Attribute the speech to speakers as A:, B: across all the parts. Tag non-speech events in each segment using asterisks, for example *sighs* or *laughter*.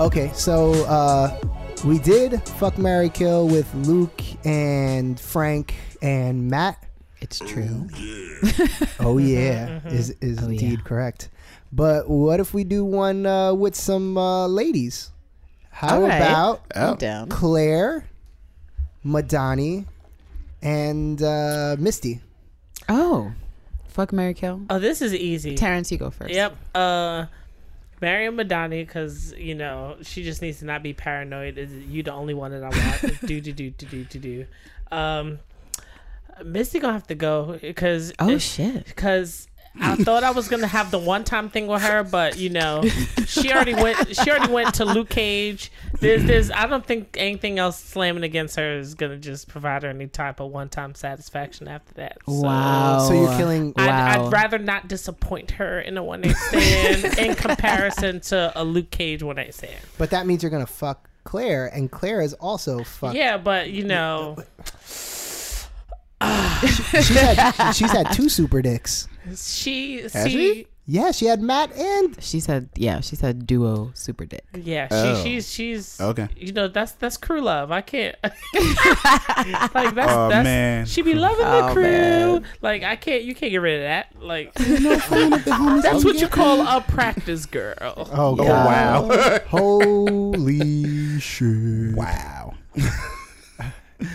A: Okay, so uh, we did fuck Mary Kill with Luke and Frank and Matt.
B: It's true. *laughs*
A: Oh yeah, is is
B: Oh, yeah.
A: indeed correct. But what if we do one uh, with some uh, ladies? How
B: All right.
A: about
B: I'm down.
A: Claire, Madani, and uh, Misty?
B: Oh, fuck Mary Kill.
C: Oh, this is easy.
B: Terrence, you go first.
C: Yep. Uh, Marion Madani, because you know she just needs to not be paranoid. Is you the only one that I
B: *laughs*
C: want? do do do do do do do. Um, Misty gonna have to go because
B: Oh shit.
C: because I thought I was gonna have the one time thing with her, but you know, she already went. She already went to Luke Cage. There's, there's. I don't think anything else slamming against her is gonna just provide her any type of one time satisfaction after that. So-
B: wow.
A: So you're killing.
C: I'd,
B: Wow.
C: I'd rather not disappoint her in a one night stand in comparison to a Luke Cage one night stand.
A: But that means you're gonna fuck Claire, and Claire is also fuck.
C: Yeah, but you know,
A: She's
B: *laughs*
A: had she's had two super dicks.
C: she,
D: Has
C: she,
A: Yeah, she had Matt and
B: She said, yeah, she said duo super dick.
C: yeah, she,
D: Oh.
C: she's, she's,
D: Okay.
C: You know, that's that's crew love. I can't. *laughs* like that's
D: Oh,
C: that's
D: man.
C: she be loving the
B: Oh,
C: crew.
B: man.
C: Like I can't, you can't get rid of that. *laughs* Like
D: That's
C: that's what you call a practice girl.
A: oh
D: Oh,
A: god,
D: *laughs* wow. *laughs*
A: holy shit!
D: wow.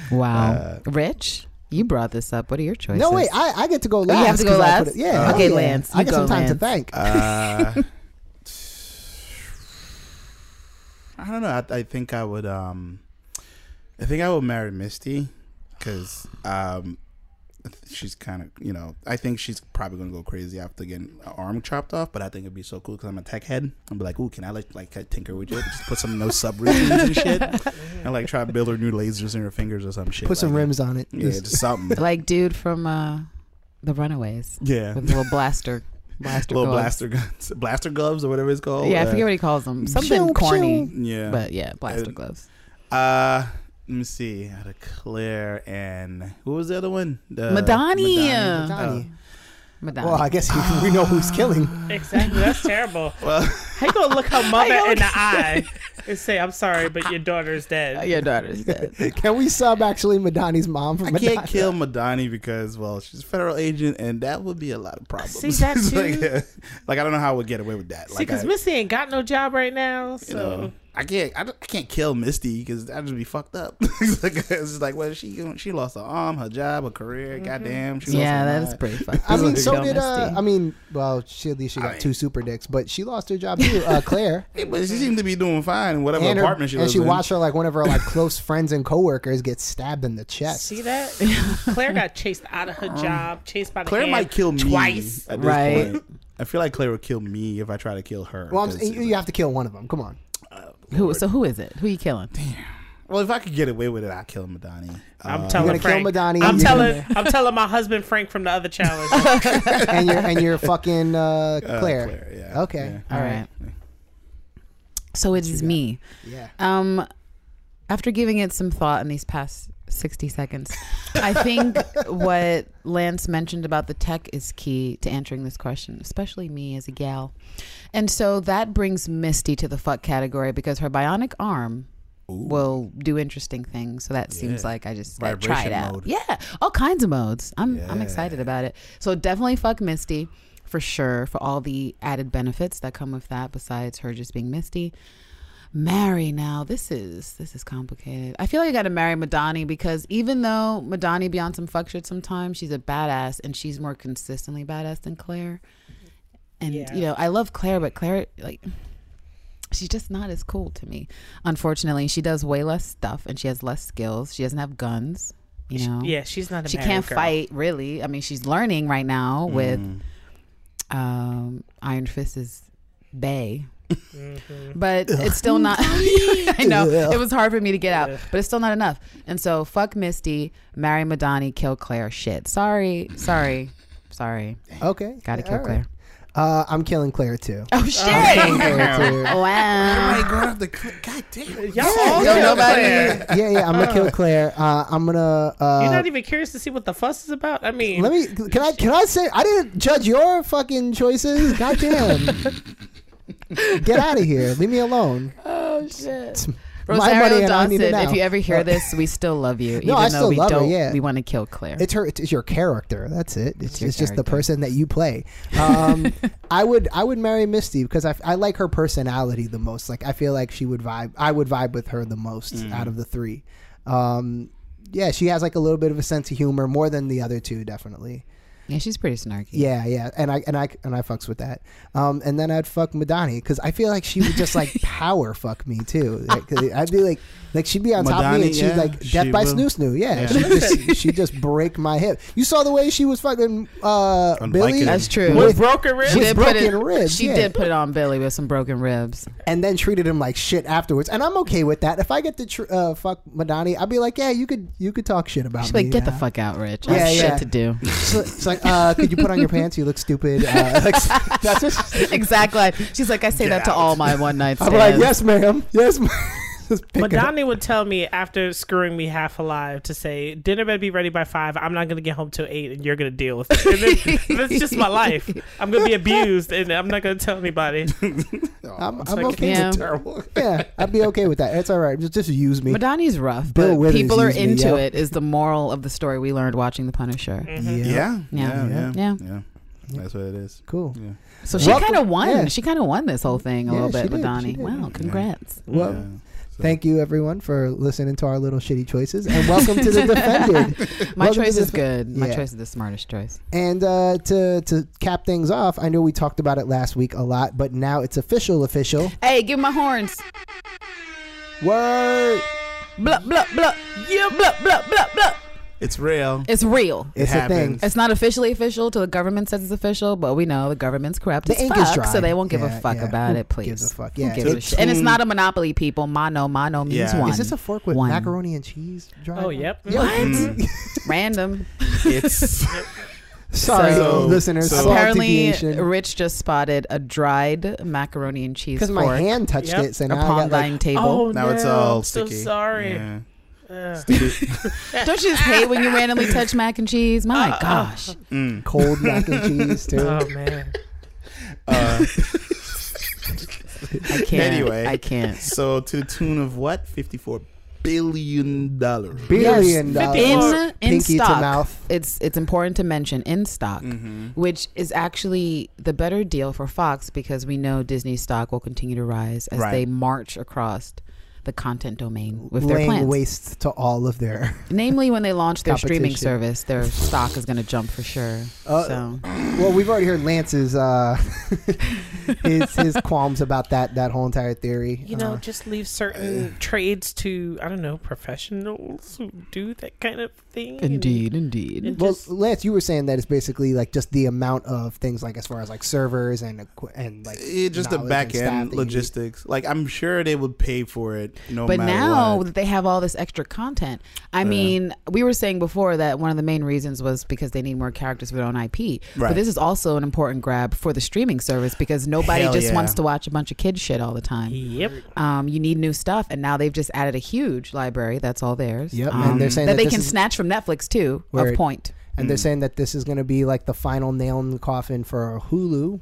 B: Wow. Rich, you brought this up. What are your choices?
A: *laughs* Uh, No wait, I, I get to go last.
B: have to go
A: 'cause I
B: last?
A: put it- yeah.
B: Okay,
A: hell yeah.
B: Lance,
A: I
B: you
A: got
B: go,
A: some time to
B: Lance.
A: thank.
D: Uh, I don't know. I, I think I would. Um, I think I would marry Misty because um, she's kind of you know. I think she's probably gonna go crazy after getting her arm chopped off. But I think it'd be so cool because I'm a tech head. I'm be like, ooh, can I like like tinker with it? Just put some
A: *laughs*
D: no subroutines and shit, and like try to build her new lasers in her fingers or some shit.
A: Put some
D: like,
A: rims on it.
D: Yeah,
A: *laughs*
D: just something.
B: like dude from uh, the Runaways
D: yeah.
B: with a little blaster, blaster,
D: Little
B: gloves.
D: blaster guns, *laughs* blaster gloves, or whatever it's called.
B: yeah, I
D: Uh,
B: forget what he calls them. Something
A: Pew, pew.
B: corny,
D: Yeah,
B: but yeah, blaster
D: Uh,
B: gloves.
D: Uh, let me see. Out of Claire and who was the other one? The
B: Madani.
D: Madani. Oh,
A: Donnie.
B: Madonna.
A: Well, I guess you, we know who's
D: *laughs*
A: killing.
C: *laughs* Exactly. That's terrible.
D: Well-
C: *laughs* How you gonna look her mother in the *laughs* eye and say, "I'm sorry, but your daughter's
B: Uh,
C: dead"?
A: *laughs*
B: your daughter's dead.
A: Can we sub actually Madani's mom from
D: I
A: Madani?
D: can't kill Madani because well, she's a federal agent, and that would be a lot of problems.
C: See, that
D: *laughs* It's like,
C: too?
D: uh, like I don't know how I would get away with that.
C: See,
D: like,
C: because
D: I,
C: Missy ain't got no job right now, so
D: you know, I can't. I, don't- I can't kill Misty because that'd just be fucked up. *laughs* it's like, it's just like, well, she she lost her arm, her job, her career. Goddamn. She
B: Mm-hmm. yeah, that
D: lost
B: is
D: her mind.
B: pretty fucked.
A: I
B: up.
A: mean, so
B: Real
A: did uh,
B: misty.
A: I mean, well, she at least she got
D: I mean-
A: two super dicks, but she lost her job too.
D: *laughs*
A: Uh, Claire
D: Hey, but she seemed to be doing fine in whatever
A: and her,
D: apartment she
A: and
D: lives
A: she
D: in.
A: watched her like one of her like close friends and coworkers get stabbed in the chest.
C: See that? Claire got chased out of her job, chased by the
D: Claire
C: hand
D: might kill me
C: twice.
D: at this
B: Right.
D: point. I feel like Claire would kill me if I try to kill her.
A: well, I'm,
D: 'cause
A: you,
D: it's
A: you have to kill one of them. Come on.
D: *laughs*
B: who? So who is it? Who you killing?
D: Well, if I could get away with it, I'd kill Madani.
C: I'm
D: Uh,
C: telling
A: gonna kill
C: Frank.
A: Madani,
C: I'm
A: you're
C: telling. I'm telling my husband Frank from the other challenge.
A: and you're and you're fucking uh,
D: uh,
A: Claire.
D: yeah.
A: Okay.
B: All right. So it is me.
A: Yeah.
B: Um, after giving it some thought in these past 60 seconds, I
D: *laughs*
B: think what Lance mentioned about the tech is key to answering this question, especially me as a gal. And so that brings Misty to the fuck category because her bionic arm will do interesting things. So that seems
D: Yeah.
B: like I just gotta try it
D: Vibration
B: out.
D: mode.
B: Yeah, all kinds of modes. I'm I'm
D: Yeah.
B: excited about it. So definitely fuck Misty for sure for all the added benefits that come with that besides her just being Misty marry now this is this is complicated i feel like i gotta marry madani because even though madani be on some fuck shit sometimes she's a badass and she's more consistently badass than claire and
C: Yeah.
B: you know i love claire but claire like she's just not as cool to me unfortunately she does way less stuff and she has less skills she doesn't have guns you know
C: yeah, she's not. A
B: she
C: married
B: can't
C: girl.
B: fight really i mean she's learning right now
A: Mm.
B: with um iron fist's bay but it's
A: *laughs*
B: still not *laughs* i know it was hard for me to get out but it's still not enough and so fuck misty marry madani kill claire shit sorry sorry sorry
A: Okay.
B: gotta
A: Yeah,
B: kill
A: all
B: claire
A: Uh, I'm killing Claire too.
B: oh shit
A: Killing Claire
C: *laughs*
A: too. *laughs*
B: *laughs* wow
D: Hey, girl, the cl- God damn.
C: Y'all
B: Don't
C: all kill
B: nobody-
C: Claire.
A: Yeah, yeah. I'm gonna kill Claire. Uh, I'm gonna. Uh,
C: You're not even curious to see what the fuss is about. I mean,
A: let me. Can I? Can I say? I didn't judge your
C: *laughs*
A: fucking choices. Goddamn. Get out of here. Leave me alone.
B: oh
C: Oh shit.
B: Rosario
A: money and I
B: Dawson,
A: need it
B: if
A: now.
B: you ever hear
A: Uh,
B: this, we still love you. even
A: I
B: though
A: still
B: we
A: love her,
B: don't,
A: yeah.
B: We want to kill Claire.
A: It's her. It's your character. That's it. It's,
B: your
A: it's just the
B: character.
A: person that you play.
B: *laughs*
A: Um, I would I would marry Misty because I, I like her personality the most. Like I feel like she would vibe. I would vibe with her the most
B: Mm.
A: out of the three. Um, yeah, she has like a little bit of a sense of humor more than the other two, definitely.
B: yeah, she's pretty snarky.
A: Yeah, yeah, and I and I and I fucks with that. Um, and then I'd fuck Madani because I feel like she would just
B: *laughs*
A: like power fuck me too. Like, 'cause I'd be like, like she'd be on top of
D: Madani,
A: me and she'd
D: yeah,
A: like death
D: she
A: by
D: will.
A: snoo snoo. Yeah,
D: Yeah.
A: she just
B: *laughs*
A: she just break my hip. You saw the way she was fucking uh,
D: On
A: Billy,
D: Vicodin.
B: That's true.
A: With-
C: With broken
A: She
C: ribs.
A: with broken
B: put it,
A: ribs,
B: She
A: yeah.
B: did put it on Billy with some broken ribs.
A: and then treated him like shit afterwards. And I'm okay with that. If I get to tr- uh, fuck Madani, I'd be like, yeah, you could you could talk shit about
B: She's
A: me.
B: like, get the
A: yeah."
B: fuck out, Rich. I
A: Yeah,
B: have
A: yeah.
B: shit to do. *laughs*
A: So- It's like, uh, could you put on your pants? You look stupid. Uh, *laughs* like,
B: *laughs*
A: that's just
B: exactly. She's like, I say that to all my one night
A: I'm
B: stands.
A: like, yes, ma'am. Yes, ma'am. *laughs* Just pick it up.
C: Madani would tell me after screwing me half alive to say, dinner better be ready by five. I'm not going to get home till eight and you're going to deal with it. And then, that's just my life. I'm going to be abused and I'm not going to tell anybody.
A: I'm,
C: It's
A: I'm
C: like,
A: okay
B: Yeah.
A: with that.
D: Terrible.
A: *laughs* Yeah, I'd be okay with that. It's all right. Just, just use me.
B: Madani's rough,
A: Bill
B: but
A: Withers
B: people are
A: used me,
B: into
A: yo.
B: it. Is the moral of the story we learned watching The Punisher?
C: Mm-hmm.
A: Yeah.
D: Yeah.
B: Yeah.
D: Yeah. Yeah.
B: Yeah.
D: That's what it is.
A: Cool.
D: Yeah.
B: So she
A: Welcome-
B: kind of won.
A: yeah.
B: She kind of won this whole thing a
A: Yeah,
B: little
A: she
B: bit,
A: did, she
B: Madani.
A: did.
B: Wow, congrats.
A: Well,
D: Yeah. So-
A: thank you everyone for listening to our little shitty choices, and welcome to
D: *laughs*
A: the
B: *laughs*
A: defended.
B: My
A: Welcome
B: choice
A: to
B: is
A: the-
B: good. My
A: yeah.
B: choice is the smartest choice.
A: And uh, to to cap things off, I know we talked about it last week a lot, but now it's official. Official.
B: Hey, give me my horns.
A: Word.
B: Blah blah blah. Yeah, blah blah blah blah.
D: It's real.
B: It's real.
A: It's a thing.
D: happens.
B: It's not officially official till the government says it's official, but we know the government's corrupt
A: The
B: as
A: ink
B: fuck,
A: is dry.
B: so they won't give
A: Yeah,
B: a fuck
A: yeah.
B: about
A: Who
B: it. Please,
A: gives a fuck?
B: Who
A: Yeah.
B: gives a
D: It's-
B: shit? And it's not a monopoly, people. Mono, mono means
D: Yeah.
B: one.
A: Is this a fork with
B: One.
A: macaroni and cheese? Dry
C: Oh, yep.
B: what?
D: Mm.
C: *laughs*
A: *laughs*
B: Random.
D: it's
A: Sorry,
D: So-
A: listeners.
D: so-
A: small
B: Apparently, uh,
A: deviation.
B: Rich just spotted a dried macaroni and cheese
A: Because
B: fork
A: my hand touched
C: Yep.
A: it, so now I
B: upon
A: got like
B: thine table.
C: Oh,
D: now
C: no,
D: it's all
C: I'm
D: sticky.
C: so sorry.
D: Yeah.
C: Ugh.
D: Sticky.
B: Don't you just hate when you
D: *laughs*
B: randomly touch mac and cheese?
D: Uh,
B: My gosh.
D: Mm.
A: cold mac and cheese
C: *laughs*
A: too.
C: Oh, man.
D: Uh,
B: I can't.
D: Anyway.
B: I can't.
D: so to the tune of what? Fifty-four billion dollars.
A: Billion
C: Yes,
A: dollars.
C: fifty-
B: In, in
A: Uh, Pinky to
B: stock.
A: mouth.
B: It's, it's important to mention in stock.
D: Mm-hmm.
B: which is actually the better deal for Fox because we know Disney's stock will continue to rise as
D: Right.
B: they march across the content domain with their
A: laying
B: plans.
A: waste to all of their. *laughs*
B: Namely, when they launch their streaming
A: Competition.
B: service, their stock is going to jump for sure.
A: Uh,
B: so
A: Well, we've already heard Lance's uh, *laughs* his
B: *laughs*
A: his qualms about that that whole entire theory.
C: You know,
A: Uh,
C: just leave certain trades to, I don't know, professionals who do that kind of thing. and-
B: indeed, indeed.
C: and
A: well,
C: just-
A: Lance, you were saying that it's basically like just the amount of things, like as far as like servers and equi- and like
D: It, Eh, just the
A: knowledge
D: back
A: and staff
D: end
A: that you need.
D: logistics. Like I'm sure they would pay for it. No
B: But
D: matter
B: now
D: what.
B: that they have all this extra content, I mean, we were saying before that one of the main reasons was because they need more characters for their own IP. But
D: Right.
B: this is also an important grab for the streaming service because nobody
D: Hell
B: just
D: yeah.
B: wants to watch a bunch of kid shit all the time.
C: Yep.
B: Um, you need new stuff, and now they've just added a huge library that's all theirs.
A: Yep,
B: um,
A: and they're saying
B: that,
A: that
B: they
A: this
B: can
A: is-
B: snatch from Netflix too.
A: Word.
B: Of point,
A: and
D: hmm.
A: they're saying that this is going to be like the final nail in the coffin for Hulu.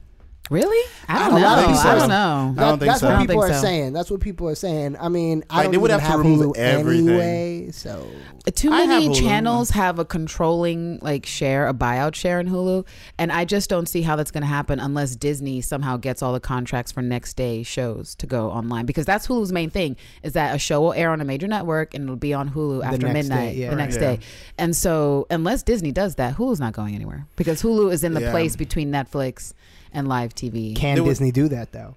B: really? I
A: I
B: don't,
A: don't
B: know.
A: think so.
B: I don't know.
D: I don't think
A: that's
D: so.
A: what
D: I don't
A: people
B: think
A: are
B: so.
A: saying. That's what people are saying. I mean, I
D: Like,
A: don't
D: they would
A: even
D: have to
A: Hulu
D: remove everything.
A: anyway. So
B: Too
D: I
B: many
D: have Hulu.
B: channels have a controlling like share, a buyout share in Hulu, and I just don't see how that's going to happen unless Disney somehow gets all the contracts for next day shows to go online because that's Hulu's main thing is that a show will air on a major network and it'll be on Hulu
A: next
B: after
A: day,
B: midnight
A: yeah.
B: the next
D: Yeah.
B: day. And so unless Disney does that, Hulu's not going anywhere because Hulu is in the
D: Yeah.
B: place between Netflix and live TV.
A: can
D: They would-
A: Disney do that though?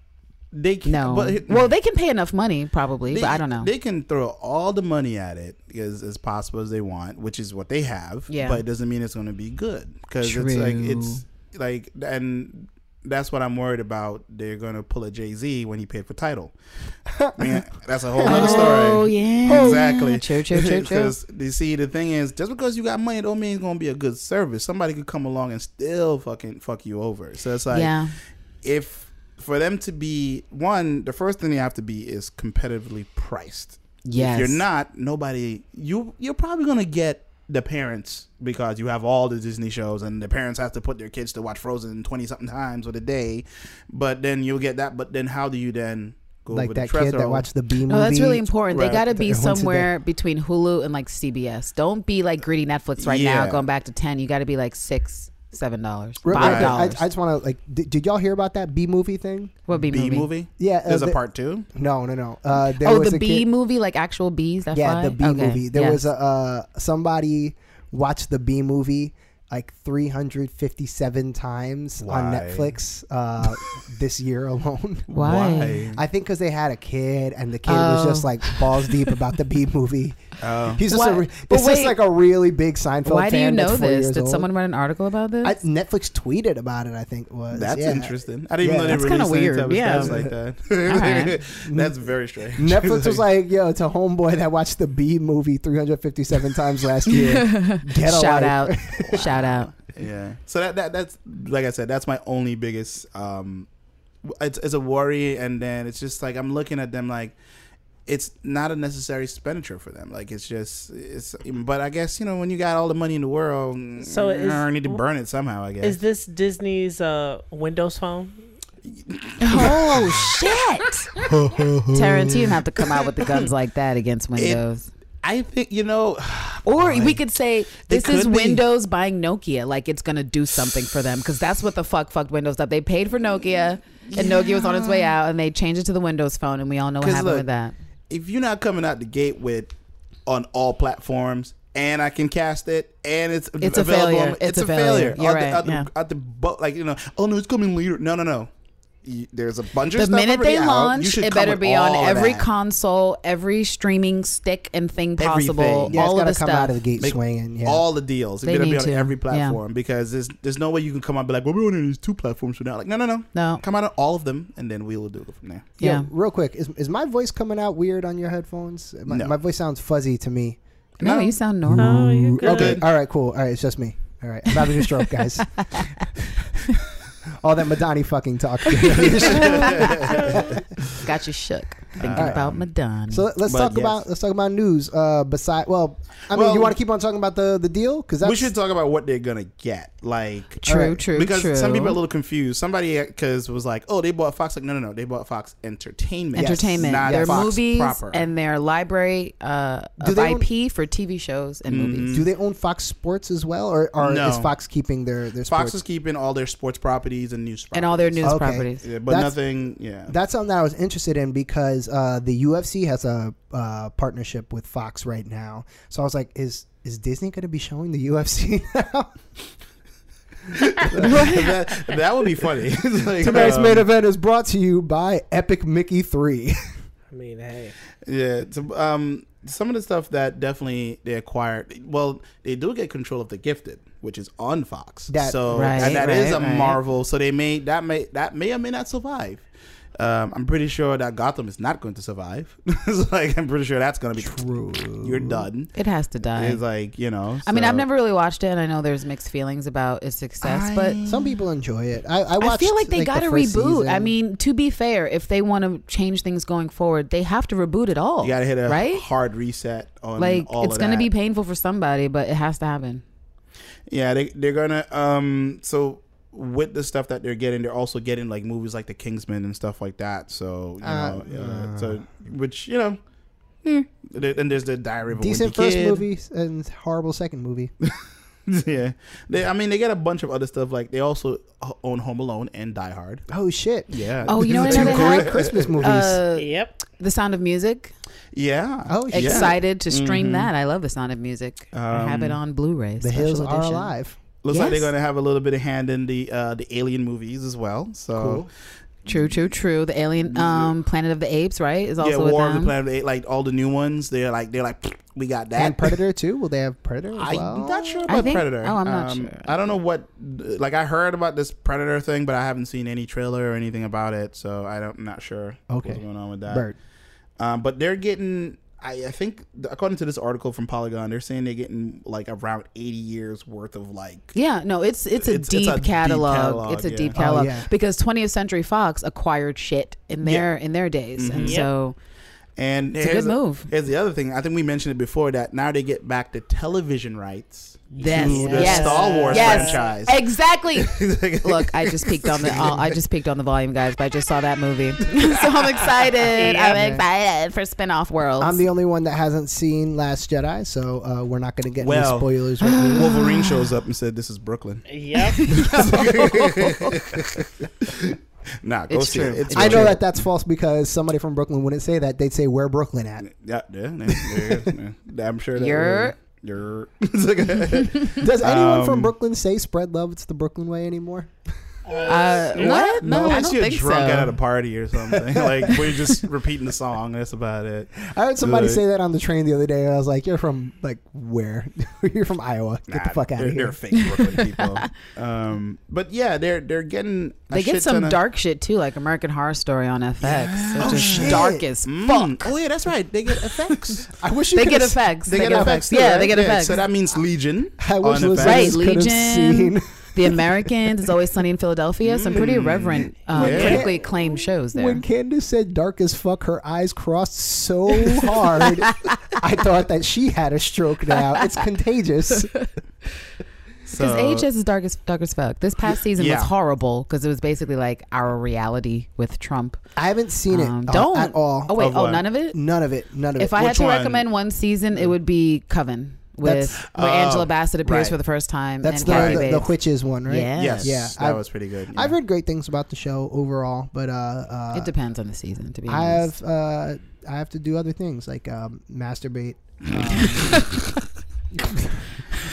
D: they can,
B: no,
D: But,
B: well they can pay enough money probably,
D: they,
B: but I don't know.
D: They can throw all the money at it as, as possible as they want, which is what they have.
B: Yeah.
D: But it doesn't mean it's going to be good because it's like
B: True.
D: it's like and that's what I'm worried about. They're going to pull a Jay Z when he paid for
B: *laughs*
D: title. Man, that's a whole other story.
B: oh yeah,
D: Exactly.
B: True, true,
D: *laughs*
B: true, true.
D: Because you see, the thing is, just because you got money, don't mean it's gonna be a good service. Somebody could come along and still fucking fuck you over. So it's like,
B: yeah.
D: if for them to be one, the first thing they have to be is competitively priced.
B: Yes.
D: If you're not, nobody you you're probably gonna get the parents because you have all the Disney shows and the parents have to put their kids to watch Frozen twenty something times with a day. But then you'll get that. But then how do you then go
A: like
D: over the
A: that kid that
D: threshold.
A: watched the B movie.
B: No, that's really important.
D: Right.
B: They got to be
A: Everyone said that.
B: somewhere between Hulu and like CBS. Don't be like greedy Netflix right now,
D: Yeah.
B: going back to ten. You got to be like six, seven dollars,
A: Real quick,
B: five
D: Right.
A: I, I
B: dollars.
A: just want to like. Did, did y'all hear about that B movie thing?
B: What B,
D: B
B: movie?
D: movie.
A: Yeah, uh,
D: There's a
A: the-
D: part two.
A: No, no, no. Uh, there
B: Oh,
A: was
B: the
A: a
B: B
A: kid-
B: movie, like actual bees that
A: Yeah,
B: fly.
A: the B
B: Okay.
A: movie. There
B: Yes.
A: was a uh, somebody watched the B movie like 357 times on
D: Why?
A: Netflix
D: *laughs*
A: uh, this year alone.
B: why?
A: I think because they had a kid and the kid was just
B: Oh.
A: like balls deep about the B
B: *laughs*
A: movie.
D: Oh.
A: He's just a
B: Why-
A: re-
B: but
A: it's just
B: wait.
A: like a really big Seinfeld
B: Why do you
A: fan that's
B: know
A: four
B: this?
A: years
B: Did
A: old.
B: someone write an article about this?
A: I, Netflix tweeted about it? I think it was
D: That's
A: Yeah.
D: interesting. I didn't
A: Yeah.
D: even know they
A: That's
B: kinda
D: released any
B: weird.
D: type of
C: Yeah.
D: stats like
A: *laughs*
D: that.
B: Alright.
D: *laughs* That's very strange.
A: Uh-huh.
D: *laughs*
A: Netflix was like, "Yo, to homeboy that watched the B movie 357 times last
B: *laughs*
A: year, get a
B: Shout
A: life." *laughs*
B: out! Shout out!
D: yeah. So that, that that's like I said, that's my only biggest. um w- It's it's a worry, and then it's just like I'm looking at them like. It's not a necessary expenditure for them. Like it's just, it's. But I guess you know when you got all the money in the world,
C: So
D: you
C: is-
D: need to burn it somehow. I guess.
C: Is this Disney's uh, Windows phone?
B: Oh *laughs*
A: *laughs*
B: shit! Tarantino have to come out with the guns like that against Windows.
D: I think you know. *sighs*
B: Or
D: Like,
B: we could say this
D: could
B: is
D: be.
B: Windows buying Nokia, like it's gonna do something for them, because that's what the fuck fucked Windows up. They paid for Nokia, and Nokia was on its way out, and they changed it to the Windows Phone, and we all know what
D: 'Cause
B: happened
D: look,
B: with that.
D: if you're not coming out the gate with on all platforms and I can cast it and it's
B: It's a
D: available
B: failure.
D: on-
B: It's a failure. You're
D: Out
B: right,
D: the, out the,
B: yeah.
D: out the bo- like you know, oh no, it's coming later. No, no, no. You- There's a bunch of
B: The
D: stuff
B: minute
D: already
B: they
D: out. You
B: launch,
D: should
B: it
D: come
B: better
D: with
B: be on
D: all of
B: every
D: that.
B: console, every streaming stick and thing possible,
D: Everything.
A: Yeah,
B: all of the
A: it's got to come
B: stuff.
A: out of the gate
D: Make
A: swinging. Yeah.
D: all the deals. It
B: They
D: better be
B: need
D: on
B: to,
D: every
B: yeah.
D: platform because there's there's no way you can come out and be like, well, we're only these two platforms for now. Like, no, no, no.
B: no,
D: Come out on all of them and then we will do it from there.
A: Yo,
B: yeah.
A: real quick, is, is my voice coming out weird on your headphones? My,
D: No.
A: my voice sounds fuzzy to me.
B: no,
D: No.
B: you sound normal.
C: Oh, you're good.
A: Okay. All right. Cool. All right. It's just me. All right. I'm having a stroke,
B: *laughs*
A: guys. All that Madani fucking
B: *laughs*
A: talk.
D: Mm-hmm.
B: Got you shook thinking
D: Alright.
B: about Madonna.
A: so let- let's
D: But
A: talk
D: yes.
A: about let's talk about news. Uh, beside, well, I mean,
D: Well-
A: you want to keep on talking about the the deal because that's
D: we should talk about what they're gonna get. Like
B: true,
A: alright,
B: true,
D: because
B: true.
D: some people are a little confused. Somebody because was like, "Oh, they bought Fox." Like, no, no, no, they bought Fox Entertainment.
B: entertainment,
D: not
B: their
D: Fox
B: movies,
D: proper.
B: and their library uh,
A: Do
B: of
A: they own- Mm-hmm.
B: IP for TV shows and movies.
A: Do they own Fox Sports as well, or, or
D: Mm-hmm. No.
A: is Fox keeping their their
D: Fox
A: sports?
D: is keeping all their sports properties and news properties.
B: and all their news
A: Okay.
B: properties.
D: Yeah, but
A: That's-
D: nothing. Yeah,
A: That's something that I was interested in because uh, the UFC has a uh, partnership with Fox right now. So I was like, is is Disney going to be showing the *laughs* UFC now?
D: *laughs* that,
B: *laughs*
D: that would be funny. *laughs* It's like,
A: Tonight's
D: um,
A: main event is brought to you by Epic Mickey
B: *laughs*
A: Three.
C: I mean, hey.
D: Yeah, so, um, some of the stuff that definitely they acquired. Well, they do get control of the Gifted, which is on Fox.
A: That-
D: so
B: Right,
D: and that is
B: right,
D: a
B: right.
D: Marvel. So they may that may that may or may not survive. Um, I'm pretty sure that Gotham is not going to survive. *laughs* it's like I'm pretty sure that's going to be true. You're done.
B: It has to die.
D: It's like you know.
B: I mean,
D: so-
B: I've never really watched it, and I know there's mixed feelings about its success, but
A: Some people enjoy it. I, I, watched,
B: I feel like they got
A: the
B: to reboot.
A: first season.
B: I mean, to be fair, if they want to change things going forward, they have to reboot it all.
D: You got to hit a
B: right.
D: hard reset on
B: Like
D: all
B: it's
D: of
B: gonna
D: that.
B: be painful for somebody, but it has to happen.
D: Yeah, they they're gonna um so with the stuff that they're getting, they're also getting like movies like The Kingsman and stuff like that. So you
A: Uh,
D: know,
A: uh.
D: uh, so which you know, There- and there's the Diary of a
A: decent
D: Wimpy
A: first
D: Kid.
A: movie and horrible second movie.
D: *laughs* yeah, they, I mean they get a bunch of other stuff. Like they also h- own Home Alone and Die Hard.
A: Oh shit!
D: Yeah.
B: Oh, you know what
A: Two
B: another
A: great
B: had?
A: Christmas movies.
B: Uh,
C: Yep.
B: the Sound of Music.
D: Yeah.
A: Oh, shit.
D: Yeah.
B: Excited to stream
D: Mhm.
B: that. I love The Sound of Music. I have it
D: Um,
B: on Blu-ray.
A: the
B: special
A: hills are
B: edition.
A: alive.
D: Looks like they're
B: Yes.
D: gonna have a little bit of hand in the uh, the Alien movies as well. So.
A: Cool.
B: True, true, true. The Alien, um, Planet of the Apes, right? Is also
D: Yeah,
B: with
D: War of the
B: them.
D: Planet of the Apes, like all the new ones, they're like they're like we got that. *laughs*
A: And Predator too. Will they have Predator as well?
D: I'm not sure
B: I
D: about
B: think-
D: Predator. Um,
B: oh, I'm not sure.
D: I don't know what. Like I heard about this Predator thing, but I haven't seen any trailer or anything about it, so I don't. I'm not sure.
A: Okay.
D: what's going on with that?
A: Bird.
D: Um, but they're getting. I, I think according to this article from Polygon, they're saying they're getting like around 80 years worth of like.
B: Yeah, no, it's it's a,
D: It's- it's
B: deep,
D: a deep
B: catalog.
D: catalog,
B: It's a
D: yeah.
B: deep
D: Oh,
B: catalog
A: yeah.
D: Mm-hmm.
B: because 20th Century Fox acquired shit in their in their days, and
C: Yep.
B: so
D: And
B: a good
D: here's the-
B: move.
D: Here's the other thing. I think we mentioned it before that now they get back the
B: *sighs*
D: television rights
B: Yes.
D: to the
B: Yes.
D: Star Wars
B: Yes.
D: franchise.
B: Exactly.
D: *laughs*
B: Look, I just peeked on the uh, I just peeked on the volume, guys. But I just saw that movie, *laughs* so
D: *laughs*
B: I'm excited. I'm excited for spin-off worlds.
A: I'm the only one that hasn't seen Last Jedi, so uh, we're not going to get
D: Well-
A: any
D: *gasps*
A: spoilers. With me.
D: Wolverine shows up and said, "This is Brooklyn."
C: Yep.
D: Nah, go
B: It's
D: see
B: true.
D: it. It's
A: I
D: good.
A: know that that's false because somebody from Brooklyn wouldn't say that. They'd say, "Where Brooklyn at?"
D: *laughs* Yeah, yeah, yeah, yeah, yeah. I'm sure that
B: You're-
D: you're. *laughs* It's like-
A: Does anyone
D: Um,
A: from Brooklyn say "Spread love"? It's the Brooklyn way anymore.
B: uh, what? No, I
D: unless
B: don't
D: you're
B: think
D: drunk
B: so.
D: out at a party or something. *laughs* like we're just repeating the song. That's about it.
A: I heard somebody
D: Right.
A: say that on the train the other day, and I was like, "You're from like where? *laughs* You're from Iowa? Get the
D: Nah,
A: fuck out
D: they're,
A: of
D: They're
A: here!" *laughs*
D: fake Brooklyn people. um, but yeah, they're they're getting. a
B: They
D: shit
B: get some
D: ton of-
B: dark shit too, like American Horror Story on FX, which
A: Oh,
B: is
A: shit.
B: dark as
D: Mm.
B: fuck.
D: Oh yeah, that's right. They get effects.
A: *laughs* I wish you
B: They
A: could
B: get
A: have-
B: effects.
D: they, get, effects. too,
B: Yeah,
D: right?
B: they get effects.
D: So that means Legion.
A: I wish
D: on
A: listeners
D: effects.
B: Right,
A: could have seen.
B: Legion. *laughs* the Americans. It's always sunny in Philadelphia. Some pretty reverent, um,
D: Yeah.
B: critically acclaimed shows there.
A: When Candace said "dark as fuck," her eyes crossed so hard,
B: *laughs*
A: I thought that she had a stroke. Now it's contagious.
B: Because
D: So-
B: AHS is dark as dark as fuck. This past season
D: Yeah.
B: was horrible because it was basically like our reality with Trump.
A: I haven't seen it
B: Um,
A: uh,
B: don't
A: at all.
B: Oh wait,
D: Of
B: oh
D: what?
B: none of it.
A: None of it. None of
B: If
A: it.
B: I had
D: Which
B: to
D: one?
B: recommend one season, it would be Coven with
A: That's-
B: where Angela
D: Oh,
B: Bassett appears
D: right.
B: for the first time.
A: That's
B: and
A: the,
B: Kathy
A: the, the
B: Bates.
A: witches one, right?
B: Yeah.
D: Yes,
A: Yeah,
D: that
A: I've-
D: was pretty good. yeah.
A: I've heard great things about the show overall, but uh, uh,
B: It depends on the season, to be
A: I
B: honest.
A: have uh, I have to do other things like um,
B: *laughs*
A: masturbate. Um,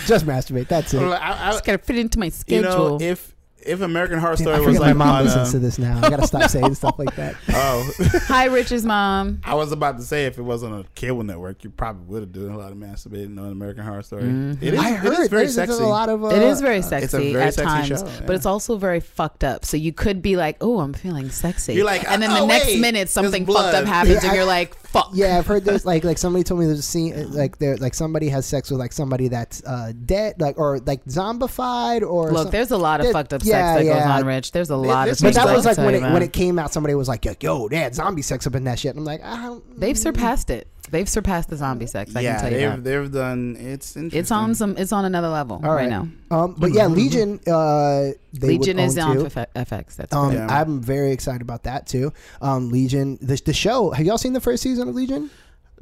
A: just masturbate. That's
D: Well,
A: it.
D: I- I-
B: just gotta fit it into my
D: you
B: schedule.
D: know, if if American Horror
A: Damn,
D: Story
A: I
D: was
A: forget
D: like
A: my mom
D: on uh,
A: listens to
D: a,
A: this now. I gotta stop saying stuff like that.
D: oh,
B: Hi, Rich's mom.
D: I was about to say if it wasn't a cable network, you probably would have done a lot of masturbating on American Horror Story. *laughs*
B: Mm-hmm.
D: It is,
A: I heard
D: it is very
A: there's
D: sexy.
A: a lot of. Uh,
B: it is very
A: uh,
B: sexy
D: it's a very
B: at
D: sexy
B: times,
D: show, yeah.
B: but it's also very fucked up. So you could be like, "Oh, I'm feeling sexy,"
D: You're like,
B: and then the
D: "Oh,
B: next
D: wait,
B: minute
D: there's
B: something
D: blood."
B: fucked up happens,
A: Yeah,
B: and
A: I-
B: you're like, "Fuck."
A: Yeah, I've heard there's
B: *laughs*
A: like like somebody told me there's a scene uh, like there like somebody has sex with like somebody that's uh dead like or like zombified or
B: Look,
A: some-
B: there's a lot of
A: There-
B: fucked up
A: yeah,
B: sex that goes
A: yeah.
B: on, Rich. There's a lot of.
D: this
A: But
B: things
A: that
B: I
A: was
B: can
A: like
B: tell
A: when
B: you
A: it
B: about.
A: when it came out, somebody was like, "Yo, they had zombie sex up in that shit." And I'm like, I don't.
B: They've surpassed it. They've surpassed the zombie sex. I
D: yeah,
B: can tell you
D: they've
B: that.
D: they've done. It's interesting.
B: It's on some. It's on another level
A: All
B: right.
A: right.
B: now.
A: Um, but yeah, Legion. Uh, they would
B: Legion is um,
A: own
B: on
A: too.
B: F- FX. That's
A: Um,
D: Yeah.
A: I'm very excited about that too. Um, Legion, the, the show. Have y'all seen the first season of Legion?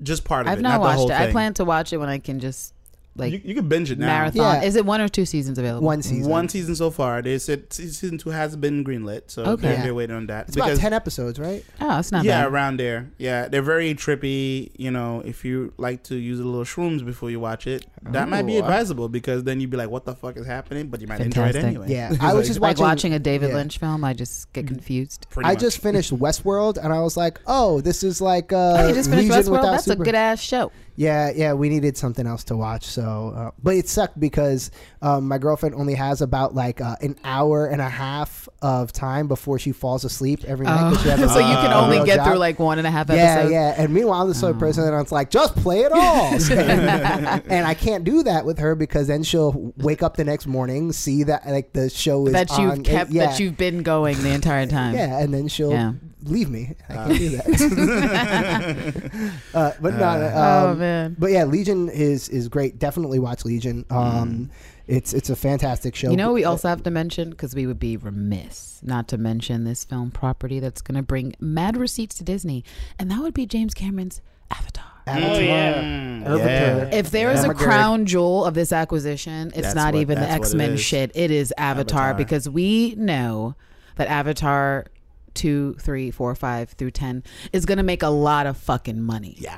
D: just part of
B: I've
D: it.
B: not
D: the
B: watched
D: whole
B: it. I
D: thing.
B: plan to watch it when I can just like
D: you, you can binge it now.
B: marathon.
A: Yeah.
B: Is it one or two seasons available?
A: One season.
D: One season so far. They said se- season two has been greenlit, so
B: Okay.
D: they're, they're waiting on that.
A: It's about ten episodes, right?
B: Oh, it's not
D: yeah,
B: bad.
D: around there. Yeah, they're very trippy. You know, if you like to use a little shrooms before you watch it, that might be
A: Ooh.
D: advisable because then you'd be like, "What the fuck is happening?" But you might enjoy it
B: Fantastic.
D: anyway.
A: Yeah,
D: *laughs* It's
A: I was
D: like-
A: just
B: Like
A: watching-
B: watching a David
A: yeah. Mm-hmm.
B: Lynch film, I just get confused.
D: Pretty
A: I
D: much.
A: just finished Westworld, and I was like, "Oh, this is like uh,
B: oh, you just finished
A: Legion
B: Westworld.
A: without
B: That's
A: super-
B: a good ass show.
A: Yeah, yeah, we needed something else to watch. So, uh, but it sucked because um, my girlfriend only has about like uh, an hour and a half of time before she falls asleep every night. 'cause she has a-
B: Oh. *laughs* so you can
A: a
B: only
A: real
B: get
A: job.
B: through like one and a half
A: Yeah,
B: *laughs* episodes.
A: yeah. And meanwhile, I'm the sort of person that I was like, just play it
B: *laughs*
A: all. and I can't do that with her because then she'll wake up the next morning, see that like the show is
B: That you've
A: on,
B: kept.
A: yeah,
B: That you've been going the entire time.
A: yeah, and then she'll
B: Yeah.
A: leave me. I can't do that. *laughs*
B: *laughs*
A: uh, but not.
B: Oh,
A: Um,
B: man.
A: But yeah, Legion is is great. Definitely watch Legion.
D: Mm.
A: Um, it's it's a fantastic show.
B: You know, we also have to mention because we would be remiss not to mention this film property that's going to bring mad receipts to Disney, and that would be James Cameron's Avatar.
D: Oh,
A: Avatar. Urban Thriller.
B: If there is a
A: Demogorgon.
B: crown jewel of this acquisition, it's
D: That's
B: not
D: what-
B: even the
D: that's what it
B: X Men
D: is.
B: shit. It is Avatar,
D: Avatar.
B: because we know that Avatar two, three, four, five through ten is going to make a lot of fucking money.
D: Yeah.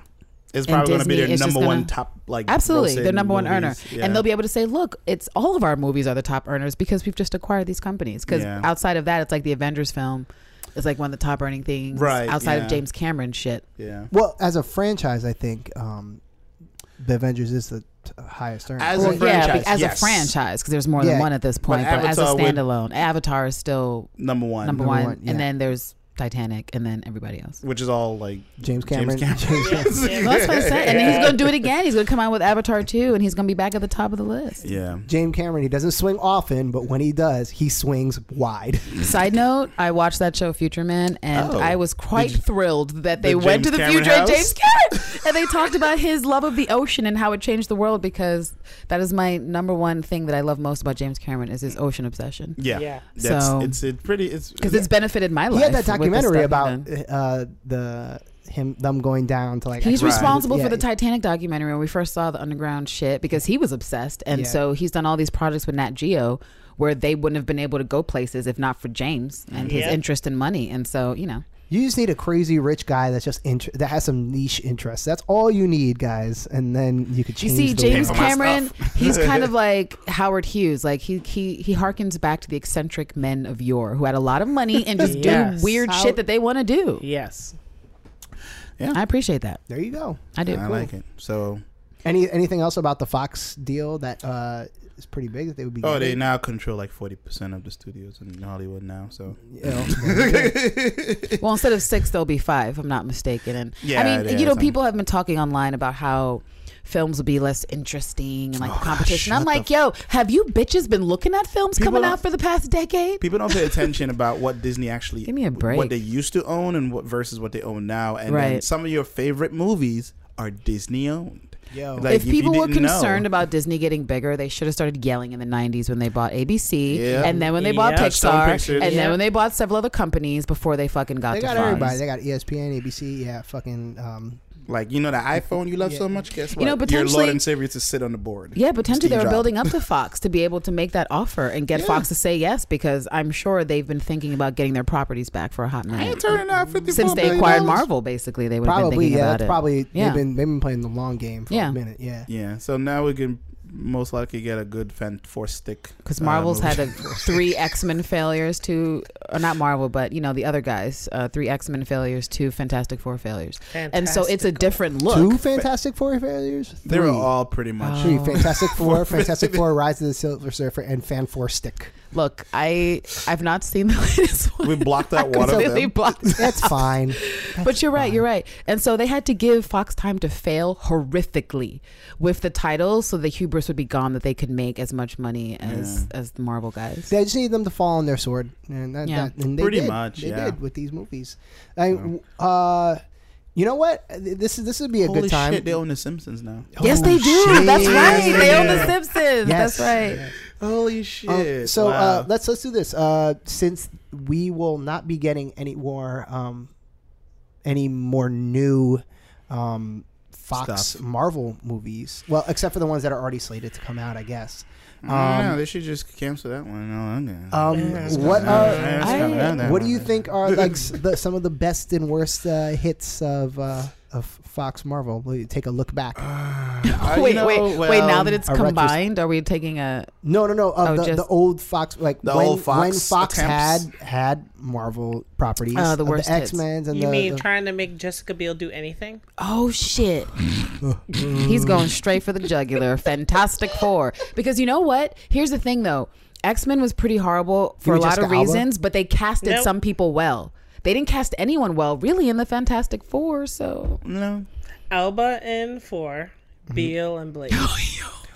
D: It's
B: And
D: probably going to be
B: Disney
D: their
B: is just
D: number one
B: gonna-
D: top, like
B: Absolutely,
D: grossing
B: they're number one earner,
D: movies. Yeah.
B: and they'll be able to say, "Look, it's all of our movies are the top earners because we've just acquired these companies." Because
D: Yeah.
B: outside of that, it's like the Avengers film is like one of the top earning things,
D: Right,
B: Outside
D: yeah.
B: of James Cameron shit,
D: Yeah.
A: Well, as a franchise, I think um, the Avengers is the t- highest earner.
D: As a
A: right?
D: fran-
B: yeah,
D: franchise,
B: be- as
D: yes.
B: a franchise because there's more than
A: Yeah.
B: one at this point. But, as a
D: Avatar would-
B: standalone, Avatar is still
D: Number one.
B: number,
A: Number
B: one,
A: one, yeah.
B: and then there's Titanic, and then everybody else.
D: which is all like
A: *laughs* James
D: James
A: Cameron.
D: Cameron.
B: *laughs*
D: *laughs*
B: Well, that's what I said. And then he's gonna do it again. He's gonna come out with Avatar two, and he's gonna be back at the top of the list.
D: yeah.
A: James Cameron, he doesn't swing often, but when he does, he swings wide.
B: Side note: I watched that show Future Man, and
D: Oh.
B: I was quite thrilled that
D: the
B: they went to
D: James
B: the
D: Cameron
B: future
D: house?
B: at James Cameron, and they talked about his love of the ocean and how it changed the world. Because that is my number one thing that I love most about James Cameron is his ocean obsession.
D: Yeah.
C: Yeah.
D: That's
B: So-
D: it's it's pretty it's
B: Because it's benefited my life.
A: he had that
B: with the
A: documentary
B: stuff he
A: about
B: done.
A: uh, the him them going down to like.
B: He's
D: Right.
B: responsible
A: Yeah,
B: for the Titanic documentary when we first saw the underground shit because he was obsessed, and
A: Yeah.
B: so he's done all these projects with Nat Geo where they wouldn't have been able to go places if not for James and his
C: Yeah.
B: interest in money. And so you know,
A: You just need a crazy rich guy that's just inter- that has some niche interests. That's all you need, guys, and then you could
B: you
A: change.
B: see
A: the world.
B: James
D: Pay for my
B: Cameron, he's kind
D: *laughs*
B: of like Howard Hughes. Like he he he harkens back to the eccentric men of yore who had a lot of money and
A: *laughs*
B: just
C: Yes.
B: do weird
A: How-
B: shit that they want to do.
C: Yes.
B: I appreciate that.
A: There you go.
B: I do.
D: I like it. So
A: Any anything else about the Fox deal that uh, is pretty big that they would be?
D: oh they
A: getting?
D: now control like forty percent of the studios in Hollywood now. So
A: You know,
D: *laughs*
A: there you go.
B: well, instead of six, there'll be five, if I'm not mistaken. And
D: Yeah,
B: I
D: it
B: mean, you know,
D: is.
B: people have been talking online about how films will be less interesting and like the
D: Oh,
B: competition.
D: shut
B: I'm
D: the
B: like, yo, have you bitches been looking at films
D: People
B: coming
D: don't-
B: out for the past decade?
D: people don't
B: *laughs*
D: pay attention about what Disney actually
B: Give me a
D: what
B: break.
D: they used to own and what versus what they own now. And then
B: Right.
D: some of your favorite movies are Disney owned.
A: Yo.
D: Like,
B: if people
D: you
B: were
D: didn't know-
B: concerned about Disney getting bigger, they should have started yelling in the 90s when they bought ABC
D: Yeah.
B: and then when they bought
C: Yeah.
D: Touchstone
B: Pixar
D: Pictures.
B: and
C: Yeah.
B: then when they bought several other companies before they fucking got
A: they
B: to
A: got
B: Fox.
A: everybody. They got E ESPN, ABC, yeah, fucking. Um,
D: like you know the iPhone you love so much, guess what?
B: know,
D: your Lord
B: potentially-
D: and Savior to sit on the board.
B: Yeah, potentially
D: Steve
B: they were
D: Jobs.
B: building up to Fox to be able to make that offer and get Fox to say yes because I'm sure they've been thinking about getting their properties back for a hot
D: I ain't
B: minute.
D: turning out fifty
B: Since they acquired Marvel, basically, they would have been
A: probably,
B: thinking
A: yeah.
B: about
A: That's
B: it.
A: probably
B: Yeah.
A: they've been they've been playing the long game for
B: Yeah.
A: a minute. Yeah.
D: Yeah, so now we can most likely get a good fan four stick
B: because
D: uh,
B: Marvel's
D: movie.
B: had a,
D: *laughs*
B: three X Men failures, two or not Marvel, but you know the other guys, uh, three X Men failures, two Fantastic Four failures, and so it's a different look.
A: Two Fantastic Four failures. Three.
D: They were all
B: Uh,
D: pretty
B: *laughs*
D: much.
B: Oh.
A: Three Fantastic Four, Fantastic Four, Rise of the Silver Surfer, and Fan Four Stick.
B: Look, I I've not seen the *laughs* latest one.
D: We blocked out one of
B: Completely
D: them. *laughs*
B: blocked it *laughs*
A: That's
B: out.
A: fine.
B: but you're right, you're right. And so they had to give Fox time to fail horrifically with the titles so the hubris would be gone that they could make as much money as as the Marvel guys.
A: They just need them to fall on their sword, and that,
B: Yeah.
A: that- and they
D: Pretty
A: did.
D: much,
A: They
D: yeah.
A: did with these movies. I, uh, you know what? This is this would be a
D: Holy
A: good time.
D: shit! They own the Simpsons now.
B: yes, they
A: Oh,
B: do.
A: shit.
B: That's right. They own
D: Yeah.
B: the Simpsons.
A: Yes.
B: That's right.
D: Holy shit!
A: Um, so
D: Wow.
A: uh, let's let's do this. Uh, since we will not be getting any more um, any more new um, Fox
D: Stuff.
A: Marvel movies. Well, except for the ones that are already slated to come out, I guess. Um,
D: Mm, yeah, they should just cancel that one. No, okay.
A: um,
D: Yeah, it's
A: what
D: coming
A: are
D: out. Yeah, it's
B: I-
D: coming out now.
A: what do you think are like s- the, some of the best and worst uh, hits of uh, of Fox Marvel? Will you take a look back?
D: Uh, you
B: wait,
D: know,
B: wait, wait.
D: well,
B: Now that it's
A: a retros-
B: combined, are we taking a?
A: No, no, no. Of
B: Oh,
A: the,
B: just-
A: the old Fox, like
D: The
A: when,
D: old Fox
A: when Fox had
D: attempts?
A: had Marvel properties,
B: Oh, the
A: of
B: worst
A: the
B: hits.
A: X Men's, and
C: You
A: the,
C: mean
A: uh, the-
C: trying to make Jessica Biel do anything?
B: Oh shit. He's going straight for the jugular. Fantastic Four. Because you know what? Here's the thing though. X Men was pretty horrible for a
A: mean
B: lot
A: Jessica
B: of
A: Alba?
B: reasons, but they casted
C: Nope.
B: some people well. They didn't cast anyone well, really, in the Fantastic Four. So
D: No.
C: Alba in four, Biel and Blake.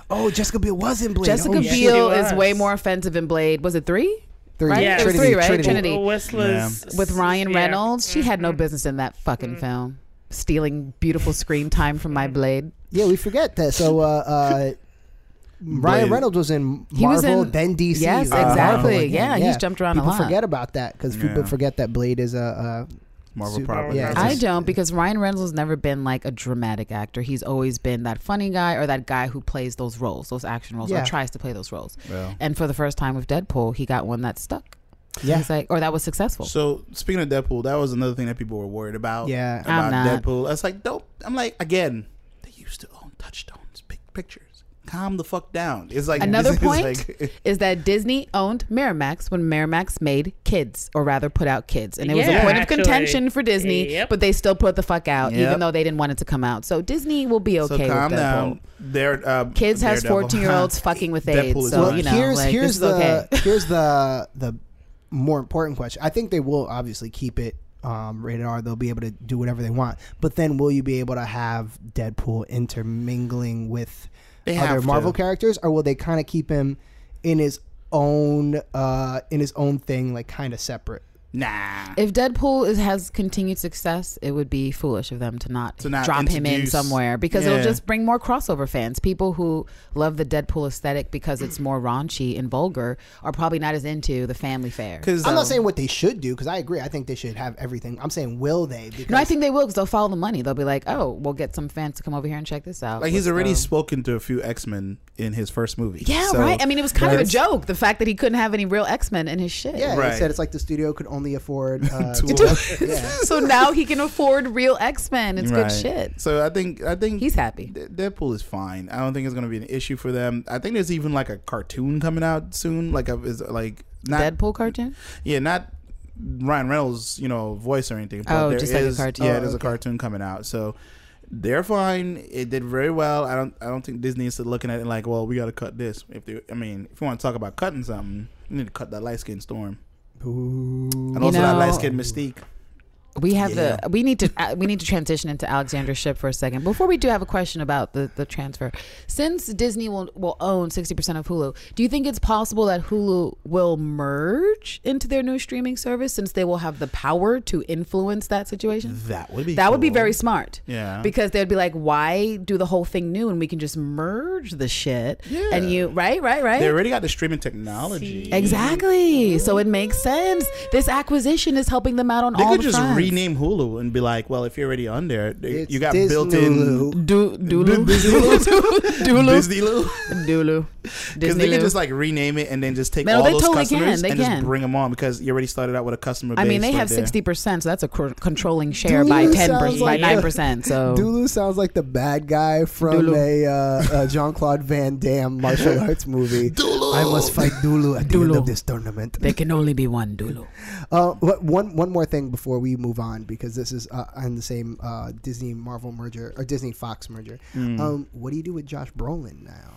A: oh, Jessica Biel was in Blade.
B: Jessica
A: oh,
C: yeah.
A: shit.
B: Biel
C: She
B: is
C: was.
B: way more offensive in Blade. Was it three?
A: Three.
B: right?
C: Yeah.
B: It was
A: Trinity,
B: three, right?
A: Trinity.
B: Trinity.
C: Whistler's
B: With Ryan
C: yeah. Mm-hmm.
B: Reynolds. She had no business in that fucking film. Stealing beautiful screen time from
C: Mm-hmm.
B: my Blade.
A: Yeah, we forget that. So uh, uh, Ryan
D: Blade.
A: Reynolds was in
B: He was
A: Marvel,
B: in-
A: then DC.
B: Yes,
A: then Marvel
B: exactly.
A: again.
B: Yeah, he's jumped around a
A: people
B: lot.
A: Forget about that because people
D: Yeah.
A: forget that Blade is a. Uh,
D: Marvel
A: Super-
D: property.
A: yeah.
B: I
A: It's
B: don't because Ryan Reynolds has never been like a dramatic actor. He's always been that funny guy or that guy who plays those roles, those action roles,
A: Yeah.
B: or tries to play those roles.
D: Well.
B: And for the first time with Deadpool, he got one that stuck.
A: Yeah.
B: He's like, or that was successful.
D: So speaking of Deadpool, that was another thing that people were worried about.
A: Yeah.
D: about
B: I'm not.
D: Deadpool. That's like dope. I'm like again, they used to own Touchstones pic- pictures. Calm the fuck down. It's like
B: Another
D: *laughs* it's
B: point
D: like-
B: is that Disney owned Miramax when Miramax made kids, or rather put out kids. And it was
C: Yeah,
B: a point
C: actually.
B: of contention for Disney,
C: Yep.
B: but they still put the fuck out,
D: Yep.
B: even though they didn't want it to come out. So Disney will be
D: so
B: okay
D: calm
B: with Deadpool.
D: down. Their um,
B: Kids has
D: Daredevil. *laughs*
B: 14-year-olds fucking with
D: Deadpool
B: AIDS,
D: is
B: so,
D: fine.
B: you know.
A: here's
B: like,
A: *laughs* here's
B: this is
A: the
B: okay. *laughs*
A: here's the the more important question. I think they will obviously keep it um, rated R, they'll be able to do whatever they want. But then, will you be able to have Deadpool intermingling with
D: They
A: other
D: have
A: Marvel
D: to.
A: characters, or will they kind of keep him in his own uh, in his own thing, like kind of separate?
D: Nah.
B: If Deadpool is, has continued success, it would be foolish of them to not,
D: To not
B: drop him in
D: introduce-
B: somewhere because it'll
D: Yeah.
B: just bring more crossover fans. People who love the Deadpool aesthetic because it's more raunchy and vulgar are probably not as into the family fair.
D: Because
A: I'm not saying what they should do because I agree. I think they should have everything. I'm saying will they? Because
B: No, I think they will because they'll follow the money. They'll be like, oh, we'll get some fans to come over here and check this out.
D: like he's
B: Let's
D: already
B: go.
D: spoken to a few X Men in his first movie.
B: um, Yeah,
D: So-
B: right. I mean, it was kind of a
D: That's-
B: joke the fact that he couldn't have any real X Men in his shit.
A: yeah,
D: Right.
A: it said it's like the studio could only
D: *laughs*
A: afford uh,
D: Two
A: two-
D: of them.
A: yeah.
B: So now he can afford real X Men. It's
D: Right.
B: good shit.
D: So I think I think
B: He's happy.
D: Th- Deadpool is fine. I don't think it's going to be an issue for them. I think there's even like a cartoon coming out soon. Like a is like not
B: Deadpool cartoon.
D: yeah not Ryan Reynolds you know voice or anything. But
B: Oh,
D: there
B: just like a
D: is-
B: cartoon.
D: Yeah,
A: Oh,
D: there's a
A: okay.
D: cartoon coming out. So they're fine. It did very well. I don't I don't think Disney is looking at it like well we got to cut this. If they I mean if you want to talk about cutting something, you need to cut that light skin storm and
A: Ooh.
D: also that
B: know-
D: light skin mystique.
B: We have
D: Yeah.
B: the we need to uh, we need to transition into Alexander Ship for a second. Before we do have a question about the, the transfer, since Disney will will own sixty percent of Hulu, do you think it's possible that Hulu will merge into their new streaming service since they will have the power to influence that situation?
D: That would be
B: That would be
D: cool.
B: very smart.
D: yeah
B: Because they'd be like, why do the whole thing new and we can just merge the shit?
D: Yeah.
B: And you, right, right, right?
D: they already got the streaming technology.
B: exactly. So it makes sense. This acquisition is helping them out on
D: They
B: all
D: could
B: the
D: just
B: fronts.
D: rename Hulu and be like, well, if you're already on there, they-
A: It's
D: you got
A: Disney
D: built in
A: Lulu.
B: Do Dulu. *laughs* Dulu.
D: Disney *laughs* Lulu.
B: Dulu.
D: Because they
B: Disney.
D: could
B: Lou.
D: just like rename it and then just take
B: No,
D: all
B: they
D: those
B: totally can.
D: customers
B: They
D: and
B: can.
D: just bring them on because you already started out with a customer base.
B: I mean, they
D: right
B: have
D: there.
B: sixty percent, so that's a cr- controlling share by
A: Dulu
B: ten
A: sounds
B: percent, by
A: like a-
B: nine percent. So
A: *laughs* Dulu sounds like the bad guy from
B: Dulu.
A: a, uh, a Jean Claude Van Damme
C: *laughs*
A: martial arts movie.
D: Dulu.
A: I must fight Dulu at the end
B: Dulu.
A: of this tournament.
B: there can only be one Dulu.
A: Uh, what, one one more thing before we move on because this is uh, on the same uh, Disney Marvel merger or Disney Fox merger. Um, what do you do with Josh Brolin now?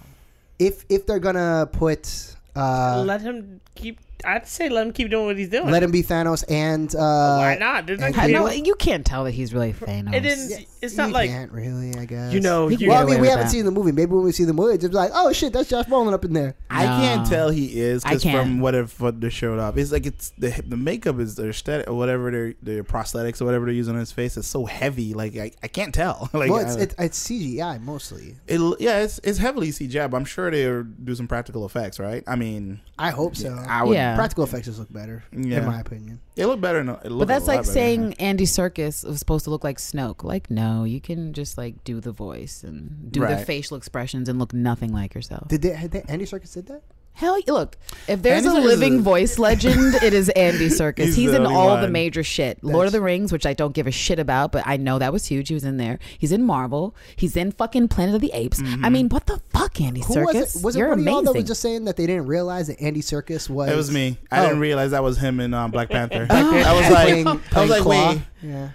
A: If if they're gonna put uh,
C: let him keep. I'd say let him keep doing what he's doing.
A: let him be Thanos and uh,
C: Why not? There's
A: and
C: no-
A: Cable.
B: No, you can't tell that he's really Thanos.
C: It didn't. It's not
A: you
C: like
A: can't really, I guess.
C: you know.
B: He
C: You,
A: Well, I
B: Get away
A: mean, we
B: with
A: haven't
B: that.
A: seen the movie. Maybe when we see the movie, it's like, oh shit, that's Josh Brolin up in there.
D: I can't
B: Nah.
D: tell he is
B: I
D: because
B: can't.
D: from whatever what they showed up, it's like it's the the makeup is their aesthetic or whatever their their prosthetics or whatever they're using on his face is so heavy. Like I, I can't tell. *laughs* like
A: well, it's,
D: I-
A: it's, it's CGI mostly.
D: it'll- yeah, it's it's heavily CGI. But I'm sure they do some practical effects, right? I mean,
A: I hope so.
D: I would
B: Yeah.
A: Practical effects just look better, in
D: Yeah.
A: my opinion.
D: It looked better. In a, it looked
B: But that's
D: a lot
B: like
D: better.
B: saying Andy Circus was supposed to look like Snoke. Like, no, you can just like do the voice and do the
D: Right.
B: facial expressions and look nothing like yourself.
A: Did they? Had they Andy Serkis did that?
B: Hell, look, if there's
D: Andy
B: a
D: Serkis is
B: living
D: a-
B: voice legend, it is
D: *laughs*
B: Andy Circus. He's,
D: He's the
B: in
D: only
B: all the
D: one.
B: major shit. Lord
A: That's-
B: of the Rings, which I don't give a shit about, but I know that was huge. He was in there. He's in Marvel. He's in fucking Planet of the Apes. I
D: Mm-hmm.
B: mean, what the fuck, Andy
A: Who
B: Circus?
A: was it? Was
B: You're
A: it one of y'all
B: amazing.
A: that was just saying that they didn't realize that Andy Circus was?
D: It was me. I
A: Oh.
D: didn't realize that was him in um,
A: *laughs*
D: Black
A: *gasps*
D: Panther.
B: Panther.
D: I was like,
A: Playing-
D: *laughs* I
A: playing
D: was like,
A: Claw.
D: wait,
A: Yeah.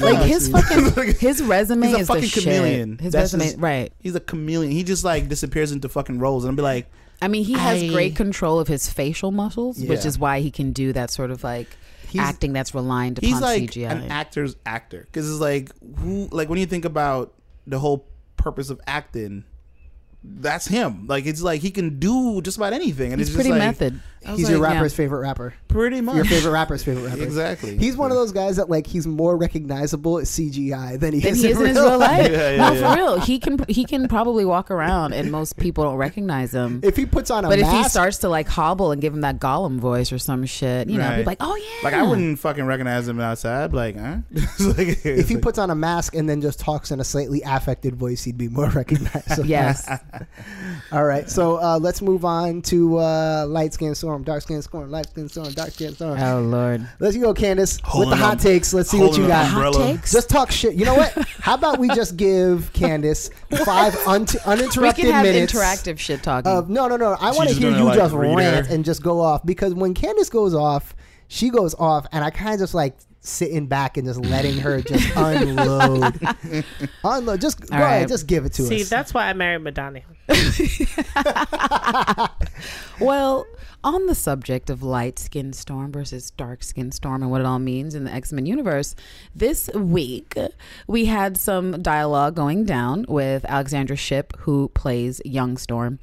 B: like
A: Yeah,
D: *laughs*
B: his
A: I see.
B: fucking his resume
D: He's a
B: is the
D: fucking
B: shit.
D: chameleon.
B: His
D: That's
B: resume,
D: his-
B: right?
D: he's a chameleon. He just like disappears into fucking roles, and I'll be like,
B: I mean, he has
D: I-
B: great control of his facial muscles, which
D: Yeah.
B: is why he can do that sort of like
A: He's-
B: acting that's reliant upon
D: he's like
B: CGI.
D: an actor's actor because it's like who, like when you think about the whole purpose of acting, that's him. Like it's like he can do just about anything, and
B: he's
D: it's
B: pretty
D: just like,
B: method.
D: I was
A: He's your
D: like,
A: rapper's favorite rapper.
D: pretty much
A: Your
D: *laughs*
A: favorite rapper's favorite rapper.
D: exactly.
A: He's one of those guys that like he's more recognizable as CGI than he
B: Than
A: is,
B: he is in
A: *laughs*
B: his real life.
D: Yeah, yeah,
B: no,
D: yeah.
B: for real, he can he can probably walk around, and most people don't recognize him.
A: If he puts on a
B: But if
A: mask,
B: he starts to like hobble and give him that Gollum voice or some shit, you know,
D: Right.
B: people like, oh yeah,
D: Like I wouldn't fucking recognize him outside. Like, huh? *laughs* It's like-
A: Hmm. if
D: it's
A: he
D: like-
A: puts on a mask and then just talks in a slightly affected voice, he'd be more *laughs* recognizable.
B: Yes,
A: All right, so uh, let's move on to uh, light skin storm, dark skin storm, light skin storm, dark skin storm.
B: oh lord,
A: Let's go, Candace,
D: Holding
A: with the hot
D: up-
A: takes. Let's see what
D: holding
A: you
D: up
A: got.
B: hot
D: Umbrella.
B: takes.
A: Just talk shit. You know what? How about we just
D: *laughs*
A: give Candace five un-
B: we
A: uninterrupted
B: can have
A: minutes?
B: interactive shit talking.
A: Of, no, no, no. I want to
D: just
A: hear
D: gonna,
A: you
D: like,
A: just
D: read
A: rant
D: her.
A: and just go off because when Candace goes off, she goes off, and I kind of just like sitting back and just letting her
D: *laughs*
A: just unload, unload. Just go
B: All
A: ahead,
B: right.
A: just give it to
C: See,
A: us.
C: that's why I married Madonna.
B: Well, on the subject of light skin storm versus dark skin storm and what it all means in the X Men universe, this week we had some dialogue going down with Alexandra Ship, who plays Young Storm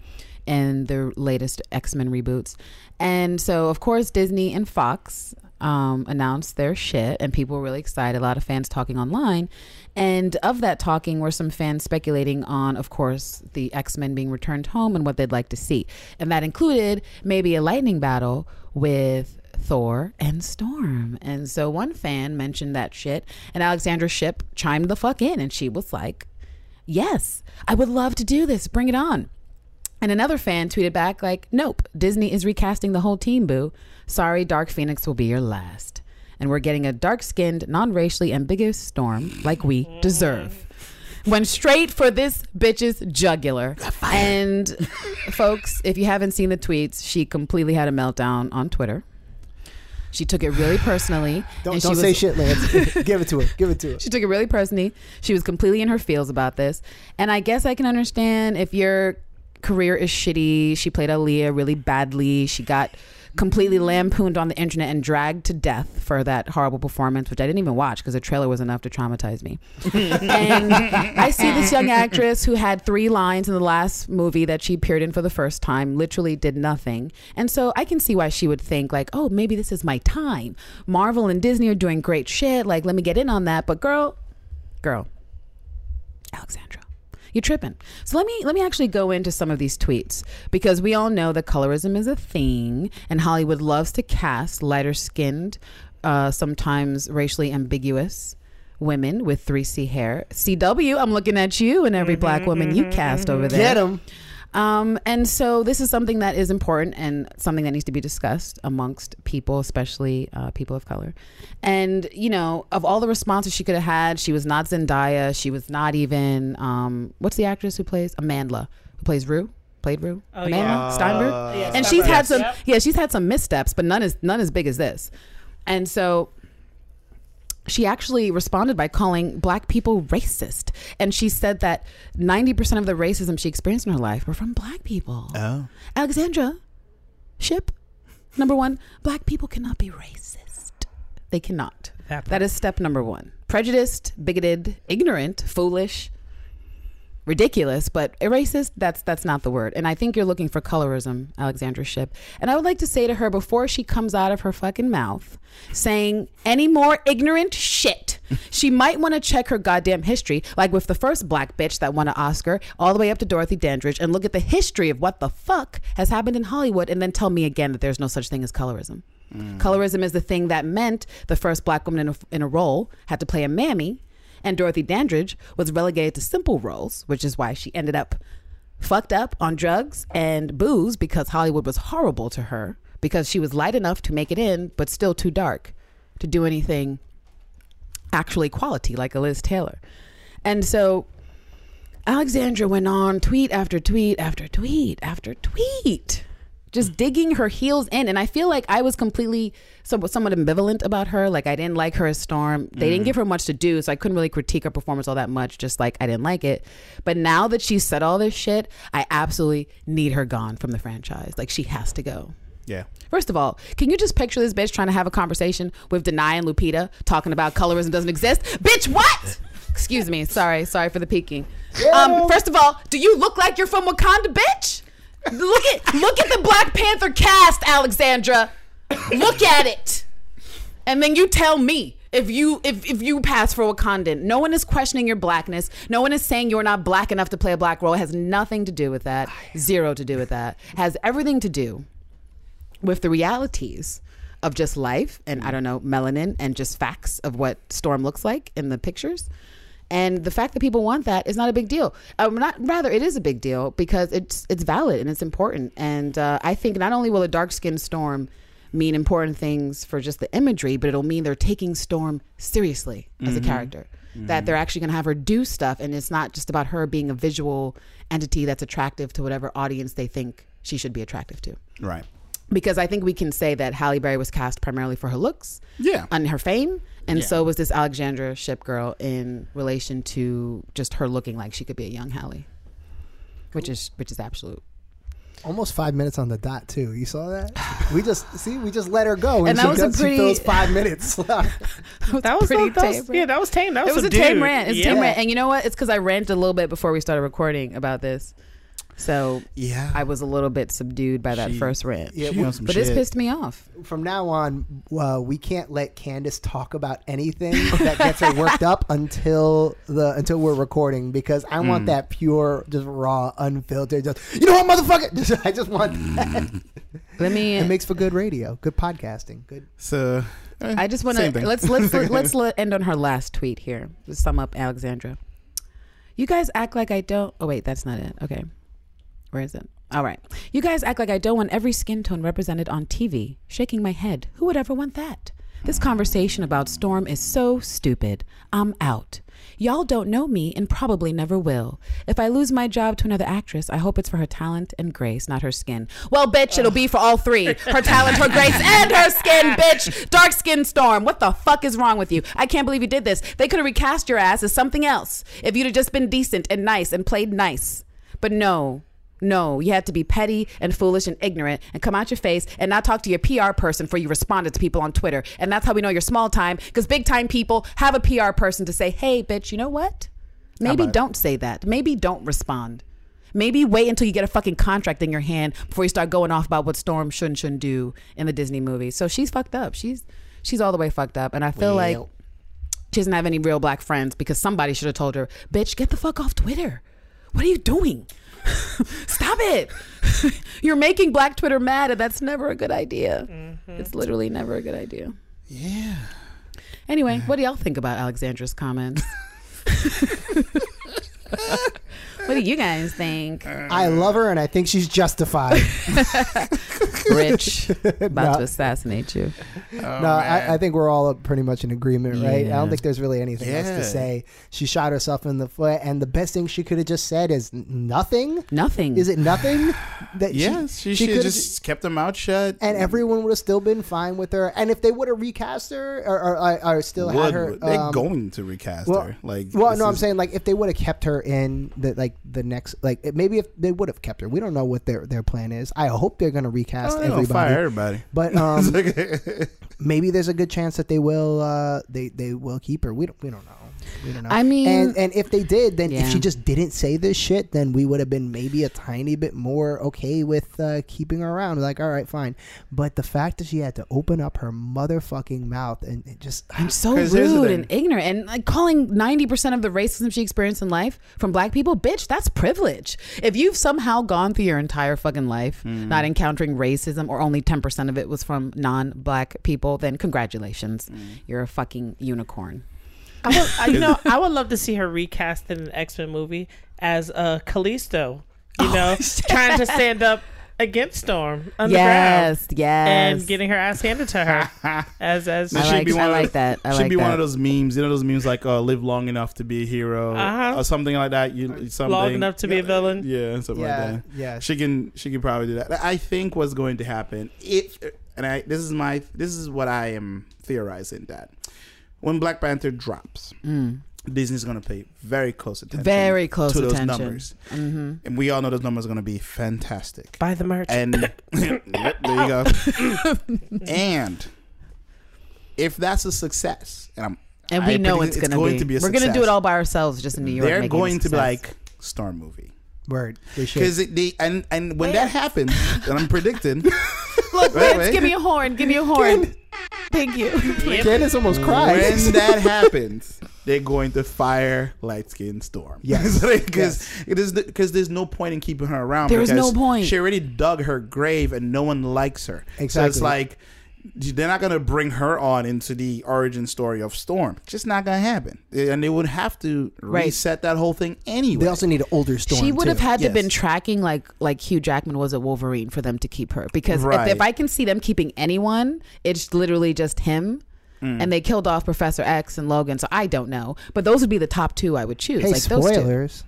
B: in the latest X Men reboots. And so, of course, Disney and Fox um, announced their shit, and people were really excited. A lot of fans talking online. And of that talking were some fans speculating on, of course, the X Men being returned home and what they'd like to see. And that included maybe a lightning battle with Thor and Storm. And so one fan mentioned that shit, and Alexandra Ship chimed the fuck in, and she was like, Yes, I would love to do this. Bring it on. And another fan tweeted back, like, nope, Disney is recasting the whole team, boo. Sorry, Dark Phoenix will be your last. And we're getting a dark skinned, non racially ambiguous storm like we deserve. Went straight for this bitch's jugular. And folks, if you haven't seen the tweets, she completely had a meltdown on Twitter. She took it really personally.
A: don't
B: and she
A: don't say
B: was-
A: shit, Lance. *laughs* give it to her. Give it to her.
B: *laughs* she took it really personally. She was completely in her feels about this. And I guess I can understand if your career is shitty. She played Aaliyah really badly. She got completely lampooned on the internet and dragged to death for that horrible performance, which I didn't even watch because the trailer was enough to traumatize me. and I see this young actress who had three lines in the last movie that she appeared in for the first time, literally did nothing. And so I can see why she would think, like, oh, maybe this is my time. Marvel and Disney are doing great shit. Like, let me get in on that. But, girl, girl, Alexandra. You're tripping. So let me let me actually go into some of these tweets because we all know that colorism is a thing, and Hollywood loves to cast lighter skinned, uh, sometimes racially ambiguous women with 3C hair. CW, I'm looking at you and every black woman you cast over there.
A: Get him.
B: Um, and so this is something that is important and something that needs to be discussed amongst people, especially uh, people of color. And you know, of all the responses she could have had, she was not Zendaya. She was not even um, what's the actress who plays Amandla, who plays Rue, played Rue,
C: Oh,
B: Amanda
C: yeah.
B: Steinberg.
C: Yeah,
B: and
C: Steinberg.
B: she's had
C: Yes.
B: some,
C: Yep.
B: yeah, she's had some missteps, but none is none as big as this. And so she actually responded by calling black people racist. And she said that 90% of the racism she experienced in her life were from black people.
D: Oh.
B: Alexandra, ship, number one, black people cannot be racist. They cannot.
C: That
B: That is step number one. Prejudiced, bigoted, ignorant, foolish, ridiculous, but a racist, that's that's not the word. And I think you're looking for colorism, Alexandra Ship. And I would like to say to her before she comes out of her fucking mouth saying any more ignorant shit, *laughs* she might want to check her goddamn history, like with the first black bitch that won an Oscar, all the way up to Dorothy Dandridge, and look at the history of what the fuck has happened in Hollywood and then tell me again that there's no such thing as colorism. Colorism is the thing that meant the first black woman in a, in a role had to play a mammy and Dorothy Dandridge was relegated to simple roles, which is why she ended up fucked up on drugs and booze because Hollywood was horrible to her because she was light enough to make it in, but still too dark to do anything actually quality like a Liz Taylor. And so Alexandra went on tweet after tweet after tweet after tweet, just digging her heels in. And I feel like I was completely some, somewhat ambivalent about her. Like I didn't like her as Storm. They didn't give her much to do, so I couldn't really critique her performance all that much. Just like I didn't like it. But now that she said all this shit, I absolutely need her gone from the franchise. Like she has to go.
D: Yeah.
B: First of all, can you just picture this bitch trying to have a conversation with Denai and Lupita talking about colorism doesn't exist? Bitch, what? *laughs* Excuse me. Sorry. Sorry for the peeking. Um, first of all, do you look like you're from Wakanda, bitch? Look at look at the Black Panther cast, Alexandra. Look at it. And then you tell me if you if, if you pass for Wakandan. No one is questioning your blackness. No one is saying you're not black enough to play a black role. It has nothing to do with that. Zero to do with that. Has everything to do with the realities of just life and I don't know melanin and just facts of what storm looks like in the pictures. And the fact that people want that is not a big deal. Um, not rather, it is a big deal because it's it's valid and it's important. And uh, I think not only will a dark skinned storm mean important things for just the imagery, but it'll mean they're taking Storm seriously as a character. That they're actually going to have her do stuff, and it's not just about her being a visual entity that's attractive to whatever audience they think she should be attractive to.
D: Right.
B: because I think we can say that Halle Berry was cast primarily for her looks
D: Yeah.
B: and her fame, and
D: Yeah.
B: so was this Alexandra Ship girl in relation to just her looking like she could be a young Halle, which is which is absolute.
A: Almost five minutes on the dot too. You saw
B: *sighs*
A: that? We just see. We just let her go, and,
B: And
A: she,
B: that was a
A: does, she
B: pretty-
A: fills five minutes.
C: *laughs*
A: *laughs*
C: That was,
B: pretty
C: not- that was
B: tame.
C: yeah, that was tame. That was,
B: it was a,
C: dude.
B: tame rant. It's a
C: yeah.
B: tame rant, and you know what? It's because I ranted a little bit before we started recording about this, so
D: Yeah.
B: I was a little bit subdued by that
D: She-
B: first rant.
D: yeah,
A: She
D: we,
A: on
B: But this pissed me off.
A: From now on, uh, we can't let Candace talk about anything that gets her worked
B: *laughs*
A: up until the until we're recording because I
B: Hmm.
A: want that pure, just raw, unfiltered. Just you know what, motherfucker? *laughs* Just, I just want
B: *laughs*
A: that.
B: Let me.
A: It makes for good radio, good podcasting, good.
D: So eh,
B: I just want to
D: same thing.
B: let's let's let's let- end on her last tweet here. To sum up, Alexandra, you guys act like I don't. Oh wait, that's not it. Okay, where is it? All right, you guys act like I don't want every skin tone represented on TV. Shaking my head, who would ever want that? This conversation about Storm is so stupid. I'm out. Y'all don't know me and probably never will. If I lose my job to another actress, I hope it's for her talent and grace, not her skin. Well, bitch, it'll be for all three her talent, her grace, and her skin, bitch. Dark skin storm. What the fuck is wrong with you? I can't believe you did this. They could have recast your ass as something else if you'd have just been decent and nice and played nice. But no. No, you had to be petty and foolish and ignorant and come out your face and not talk to your PR person for you responded to people on Twitter. And that's how we know you're small time because big time people have a PR person to say, hey, bitch, you know what? Maybe don't say that. Maybe don't respond. Maybe wait until you get a fucking contract in your hand before you start going off about what Storm should and shouldn't do in the Disney movie. So she's fucked up. She's she's all the way fucked up. And I feel like
A: Well.
B: she doesn't have any real black friends because somebody should have told her, bitch, get the fuck off Twitter. What are you doing? *laughs* Stop it. *laughs* You're making black Twitter mad, and that's never a good idea.
A: Mm-hmm.
B: It's literally never a good idea.
D: *laughs* yeah.
B: Anyway, what do y'all think about
A: *laughs*
B: Alexandra's comments? what do you
A: *laughs*
B: guys think?
A: I love her, and I think she's justified.
B: Rich, about
A: No.
B: to assassinate you.
D: Oh,
A: no, I, I think we're all pretty much in agreement, right? I
B: Yeah.
A: don't think there's really anything else
D: Yeah.
A: to say. She shot herself in the foot, and the best thing she could have just said is n- nothing.
B: Nothing.
A: Is it
D: *laughs*
A: nothing? That
D: Yes, she, should
A: coulda
D: have just kept her mouth shut.
A: and everyone would have still been fine with her. And if they would have recast her or, or, or, or still had
D: Would-
A: her,
D: they're
A: um,
D: going to recast her. Like,
A: well,
D: this
A: no, I'm
D: is-
A: saying like if they would have kept her in the like the next like it- maybe if they would have kept her, we don't know what their their plan is. I hope they're gonna recast
D: Oh, they're gonna
A: everybody,
D: fire everybody. *laughs*
A: but um, maybe there's a good chance that they will uh they they will keep her. We don't we don't know. We don't know.
B: I mean-
A: and and if they did, then
B: Yeah.
A: if she just didn't say this shit, then we would have been maybe a tiny bit more okay with uh, keeping her around. Like, all right, fine. But the fact that she had to open up her motherfucking mouth and it just *laughs*
B: I'm so
D: 'Cause here's the
B: rude
D: thing.
B: and ignorant, and like calling 90% of the racism she experienced in life from black people, bitch, that's privilege. If you've somehow gone through your entire fucking life
D: Mm.
B: not encountering racism or only 10% of it was from non black people, then congratulations.
D: Mm.
B: You're a fucking unicorn.
C: I would, I, you know, I would love to see her recast in an X Men movie as uh, Callisto. You know,
B: Oh, *laughs*
C: trying to stand up against Storm underground
B: Yes, yes.
C: and getting her ass handed to her as as
B: I
D: She'd
B: like,
D: be one
B: I
D: of
B: like
D: those-
B: that. I
D: should
B: like
D: be
B: that.
D: one of those memes. You know those memes like uh, "Live long enough to be a hero"
C: Uh-huh.
D: or something like that. You something
C: long enough to be a villain.
D: Yeah, something like that.
A: yeah.
D: She can she can probably do that. I think what's going to happen if and I this is my this is what I am theorizing that when Black Panther drops, Disney's going to pay very close attention.
B: Mm. Very close
D: to
B: attention.
D: those numbers,
B: Mm-hmm.
D: and we all know those numbers are going to be fantastic.
C: Buy the merch.
B: *laughs*
D: And *laughs* Yep, there you go. and if that's a success, and I'm
B: and we
D: I
B: know
D: predict
B: it's, gonna
D: going
B: be.
D: to be a
B: We're gonna do
D: success.
B: it all by ourselves, just in New York.
D: They're
B: making it
D: going to be
B: success.
D: like star movie
A: word. They should.
D: because they and and when that happens, and I'm predicting.
B: *laughs* "Look,
D: Wait,
B: Vince,
D: wait.
B: give me a horn, give me a horn." Thank
D: *laughs*
B: you.
A: Candace almost cried.
D: When
B: *laughs*
D: that happens, they're going to fire light skin storm. *laughs*
A: Yes.
D: because it is because there's no point in keeping her around.
B: There is no
D: because
B: point.
D: She already dug her grave, and no one likes her. So it's
A: Exactly.
D: like they're not gonna bring her on into the origin story of Storm. Just not gonna happen. Eh, And they would have to
B: Right.
D: reset that whole thing anyway.
A: They also need an older storm.
B: She would have
A: too.
B: had to
D: Yes.
B: been tracking like like Hugh Jackman was at Wolverine for them to keep her because
D: Right.
B: if, if I can see them keeping anyone, it's literally just him.
A: Mm.
B: And they killed off Professor X and Logan, so I don't know. But those would be the top two I would choose.
A: Hey,
B: like those two.
A: spoilers.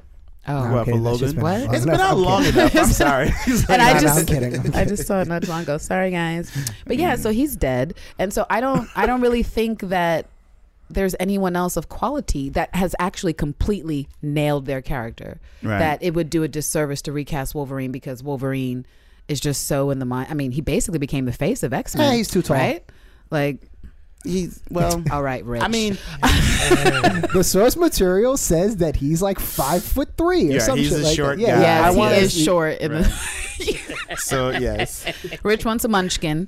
B: Oh.
D: What, for
A: kidding, that's just
D: Logan?
A: been-
B: What?
D: It's
A: No,
D: been out
A: I'm
D: long
A: kidding.
B: *laughs*
D: enough. I'm sorry.
B: and I
A: no,
B: just
A: I'm kidding, I'm
B: I just saw it not long ago. Sorry guys. But yeah, so he's dead. And so I don't I don't really think that there's anyone else of quality that has actually completely nailed their character.
D: Right.
B: That it would do a disservice to recast Wolverine because Wolverine is just so in the mind. I mean, he basically became the face of X Men.
A: Eh, he's too tall.
B: right? Like,
D: *laughs* He's well.
B: all right, Rich.
D: I mean,
A: *laughs* The source material says that he's like five foot three or
D: Yeah,
A: some
D: he's
A: shit
D: a
A: like
D: short
A: that. Yeah,
D: guy.
A: I
B: yes,
A: wanna
B: he is
A: see-
B: short. In
D: Right. so yes,
B: the, *laughs* Rich wants
A: *laughs*
B: a munchkin.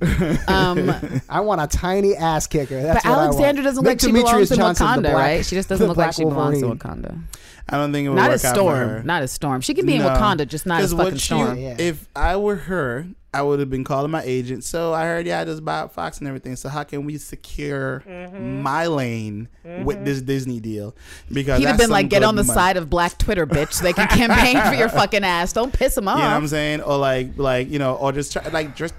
B: Um,
A: I want a tiny ass kicker. That's
B: but
A: what
B: Alexandra
A: I want.
B: doesn't
A: Make
B: look like she
A: Demetrius
B: belongs in
A: Johnson the
B: Wakanda,
A: black-
B: right? She just doesn't
A: the
B: look like
A: black
B: she belongs
A: Wolverine.
B: to Wakanda.
D: I don't think it would
B: Not
D: work
B: as
D: out for her.
B: Storm. Not as Storm. She can be
D: No.
B: in Wakanda, just not as
D: 'Cause what
B: fucking
D: she-
B: Storm.
A: Yeah.
D: If I were her, I would have been calling my agent. So I heard, yeah, I just bought Fox and everything. So how can we secure my lane with this Disney deal? Because
B: He'd have
D: that's
B: been like,
D: some
B: get
D: good
B: on the
D: money."
B: side of black Twitter, bitch. so They
D: *laughs*
B: can campaign for your fucking ass. Don't piss him off.
D: You know what I'm saying? Or like, like you know, or just try, like just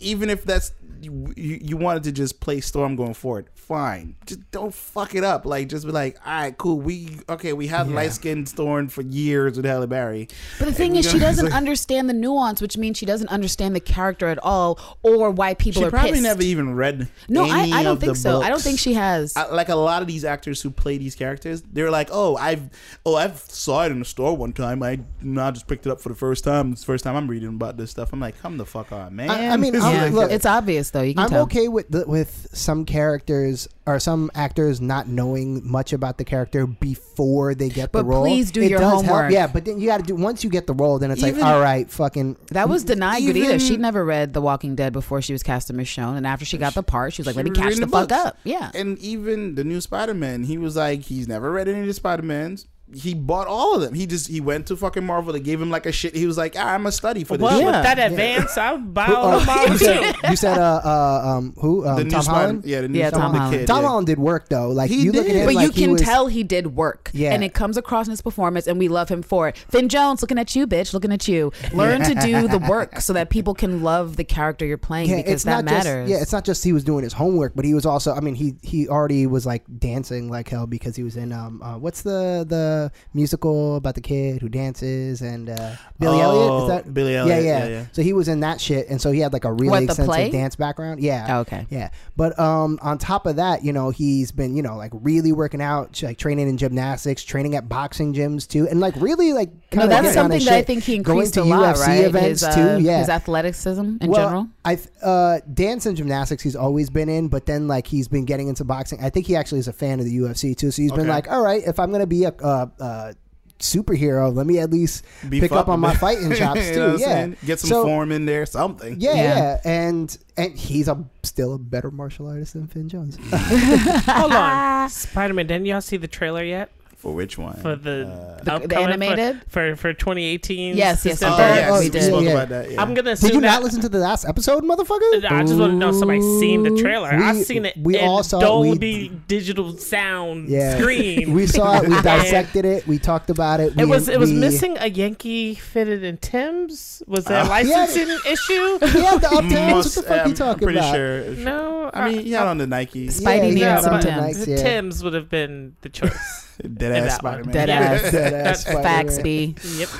D: even if that's you, you you wanted to just play Storm going forward, fine. Just don't fuck it up. Like just be like, all right, cool. We okay. We had light skinned Storm for years with Halle Berry.
B: but the thing
D: And
B: is, she
D: you know,
B: doesn't
D: it's like-
B: understand the nuance, which means she doesn't understand the character at all or why people
D: She
B: are
D: probably
B: pissed.
D: never even read.
B: no,
D: any
B: I, I don't
D: of the
B: think so. I don't
D: books.
B: think she has.
D: I- like a lot of these actors who play these characters, they're like, "Oh, I've, oh, I've saw it in the store one time. I, no, I just picked it up for the first time. It's the first time I'm reading about this stuff. I'm like, come the fuck on,
B: Uh,
D: man.
A: I- I mean,
D: It's
A: I'm-
B: yeah.
D: like-
A: look,
B: it's obvious though. You can
A: I'm
B: tell.
A: okay with the, with some characters or some actors not knowing much about the character before they get
B: But
A: the role.
B: please do
A: It
B: your
A: does
B: homework.
A: Help. Yeah, but then you got to do once you get the role, then it's
D: Even-
A: like all right, fucking.
B: That was denied good either.
D: even-
B: She never read The Walking Dead before she was cast in Michonne, and after she got the part, she was like, "Let me
D: She
B: catch
D: read
B: the, fuck
D: books.
B: up." Yeah,
D: And even the new Spider Man, he was like, he's never read any of the Spider Mans. He bought all of them. He just he went to fucking Marvel. They gave him like a shit. He was like, ah, I'm a study for this.
C: Well,
B: Yeah.
D: shit.
C: with that advance,
A: *laughs*
C: I would buy all
A: Oh,
C: of
A: you
C: mine
A: *laughs*
C: too.
A: said, you said uh, uh, um, who? Um,
D: the
A: Tom
D: new Spider,
A: Holland.
D: yeah, the new
B: Yeah,
D: Spider
B: Tom Holland.
D: Kid,
A: Tom
D: yeah.
A: Holland did work though. Like
D: He
A: you look at
D: did.
A: him,
B: but
A: like,
B: you
A: he
B: can
A: was-
B: tell he did work.
A: Yeah.
B: And it comes across in his performance, and we love him for it. Finn Jones, looking at you, bitch, looking
A: *laughs*
B: at you. Learn to do the work so that people can love the character you're playing because that
A: not
B: matters.
A: Just, yeah, it's not just he was doing his homework, but he was also. I mean, he he already was like dancing like hell because he was in um uh, what's the the musical about the kid who dances and uh, Billy Elliot.
D: Oh,
A: Is that
D: Billy
A: Yeah
D: Elliot,
A: yeah.
D: yeah, yeah.
A: So he was in that shit, and so he had like a really
B: What, the
A: extensive
B: play?
A: dance background. Yeah.
B: Oh, okay.
A: Yeah, but um, on top of that, you know, he's been you know like really working out, like training in gymnastics, training at boxing gyms too, and like really like
B: No,
A: kinda
B: that's
A: getting on
B: something
A: his
B: that I
A: shit.
B: think he
A: Going
B: increased
A: to
B: a lot,
A: UFC
B: right?
A: Events
B: his, uh,
A: too, yeah.
B: his athleticism
A: *laughs*
B: in general.
A: I th- uh, dance and gymnastics he's always been in, but then like he's been getting into boxing. I think he actually is a fan of the UFC too. So he's been
D: Okay.
A: like, all right, if I'm gonna be a uh, uh, superhero, let me at least
D: Beef
A: pick up,
D: a
A: on my
D: *laughs* bit.
A: fighting chops
D: You
A: too.
D: know what I'm
A: yeah,
D: saying? get some
A: So-
D: form in there, something.
A: Yeah,
B: Yeah.
A: yeah, and and he's a still a better martial artist than Finn
D: *laughs*
A: Jones. *laughs*
C: Hold *laughs* on, Spider Man. Didn't y'all see the trailer yet
D: For which one?
C: for the,
D: Uh,
B: The- the
C: upcoming- for-
B: animated?
C: for for 2018?
B: Yes, yes,
D: oh,
C: December?
B: Bird,
D: yes,
A: oh,
D: we
A: yeah,
D: spoke
A: yeah.
D: about that.
C: *laughs*
D: Yeah.
C: I'm gonna assume
A: Did you
C: that.
A: not listen to the last episode,
C: *laughs*
A: motherfucker?
C: I just want to know if somebody seen the trailer. I
A: We-
C: seen it
A: we
C: in
A: all saw it. We-
C: Dolby digital sound
A: Yeah,
C: screen.
A: *laughs* we saw
C: *laughs*
A: it. We
C: And
A: dissected it. We talked about it. we-
C: It was it was
A: we-
C: missing a Yankee fitted in Tim's. Was there a
A: Yeah.
C: licensing issue?
A: *laughs* Yeah, the uptowns. What
D: Most-
A: the fuck
D: I'm
A: you talking
D: pretty
A: about?
D: sure.
C: *laughs* No,
D: I mean, he had on the Nike
B: Spidey
A: yeah,
B: needed
A: yeah,
B: some
A: but
B: Tim's.
A: Tim's. Yeah.
C: Tim's would have been the choice.
A: *laughs*
D: dead
C: that
D: ass
C: one.
D: Spider Man.
B: Dead
C: Yeah.
B: ass.
A: Dead ass Spider-Man.
B: Facts be.
C: yep.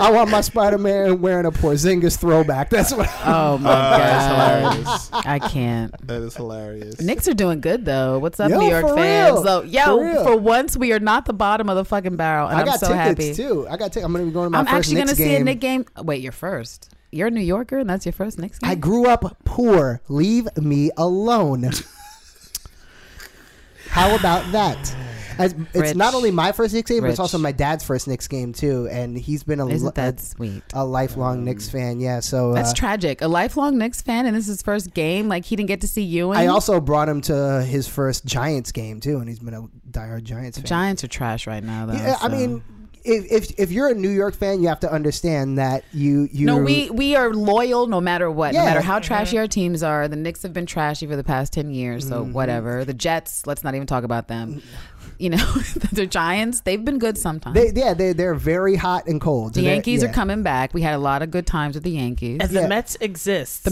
A: I want my Spider Man wearing a Porzingis throwback. That's what.
B: Oh my
D: *laughs* that's
B: god,
D: Uh, *laughs* hilarious.
B: I can't.
D: That is hilarious.
B: Knicks are doing good though. What's up,
A: Yo,
B: New York
A: for
B: fans?
A: real.
B: So, yo,
A: For
B: for,
A: real.
B: once we are not the bottom of the fucking barrel, and
A: I
B: am
A: got
B: so
A: tickets
B: happy.
A: too. I got tickets. I'm gonna be going to my
B: I'm
A: first
B: actually
A: Knicks
B: gonna see
A: game.
B: a Knicks game. Oh, Wait, you're first. You're a New Yorker, and that's your first Knicks game.
A: I grew up poor. Leave me
B: *laughs*
A: alone. How about that? As, it's
B: Rich.
A: not only my first Knicks game, but
B: Rich.
A: it's also my dad's first Knicks game too, and he's been a li-
B: Isn't that sweet?
A: a lifelong Knicks fan. Yeah, so uh,
B: That's tragic. A lifelong Knicks fan, and this is his first game. Like he didn't get to see you. And
A: I also brought him to his first Giants game too, and he's been a diehard Giants fan.
B: Giants are trash right now. Though,
A: Yeah, I
B: so.
A: mean, if, if if you're a New York fan, you have to understand that you you
B: No, we we are loyal no matter what. No
A: Yeah.
B: matter how trashy our teams
A: Mm-hmm.
B: are. The Knicks have been trashy for the past ten years, so whatever. The Jets, let's not even talk about them. you know, *laughs* the Giants, they've been good sometimes.
A: They yeah they they're very hot and cold.
B: the
A: They're-
B: Yankees
A: yeah.
B: are coming back. We had a lot of good times with the Yankees.
C: And
A: Yeah.
C: the Mets exist.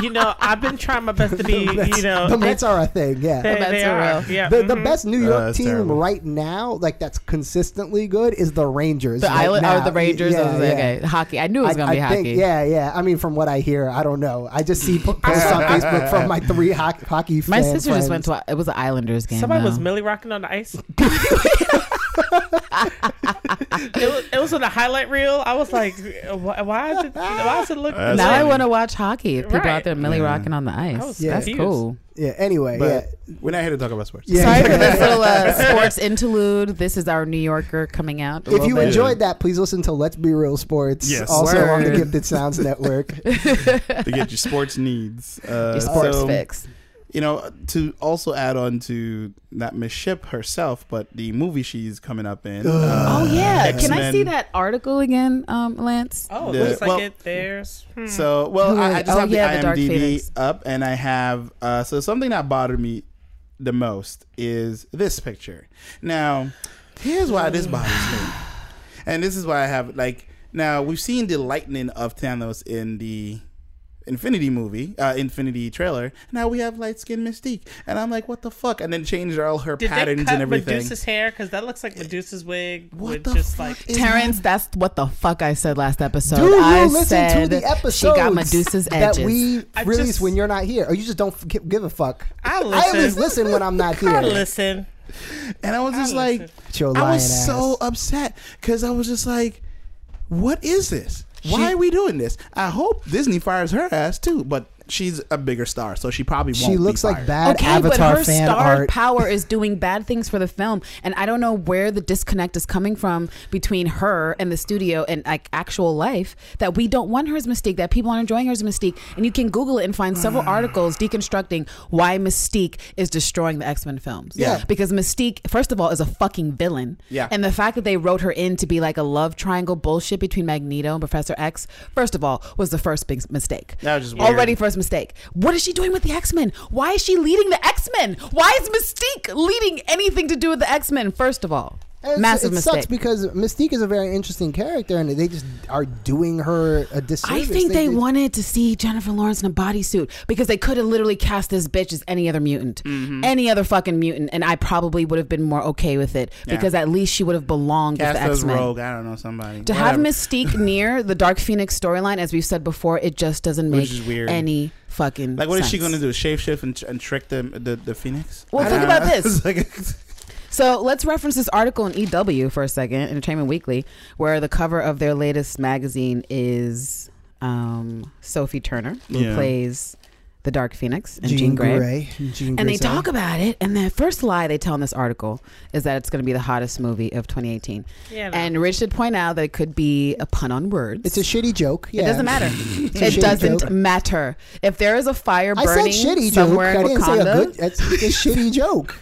C: *laughs* you know, I've been trying my best to be, you know,
A: The Mets are a thing. Yeah.
C: they,
B: Mets
C: they
B: are
C: are.
B: real.
C: Yeah.
A: The, the
B: Mm-hmm.
C: mhm.
A: best New
D: Uh,
A: York
D: it's
A: team
D: terrible.
A: right now, like that's consistently good, is the Rangers.
B: the
A: right
B: Island
A: now.
B: or the Rangers. I was like, okay, hockey. I knew it
A: I,
B: was going to be
A: I
B: hockey.
A: think, yeah, yeah. I mean, from what I hear, I don't know. I just
B: *laughs*
A: see po- posts on Facebook from my three hockey, hockey
B: My
A: fan
B: sister just went
A: friends.
B: to a- it was an Islanders game.
C: Somebody
B: though.
C: was Millie rocking on the ice. it, was, it was on the highlight reel. I was like, why, why, is it, why does it look?
D: That's
B: now
D: what
B: I
D: I
B: want to watch hockey. If People
C: Right.
B: out there Millie
D: Yeah.
B: rocking on the
C: I
B: ice.
C: was
B: That's
C: confused.
B: cool.
A: Yeah. Anyway,
D: But
A: yeah.
D: we're not here to talk about sports.
A: Yeah.
B: Sorry
A: *laughs*
B: for this little uh, sports interlude. This is our New Yorker coming out. a
A: If
B: little
A: you
B: bit.
A: enjoyed that, please listen to Let's Be Real Sports.
D: Yes.
A: Also on the
B: Word.
A: Gifted Sounds
B: *laughs*
A: Network.
D: to get your sports needs. Uh,
B: your sports
D: so,
B: fix.
D: You know, to also add on to not Miss Ship herself, but the movie she's coming up in.
B: Oh
D: uh,
B: yeah, can I
D: X-Men.
B: see that article again, um, Lance?
C: Oh, it
D: Yeah,
C: looks like
D: well-
C: it. There's. Hmm.
D: So, well, I, I just
B: Oh,
D: have
B: yeah, the Dark
D: the IMDb
B: Phoenix.
D: up, and I have uh, so something that bothered me the most is this picture. Now, here's
B: *sighs*
D: why this bothers me, and this is why I have like now we've seen the lightning of Thanos in the Infinity movie, uh, Infinity trailer. Now we have light skinned Mystique, and I'm like, what the fuck? And then changed all her
C: Did they
D: patterns
C: cut
D: and everything.
C: Medusa's hair? Because that looks like Medusa's wig.
D: what
C: with
D: the
C: just
D: fuck
C: like
D: is
B: Terrence, that's what the fuck I said last episode.
A: Do you
B: I
A: listen
B: said
A: to the episodes
B: she got Medusa's edges.
A: that we
C: I
A: release
C: just-
A: when you're not here, or you just don't f- gi- give a fuck?
C: I
A: at least
C: listen.
A: listen when I'm not
C: I
A: here.
C: Ah, listen.
D: And I was just
C: listen.
D: like,
A: It's your
D: I
A: lying
D: was
A: ass.
D: so upset because I was just like, what is this? Why are we doing this? I hope Disney fires her ass too, but she's a bigger star, so she probably won't.
A: She looks
D: be
A: like
D: fired.
A: bad Avatar
B: but her
A: fan
B: star
A: art. *laughs*
B: power is doing bad things for the film, and I don't know where the disconnect is coming from between her and the studio and like actual life that we don't want her as Mystique, that people aren't enjoying her as Mystique, and you can Google it and find
A: Hmm.
B: several articles deconstructing why Mystique is destroying the X Men films.
D: Yeah.
B: because Mystique, first of all, is a fucking villain.
D: Yeah.
B: and the fact that they wrote her in to be like a love triangle bullshit between Magneto and Professor X, first of all, was the first big mistake.
D: That was just weird.
B: already first mistake. What is she doing with the X Men? Why is she leading the X Men? Why is Mystique leading anything to do with the X Men? First of all,
A: It's-
B: massive
A: it
B: mistake.
A: sucks because Mystique is a very interesting character, and they just are doing her a
B: I
A: disservice.
B: think they, wanted to see Jennifer Lawrence in a bodysuit because they could have literally cast this bitch as any other mutant,
D: Mm-hmm.
B: any other fucking mutant, and I probably would have been more okay with it
D: Yeah.
B: because at least she would have belonged
D: Cast
B: with the
D: as
B: X Men.
D: rogue. I don't know somebody
B: To have
D: Whatever. *laughs*
B: Mystique near the Dark Phoenix storyline, as we've said before, it just doesn't make
D: Which is weird.
B: any fucking
D: Like, what is she
B: sense.
D: going to do? Shape shift and, and trick the the, the phoenix?
B: Well,
D: I
B: think
D: don't
B: about
D: know. *laughs*
B: this.
D: It's like-
B: So let's reference this article in EW for a second, Entertainment Weekly, where the cover of their latest magazine is um, Sophie Turner, who
D: Yeah.
B: plays the Dark Phoenix and
A: Jean,
B: Jean,
A: Grey.
B: Grey.
A: Jean
B: And they
A: Grey's son.
B: talk about it, and the first lie they tell in this article is that it's going to be the hottest movie of 2018.
C: Yeah, no.
B: And Rich did point out that it could be a pun on words.
A: It's a shitty joke. Yeah.
B: It
A: *laughs*
B: doesn't matter.
A: a
B: it
A: shitty
B: doesn't
A: joke.
B: matter. If there is a fire
A: I said
B: burning
A: shitty joke.
B: somewhere
A: I
B: in
A: didn't say a
B: Wakanda,
A: good. It's, it's a shitty
B: *laughs*
A: joke.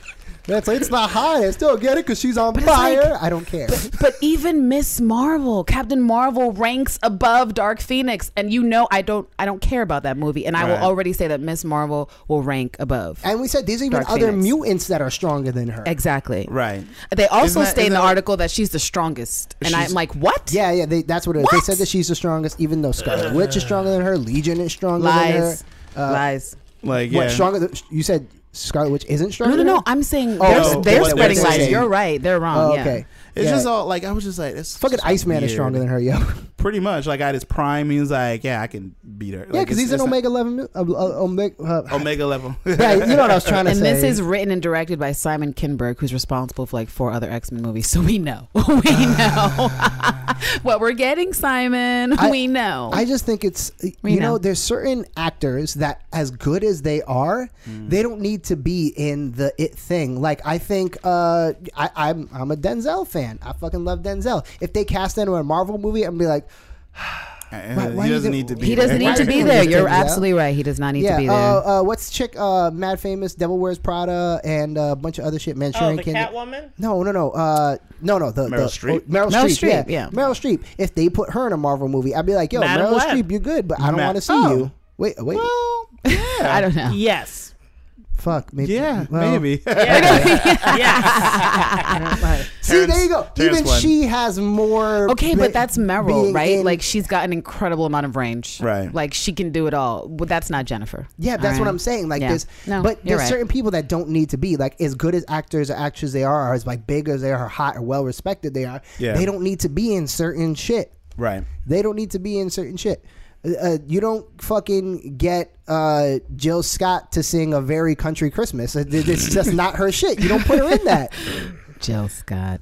A: That's like, it's the hottest. Still get it because she's on
B: But it's
A: fire.
B: like-
A: I don't care.
B: But even Miss Marvel, Captain Marvel ranks above Dark Phoenix, and you know I don't I don't care about that movie, and I will
D: Right.
B: already say that Miss Marvel will rank above.
A: And we said there's even
B: Dark
A: other
B: Phoenix.
A: mutants that are stronger than her.
B: Exactly.
D: right.
B: They also
D: Isn't that-
B: state in
D: isn't
B: the
D: that-
B: article that she's the strongest, and
D: She's-
B: I'm like, what?
A: Yeah, yeah, they, that's what it is. They
B: What?
A: said that she's the strongest, even though Scarlet Witch is stronger than her, Legion is stronger
B: Lies,
A: than her. Uh,
B: lies.
D: Like, yeah.
A: What stronger? Than, you said Scarlet Witch isn't
B: No,
A: stronger.
B: no,
A: than
B: no.
A: her?
B: I'm saying
A: Oh,
B: they're,
D: oh,
B: they're
D: what
B: spreading
D: they're
B: lies.
D: saying.
B: You're right. They're wrong.
A: Oh,
B: yeah.
A: okay.
D: It's
A: Yeah.
D: just all like I was just like it's
A: fucking
D: just
A: Iceman is
D: weird.
A: stronger than her, yo. *laughs*
D: Pretty much, like at his prime, he was like, "Yeah, I can beat her."
A: yeah,
D: Like,
A: because
D: it's- Oh.
A: he's an
D: it's not-
A: Omega Eleven. Uh, uh, Omega.
D: *laughs*
A: Uh, *laughs*
D: Omega level.
A: yeah, you know what I was trying to
B: And
A: say.
B: this is written and directed by Simon Kinberg, who's responsible for like four other X Men movies. So we know. *laughs* we know *laughs* what we're getting, Simon.
A: I-
B: we know.
A: I just think it's
B: We
A: you know,
B: know.
A: there's certain actors that as good as they are, they don't need to be in the it thing. Like I think uh I, I'm I'm a Denzel fan. I fucking love Denzel. If they cast him in a Marvel movie, I'm be like, Why- why
D: he
A: you
D: doesn't
A: do-
D: need to be.
B: he doesn't
D: there.
B: need to be
A: Why-
B: there.
A: Yeah.
B: You're absolutely right. He does not need
A: yeah,
B: to be there.
A: uh, uh, what's chick uh mad famous Devil Wears Prada and uh, a bunch of other shit
C: Oh,
A: Manchurian
C: the
A: Candidate.
C: Catwoman.
A: No, no, no. Uh, no, no. The
D: Meryl
A: the,
D: Streep?
A: oh, Meryl,
B: Meryl
A: Streep. Yeah.
B: Streep, yeah.
A: Meryl Streep. If they put her in a Marvel movie, I'd be like, yo,
C: Madam
A: Meryl
C: Web.
A: Streep, you're good, but I don't
D: Ma-
A: want to see
B: *laughs*
D: Oh.
A: you. Wait, wait.
D: Well, yeah.
B: I don't know.
C: Yes.
A: Fuck. Maybe.
D: yeah,
A: well,
D: maybe.
C: Yeah. yes. *laughs*
A: See, there you go.
D: Terrence- Terrence
A: Even
D: won.
A: she has more.
B: Okay,
A: ma-
B: but that's Meryl,
A: being
B: right?
A: in-
B: like she's got an incredible amount of range.
D: Right.
B: Like she can do it all. But that's not Jennifer.
A: Yeah, that's
B: All
A: what
B: right.
A: I'm saying. Like
B: Yeah.
A: there's
B: No,
A: but
B: you're
A: there's
B: right.
A: certain people that don't need to be like as good as actors or actors they are, or as like big as they are, or hot or well respected they are.
D: Yeah.
A: They don't need to be in certain shit.
D: *laughs* right.
A: They don't need to be in certain shit. Uh, you don't fucking get uh, Jill Scott to sing a very country Christmas. Uh, th- It's
D: *laughs*
A: just not her shit. You don't put her in that.
B: Jill Scott.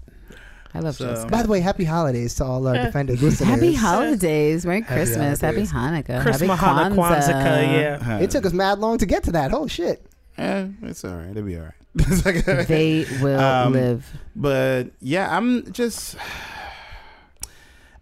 B: I love Jill
D: So-
B: Scott.
A: By the way, happy holidays to
B: *laughs*
A: all our defenders listeners.
B: Happy holidays. Merry Christmas.
D: holidays.
B: Happy Hanukkah.
C: Christmas,
B: happy
C: Hanukkah, Uh, Kwanzaa, yeah.
D: Uh,
A: it took us mad long to get to that. Oh shit!
D: eh, it's all right. It'll be all right. It's okay.
B: They will
D: Um,
B: live.
D: but yeah, I'm just.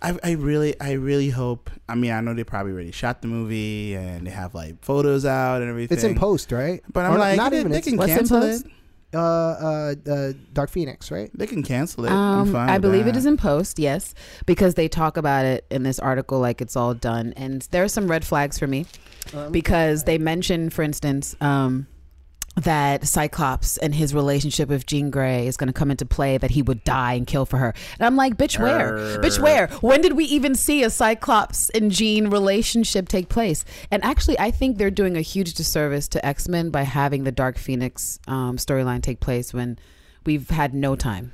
D: I, I really I really hope I mean I know they probably already shot the movie and they have like photos out and everything.
A: It's in post, right?
D: But
A: Or
D: I'm
A: no,
D: like
A: not
D: they,
A: even.
D: they
A: It's
D: can
B: What's in
D: cancel it.
B: post?
A: uh, uh, uh, Dark Phoenix, right?
D: They can cancel it. I'm
B: Um,
D: fine
B: I
D: with
B: believe
D: that.
B: it is in post, yes, because they talk about it in this article like it's all done. And there are some red flags for me because they mention, for instance, um, that Cyclops and his relationship with Jean Grey is going to come into play, that he would die and kill for her. And I'm like, bitch, where? Bitch,
D: Err.
B: where? When did we even see a Cyclops and Jean relationship take place? And actually, I think they're doing a huge disservice to X Men by having the Dark Phoenix um, storyline take place when we've had no time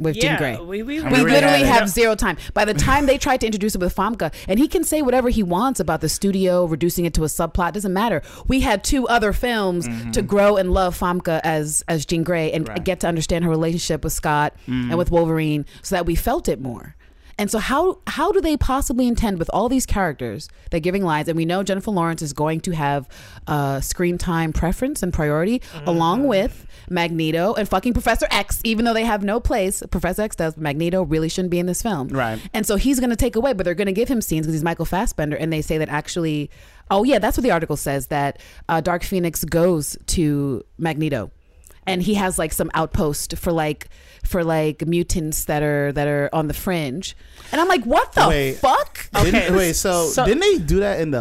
B: with Jean Grey.
C: We, we,
D: I
B: We
D: mean,
C: we
B: literally
D: had it.
B: have zero time. By the time they tried to introduce it with Famka, and he can say whatever he wants about the studio, reducing it to a subplot, doesn't matter. We had two other films to grow and love Famka as as Jean Grey and
D: Right.
B: get to understand her relationship with Scott and with Wolverine, so that we felt it more. And so how how do they possibly intend with all these characters they're giving lines, and we know Jennifer Lawrence is going to have uh, screen time preference and priority, along with Magneto and fucking Professor X, even though they have no place. Professor X does, but Magneto really shouldn't be in this film,
D: Right.
B: And so he's going to take away, but they're going to give him scenes because he's Michael Fassbender, and they say that actually, oh yeah, that's what the article says that uh, Dark Phoenix goes to Magneto and he has like some outpost for like for like mutants that are that are on the fringe and i'm like what the
D: Wait.
B: fuck
C: Okay,
D: Didn't, wait, so,
C: so-
D: didn't they do that in the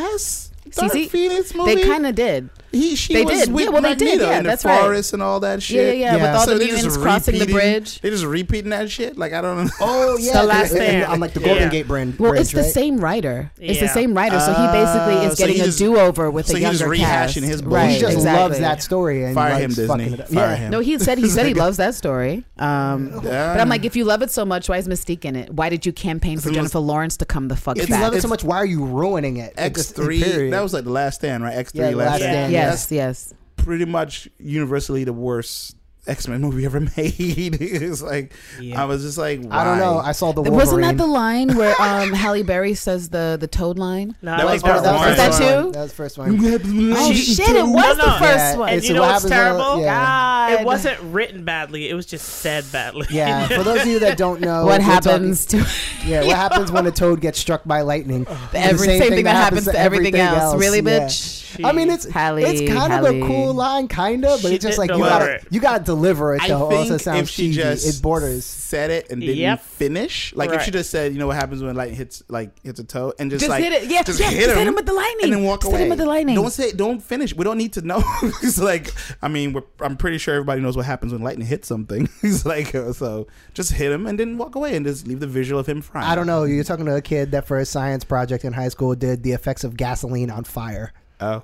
D: last Dark
B: CC?
D: Phoenix movie?
B: they kind of did
D: He, she
B: they
D: was
B: did.
D: with
B: Yeah, well, they
D: Magneto
B: did. Yeah,
D: in the
B: that's right.
D: forest and all that
B: Yeah,
D: shit.
B: yeah, yeah, with all the
D: they're just
B: mutants crossing the
D: repeating-
B: bridge.
D: They're just repeating that shit. Like I *laughs* don't know.
A: Oh yeah,
B: The Last
A: and- and-
C: Stand.
A: I'm like the Golden
C: Yeah.
A: Gate brand.
B: well
A: Bridge,
B: it's the
A: right?
B: same writer it's the
C: Yeah.
B: same writer so he basically
D: Uh,
B: is
D: so
B: getting
D: he
B: a
D: just-
B: do-over with
D: so
B: a
D: he just
B: younger cast
D: rehashing his
B: right,
A: He just
B: exactly.
A: loves that story and
D: Fire
A: likes
D: him, Disney.
A: fucking it up.
D: Fire
A: yeah.
D: him.
B: no he said he said
D: *laughs*
B: he loves that story um
D: Yeah.
B: But I'm like, if you love it so much, why is Mystique in it? Why did you campaign for
D: the most-
B: Jennifer Lawrence to come the fuck
A: If
B: back?
A: you love it so
D: It's-
A: much, why are you ruining it? It
D: X
A: just-
D: three.
A: period.
D: That was like the last stand, right? X three.
A: Yeah,
D: last,
A: Last
D: stand.
A: Stand,
B: yes, yes.
D: That's pretty much universally the worst X Men movie ever *laughs* made. it's like I was just like, why?
A: I don't know. I saw the Wolverine.
B: Wasn't that the line where um, Halle Berry says the the toad line?
C: No,
D: That
C: I
D: was
C: like
D: part
C: that
A: was
B: one.
A: the first
B: Is Oh,
A: one.
B: that you?
A: That was the first one.
B: Oh
D: oh,
B: shit! It was
C: No,
B: the
C: no.
B: first
A: Yeah,
B: one.
C: And
A: It's what
C: you know what's
A: happens on-
C: terrible?
A: yeah.
C: It *laughs* wasn't written badly. It was just said badly. *laughs*
A: Yeah, for those of you that don't know,
B: what
A: we're talking-
B: happens to
A: yeah, what happens when a toad gets struck by lightning?
B: *laughs* every same, thing that happens to everything, else. Really,
A: yeah.
B: bitch.
A: I mean, it's
B: Halle,
A: it's kind of a
B: Halle.
A: cool line, kind of, but
C: She
A: it's just
C: did
A: like you
C: deliver
A: gotta
C: it.
A: you gotta deliver it
D: I
A: though. or else
D: think
A: it sounds
D: if she
A: cheesy.
D: just
A: it borders.
D: said it and didn't
C: Yep.
D: finish, like if she
C: Right.
D: just said, you know what happens when lightning hits, like hits a toe, and just,
B: Just
D: like
B: hit it. Yeah, yeah, just hit him with the lightning.
D: and then walk
B: Just hit
D: away.
B: him with the lightning.
D: Don't say, don't finish. We don't need to know. *laughs* it's like, I mean, we're, I'm pretty sure everybody knows what happens when lightning hits something. *laughs* it's like, uh, so just hit him and then walk away and just leave the visual of him frying.
A: I don't know. You're talking to a kid that for a science project in high school did the effects of gasoline on fire.
D: Oh,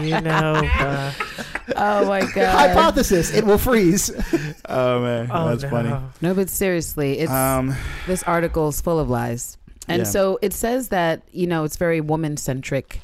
C: You know, uh,
B: Oh my god.
A: Hypothesis: It will
B: *laughs*
A: freeze.
D: oh man,
C: oh,
D: that's
C: no.
D: funny.
B: No, but seriously, it's
D: Um,
B: this article is full of lies. And
D: Yeah.
B: so it says that, you know, it's very woman centric.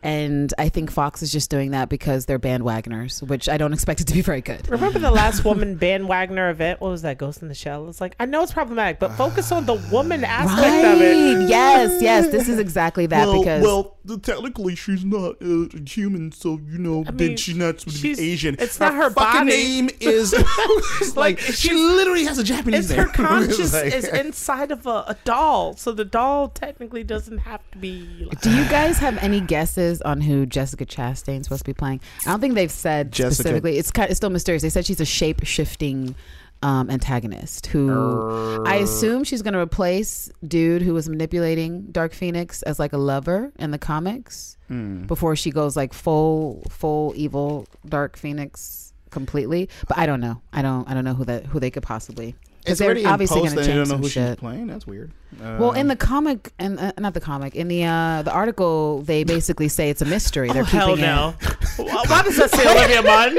B: And I think Fox is just doing that because they're bandwagoners, which I don't expect it to be very good.
C: Remember the last woman bandwagoner event? What was that? Ghost in the Shell. It's like I know it's problematic, but focus on the woman aspect of it.
B: Yes, yes. This is exactly that
D: well,
B: because
D: well, th- technically she's not uh, human, so you know,
C: I mean,
D: then she's not supposed to be
C: she's-
D: Asian.
C: it's not her
D: fucking
C: body. *laughs*
D: name is *laughs* like she literally has a
C: It's
D: Japanese *laughs* name.
C: her conscious
D: Like-
C: is inside of a, a doll, so the doll technically doesn't have to be. Like,
B: Do you guys have any guesses on who Jessica Chastain's supposed to be playing? I don't think they've said
D: Jessica-
B: specifically. It's kind it's still mysterious. They said she's a shape shifting um, antagonist who I assume she's going to replace dude who was manipulating Dark Phoenix as like a lover in the comics
D: Hmm.
B: before she goes like full full evil Dark Phoenix completely. But I don't know. I don't I don't know who that who they could possibly. 'cause
D: It's
B: they're
D: already in
B: obviously
D: post
B: gonna
D: and you
B: change
D: don't know
B: some
D: who she's
B: shit.
D: playing. That's weird.
B: Well, in the comic and uh, not the comic, in the uh, the article, they basically say it's a mystery. They're
C: Oh, hell
B: keeping it-
C: no. Why why does that say Olivia Munn?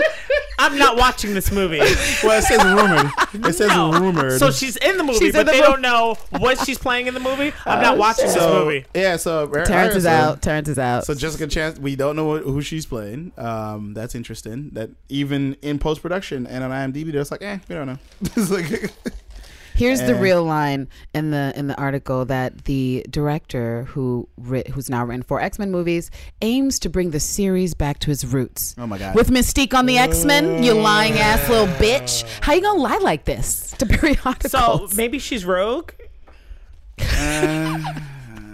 C: I'm not watching this movie.
D: Um, well, it says rumored. It says
C: No.
D: rumored.
C: So she's in the Uh, movie,
B: She's in
C: but
B: the
C: they
B: mo-
C: don't know what she's playing in the movie. I'm not watching this
D: So,
C: movie.
D: Yeah, so Ra-
B: Terrence is
D: Iverson.
B: out. Terrence is out.
D: So Jessica Chance, we don't know who she's playing. Um, that's interesting. That even in post production and on IMDb, they're just like, eh, we don't know. *laughs* it's like,
B: Here's the
D: Eh.
B: real line in the in the article that the director who writ, who's now written four X Men movies aims to bring the series back to its roots.
D: oh my god.
B: With Mystique on the X Men, you lying ass little bitch. How you gonna lie like this to periodicals?
C: So maybe she's Rogue
D: Uh,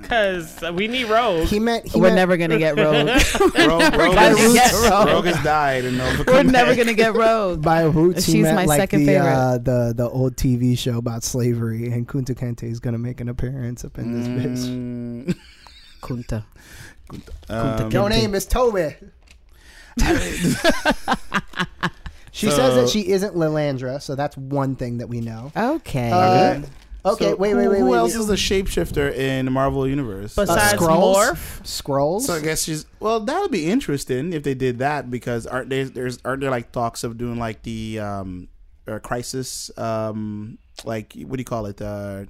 C: because we need Rogue.
A: He meant he
B: we're
A: meant,
B: never gonna get
C: *laughs*
B: rogue.
D: Rogue, Rogue,
B: gonna
D: has-
B: get Rogue.
D: Rogue has died, and no,
A: *laughs*
B: we're never gonna get rogue.
A: by roots. he
B: She's
A: meant
B: my
A: like
B: second
A: the,
B: favorite.
A: Uh, the the old TV show about slavery, and Kunta Kente is gonna make an appearance up in this bitch.
D: Mm,
B: Kunta.
D: um,
A: Your name is
D: *laughs*
A: Toby. she says that
D: So-
A: she isn't Lilandra, so that's one thing that we know.
B: Okay.
A: Uh, okay,
D: so
A: wait,
D: who-
A: wait, wait,
D: Who
A: wait.
D: else
A: wait.
D: is a shapeshifter in the Marvel universe?
C: Besides
A: Skrulls?
C: Morph,
A: Scrolls?
D: So I guess she's well. That would be interesting if they did that because aren't there there's aren't there like talks of doing like the um or crisis um like what do you call it uh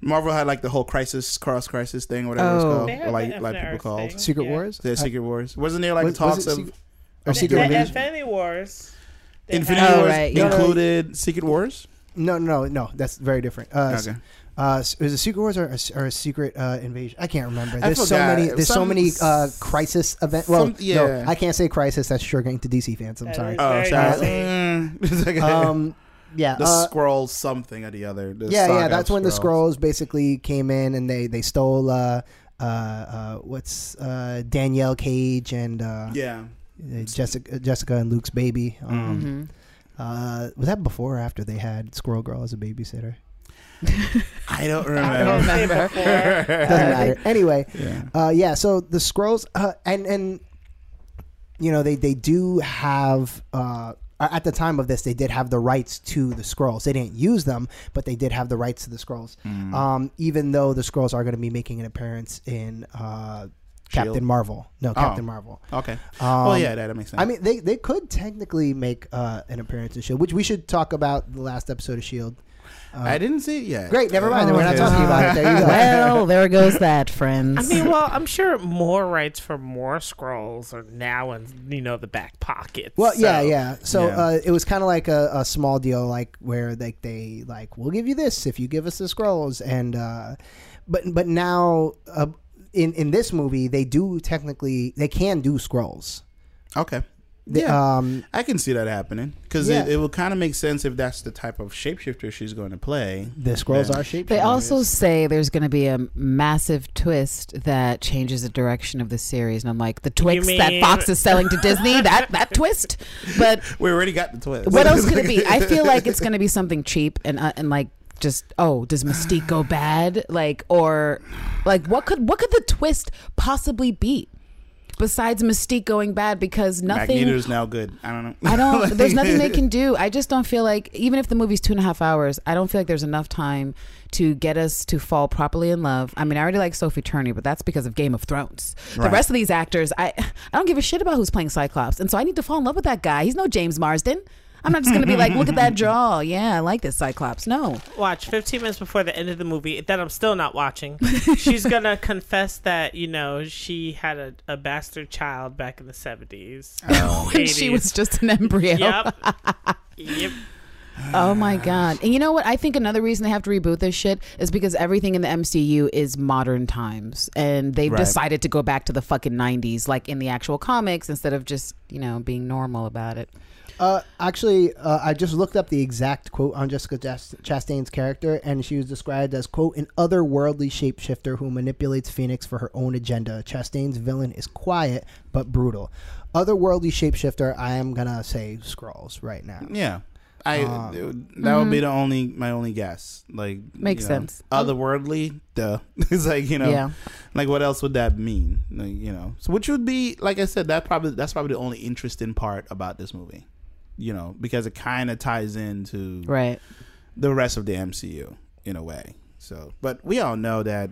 D: Marvel had like the whole crisis cross crisis thing whatever it's
B: Oh.
D: called
C: They had
D: or like
C: the
D: like people
C: FNR
D: called
C: thing.
A: Secret
C: Yeah.
A: Wars?
D: the Secret Wars wasn't there like
A: Was- was it
D: talks of
A: Secret- or
D: The-
A: Secret
D: the
A: Invasion?
C: Infinity Wars. They
D: Infinity
C: had-
B: Oh,
D: Wars
B: right, yeah.
D: included Secret Wars?
A: No, no, no. That's very different. Uh,
D: Okay.
A: uh, s- is it Secret Wars or a, s- or a Secret uh, Invasion? I can't remember. There's so
D: forgot.
A: many. There's so
D: Some-
A: many uh, crisis event. Well,
D: some- yeah.
A: no, I can't say crisis. That's sure going to DC fans. I'm
C: That
A: sorry.
C: is-
D: Oh,
C: Very
D: sorry.
A: easy.
D: Mm. *laughs* It's like-
A: Um, yeah.
D: the
A: uh,
D: scroll something or the other. The
A: yeah,
D: saga
A: yeah.
D: of
A: That's when the
D: Skrulls.
A: scrolls basically came in and they they stole uh, uh, uh, what's uh, Danielle Cage and uh,
D: Yeah.
A: uh, Jessica Jessica and Luke's baby. Um,
D: Mm-hmm.
A: uh, was that before or after they had Squirrel Girl as a
D: *laughs*
A: babysitter?
D: I don't
C: I don't
D: remember.
C: remember.
A: Doesn't matter. Anyway,
D: yeah.
A: Uh, yeah. So the scrolls, uh, and and you know they they do have. Uh, at the time of this, they did have the rights to the scrolls. They didn't use them, but they did have the rights to the scrolls. Um, even though the scrolls are going to be making an appearance in uh, Captain
D: Shield.
A: Marvel, no Captain Marvel.
D: Okay.
A: Um,
D: oh yeah, that, that makes sense.
A: I mean, they, they could technically make uh, an appearance in Shield, which we should talk about the last episode of Shield.
D: I didn't see it yet.
A: E Great, never mind.
B: Oh,
A: then We're not
B: okay.
A: talking about it. There
B: *laughs*
A: you go.
B: well, there goes that, friends.
C: *laughs* I mean, well, I'm sure more rights for more scrolls are now in you know the back pockets.
A: Well, yeah,
C: so-
A: yeah. So
D: Yeah.
A: Uh, it was kind of like a, a small deal, like where like they like we'll give you this if you give us the scrolls, and uh, but but now uh, in in this movie they do technically they can do scrolls.
D: Okay.
A: They-
D: yeah,
A: Um,
D: I can see that happening because
A: Yeah.
D: it, it will kind of make sense if that's the type of shapeshifter she's going to play.
A: the scrolls
D: Yeah.
A: are shaped.
B: They also say there's going to be a massive twist that changes the direction of the series, and I'm like, the Twix that
C: mean-
B: Fox is selling to Disney, that that twist. But
D: We already got the twist.
B: what
D: *laughs*
B: else could it be? I feel like it's going to be something cheap and uh, and like just oh, does Mystique go bad? Like or like what could what could the twist possibly be besides Mystique going bad? Because nothing
D: Magneto's now good. I don't know.
B: *laughs* I don't. There's nothing they can do. I just don't feel like, even if the movie's two and a half hours, I don't feel like there's enough time to get us to fall properly in love. I mean, I already like Sophie Turney, but that's because of Game of Thrones. The
D: Right.
B: rest of these actors, I I don't give a shit about who's playing Cyclops, and so I need to fall in love with that guy. He's no James Marsden. I'm not just gonna be like, look at that draw. Yeah, I like this Cyclops. No, *laughs*
C: Watch 15 minutes before the end of the movie that I'm still not watching. She's gonna confess that you know she had a, a bastard child back in the 70s.
A: Oh.
B: when she
C: 80s.
B: was just an embryo.
C: Yep. yep.
B: Oh my god! And you know what? I think another reason they have to reboot this shit is because everything in the MCU is modern times, and they've
D: Right.
B: decided to go back to the fucking '90s, like in the actual comics, instead of just you know being normal about it.
A: Uh, actually, uh, I just looked up the exact quote on Jessica Chast- Chastain's character, and she was described as "quote an otherworldly shapeshifter who manipulates Phoenix for her own agenda." Chastain's villain is quiet but brutal. Otherworldly shapeshifter. I am gonna say Skrulls right now.
D: Yeah. I
A: Um,
D: it would- that would be the only my only guess. Like
B: Mm-hmm. Makes
D: you know,
B: sense.
D: Otherworldly, duh. *laughs* it's like you know,
B: Yeah.
D: like what else would that mean? Like, you know, so which would be like I said that probably that's probably the only interesting part about this movie. You know, because it kind of ties into
B: Right.
D: the rest of the MCU in a way. So, but we all know that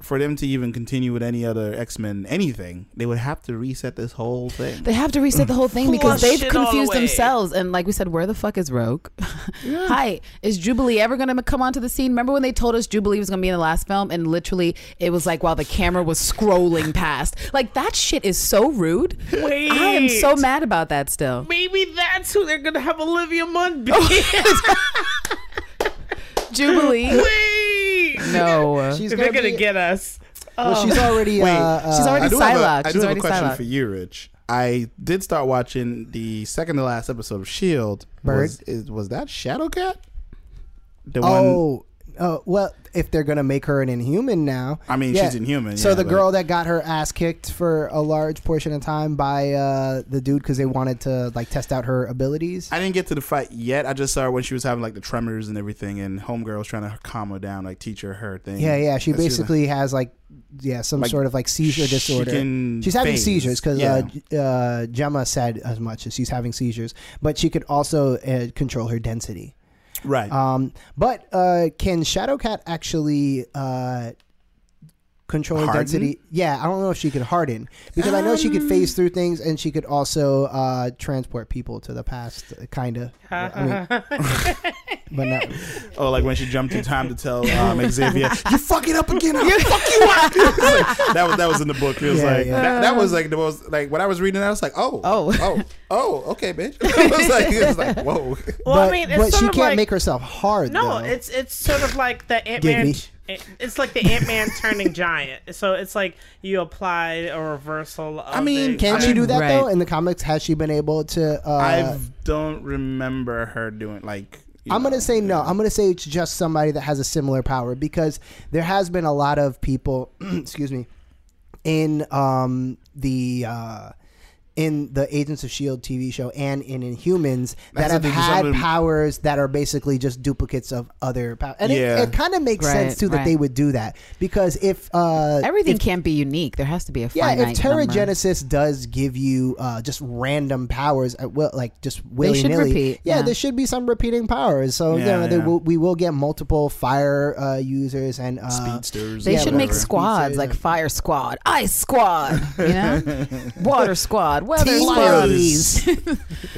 D: for them to even continue with any other X Men anything, they would have to reset this whole thing.
B: They have to reset the whole thing because
C: Flush
B: they've
C: it all
B: confused
C: away.
B: themselves. And like we said, where the fuck is Rogue? *laughs* Hi, is Jubilee ever going to come onto the scene? Remember when they told us Jubilee was going to be in the last film, and literally it was like while the camera was scrolling past. Like that shit is so rude.
C: Wait.
B: I am so mad about that still.
C: Maybe that's who they're gonna have Olivia Munn
A: *laughs*
C: be.
A: Oh.
C: *laughs*
A: *laughs*
B: Jubilee,
C: Wait.
B: no.
A: She's
C: They're
A: gonna
C: gonna
A: be-
C: get us. Oh.
A: Well, she's already.
D: Wait,
A: uh,
B: she's
A: uh,
B: already
D: I do have a-
B: Psylocke.
D: I do
B: She's
D: have a
B: already
D: question
B: Psylocke.
D: for you, Rich. I did start watching the second to last episode of Shield.
A: Bird?
D: E was, is, was that Shadowcat? The
A: Oh, uh, well, if they're gonna make her an Inhuman now,
D: I mean, she's Inhuman,
A: So
D: yeah,
A: the
D: but-
A: girl that got her ass kicked for a large portion of time by uh, the dude because they wanted to like test out her abilities.
D: I didn't get to the fight yet. I just saw her when she was having like the tremors and everything, and Homegirl was trying to calm her down, like teach her her thing.
A: yeah, yeah. She
D: And was like-
A: basically has like, yeah, some
D: Like,
A: sort of like seizure
D: she
A: disorder.
D: can
A: She's having
D: phase.
A: seizures because
D: Yeah.
A: uh, J- uh, Gemma said as much as she's having seizures, but she could also uh, control her density.
D: right.
A: Um, but uh, can Shadowcat actually uh, control
D: Harden?
A: density? Yeah, I don't know if she could harden because I know she could phase through things and she could also uh, transport people to the past, kind of.
C: *laughs*
A: but not.
D: Oh, like when she jumped in time to tell
A: *laughs*
D: um, Xavier, "You fucking up again! *laughs* I'll fuck you up." It's like, that was that was in the book. It was
A: Yeah,
D: like
A: yeah.
D: That, that was like the most like when I was reading, that, I was like, "Oh,
B: Oh.
D: oh, oh, okay, bitch." *laughs* it was like, it was like
C: Well,
D: whoa.
A: but
C: I mean, it's
A: but
C: sort
A: she
C: of
A: can't
C: like,
A: make herself hard.
C: No,
A: though.
C: it's it's sort of like the Ant
A: Give
C: Man.
A: me.
C: It's like the Ant Man turning giant. So it's like you apply a reversal. Of
D: I mean,
C: the,
A: Can
D: I
A: she
D: mean-
A: do that though?
B: Right.
A: In the comics, has she been able to? Uh,
D: I don't remember her doing like. you
A: I'm
D: know,
A: gonna say no. I'm gonna say it's just somebody that has a similar power because there has been a lot of people. *clears throat* excuse me, in um the. Uh, in the Agents of Shield TV show and in Inhumans that
D: That's
A: have
D: the thing,
A: had
D: some of them-
A: powers that are basically just duplicates of other powers, and
D: Yeah.
A: it, it kind of makes
B: Right,
A: sense too that
B: right.
A: they would do that because if uh,
B: Everything can't be unique. There has to be a
A: yeah,
B: finite
A: if Terra
B: number.
A: Genesis does give you uh, just random powers, at will, like just willy
B: should
A: nilly,
B: repeat,
A: yeah,
B: yeah.
A: there should be some repeating powers. So you
D: Yeah,
A: know, they
D: yeah.
A: will, we will get multiple fire uh, users and uh,
D: speedsters.
B: They
A: Yeah,
B: should make
A: whatever.
B: squads like fire squad, ice squad, you
A: *laughs*
B: know, water squad, weather
A: Team
B: squad,
A: Flyers. *laughs*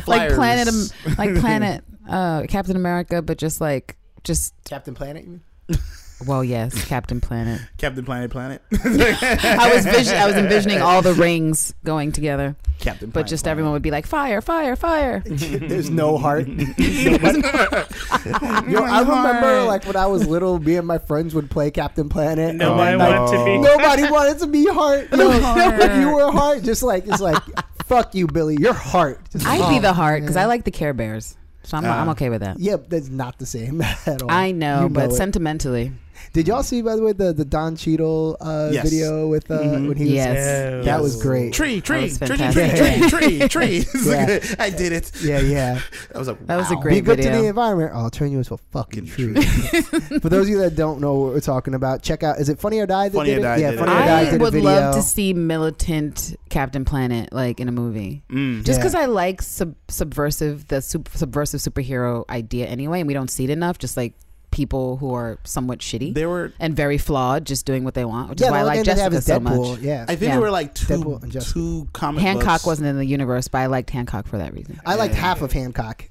B: like planet, Am-
D: Flyers.
B: like planet uh, Captain America, but just like just
A: Captain Planet. *laughs* you mean?
B: well, yes,
A: *laughs*
B: Captain Planet.
D: *laughs* Captain Planet Planet.
B: I was vision- I was envisioning all the rings going together,
D: Captain.
B: but
D: Planet
B: just
D: Planet.
B: everyone would be like fire, fire, fire.
A: There's no heart. *laughs*
D: *laughs*
A: Yo, I remember like when I was little, me and my friends would play Captain Planet.
C: No,
A: and,
C: I
A: like,
C: want to be.
A: Nobody wanted to be heart. *laughs*
B: *laughs*
A: Yo,
B: Heart.
A: If you were heart, just like it's like, fuck you, Billy. You're heart. Just-
B: I'd be the heart because
A: Oh. yeah. Uh-huh.
B: I like the Care Bears, so I'm, I'm okay with that.
A: Yeah, that's not the same *laughs* at all.
B: I know,
A: You
B: but
A: it.
B: sentimentally,
A: Did y'all see by the way the the Don Cheadle uh,
D: Yes. Mm-hmm.
A: video with uh, when he was
B: Yes.
C: Yeah.
A: that was great.
D: Tree, tree,
B: was
D: tree, tree,
B: fantastic.
D: tree, tree,
A: *laughs*
D: tree. *laughs* It's like, I did it.
A: Yeah,
B: *laughs*
A: yeah.
D: I was like,
B: That was a
D: wow.
B: great-
A: Be good to
B: video.
A: the environment. I'll turn you into a fucking
D: Fucking
A: tree. *laughs*
B: *laughs*
A: For those of you that don't know what we're talking about, check out. Is it Funny or Die? That
D: Funny
A: did
D: or
A: it?
D: Die
A: Yeah,
D: did it.
A: Funny or Die
B: I
A: did
B: would
A: a
B: love to
A: video.
B: see militant Captain Planet like in a movie.
D: Mm.
B: just
A: Yeah.
B: because I like sub- subversive the sub- subversive superhero idea anyway, and we don't see it enough. Just like people who are somewhat shitty
D: There were
B: and very flawed, just doing what they want, which
A: Yeah,
B: is why I
A: the
B: like
A: one thing they have
B: Jessica
A: is
B: so
A: Deadpool.
B: much.
A: Yeah,
D: I think
B: Yeah.
D: there were like two
A: Deadpool and Justice.
D: two comic
B: Hancock
D: books.
B: wasn't in the universe, but I liked Hancock for that reason.
A: I liked half of Hancock.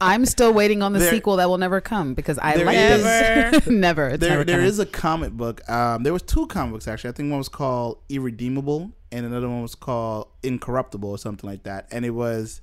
B: I'm still waiting on the
D: There-
B: sequel that will never come because I
D: There
B: like
D: is-
B: this. *laughs* never. It's
D: There
B: never
D: there
B: coming.
D: is a comic book. Um, there was two comic books actually. I think one was called Irredeemable and another one was called Incorruptible or something like that. And it was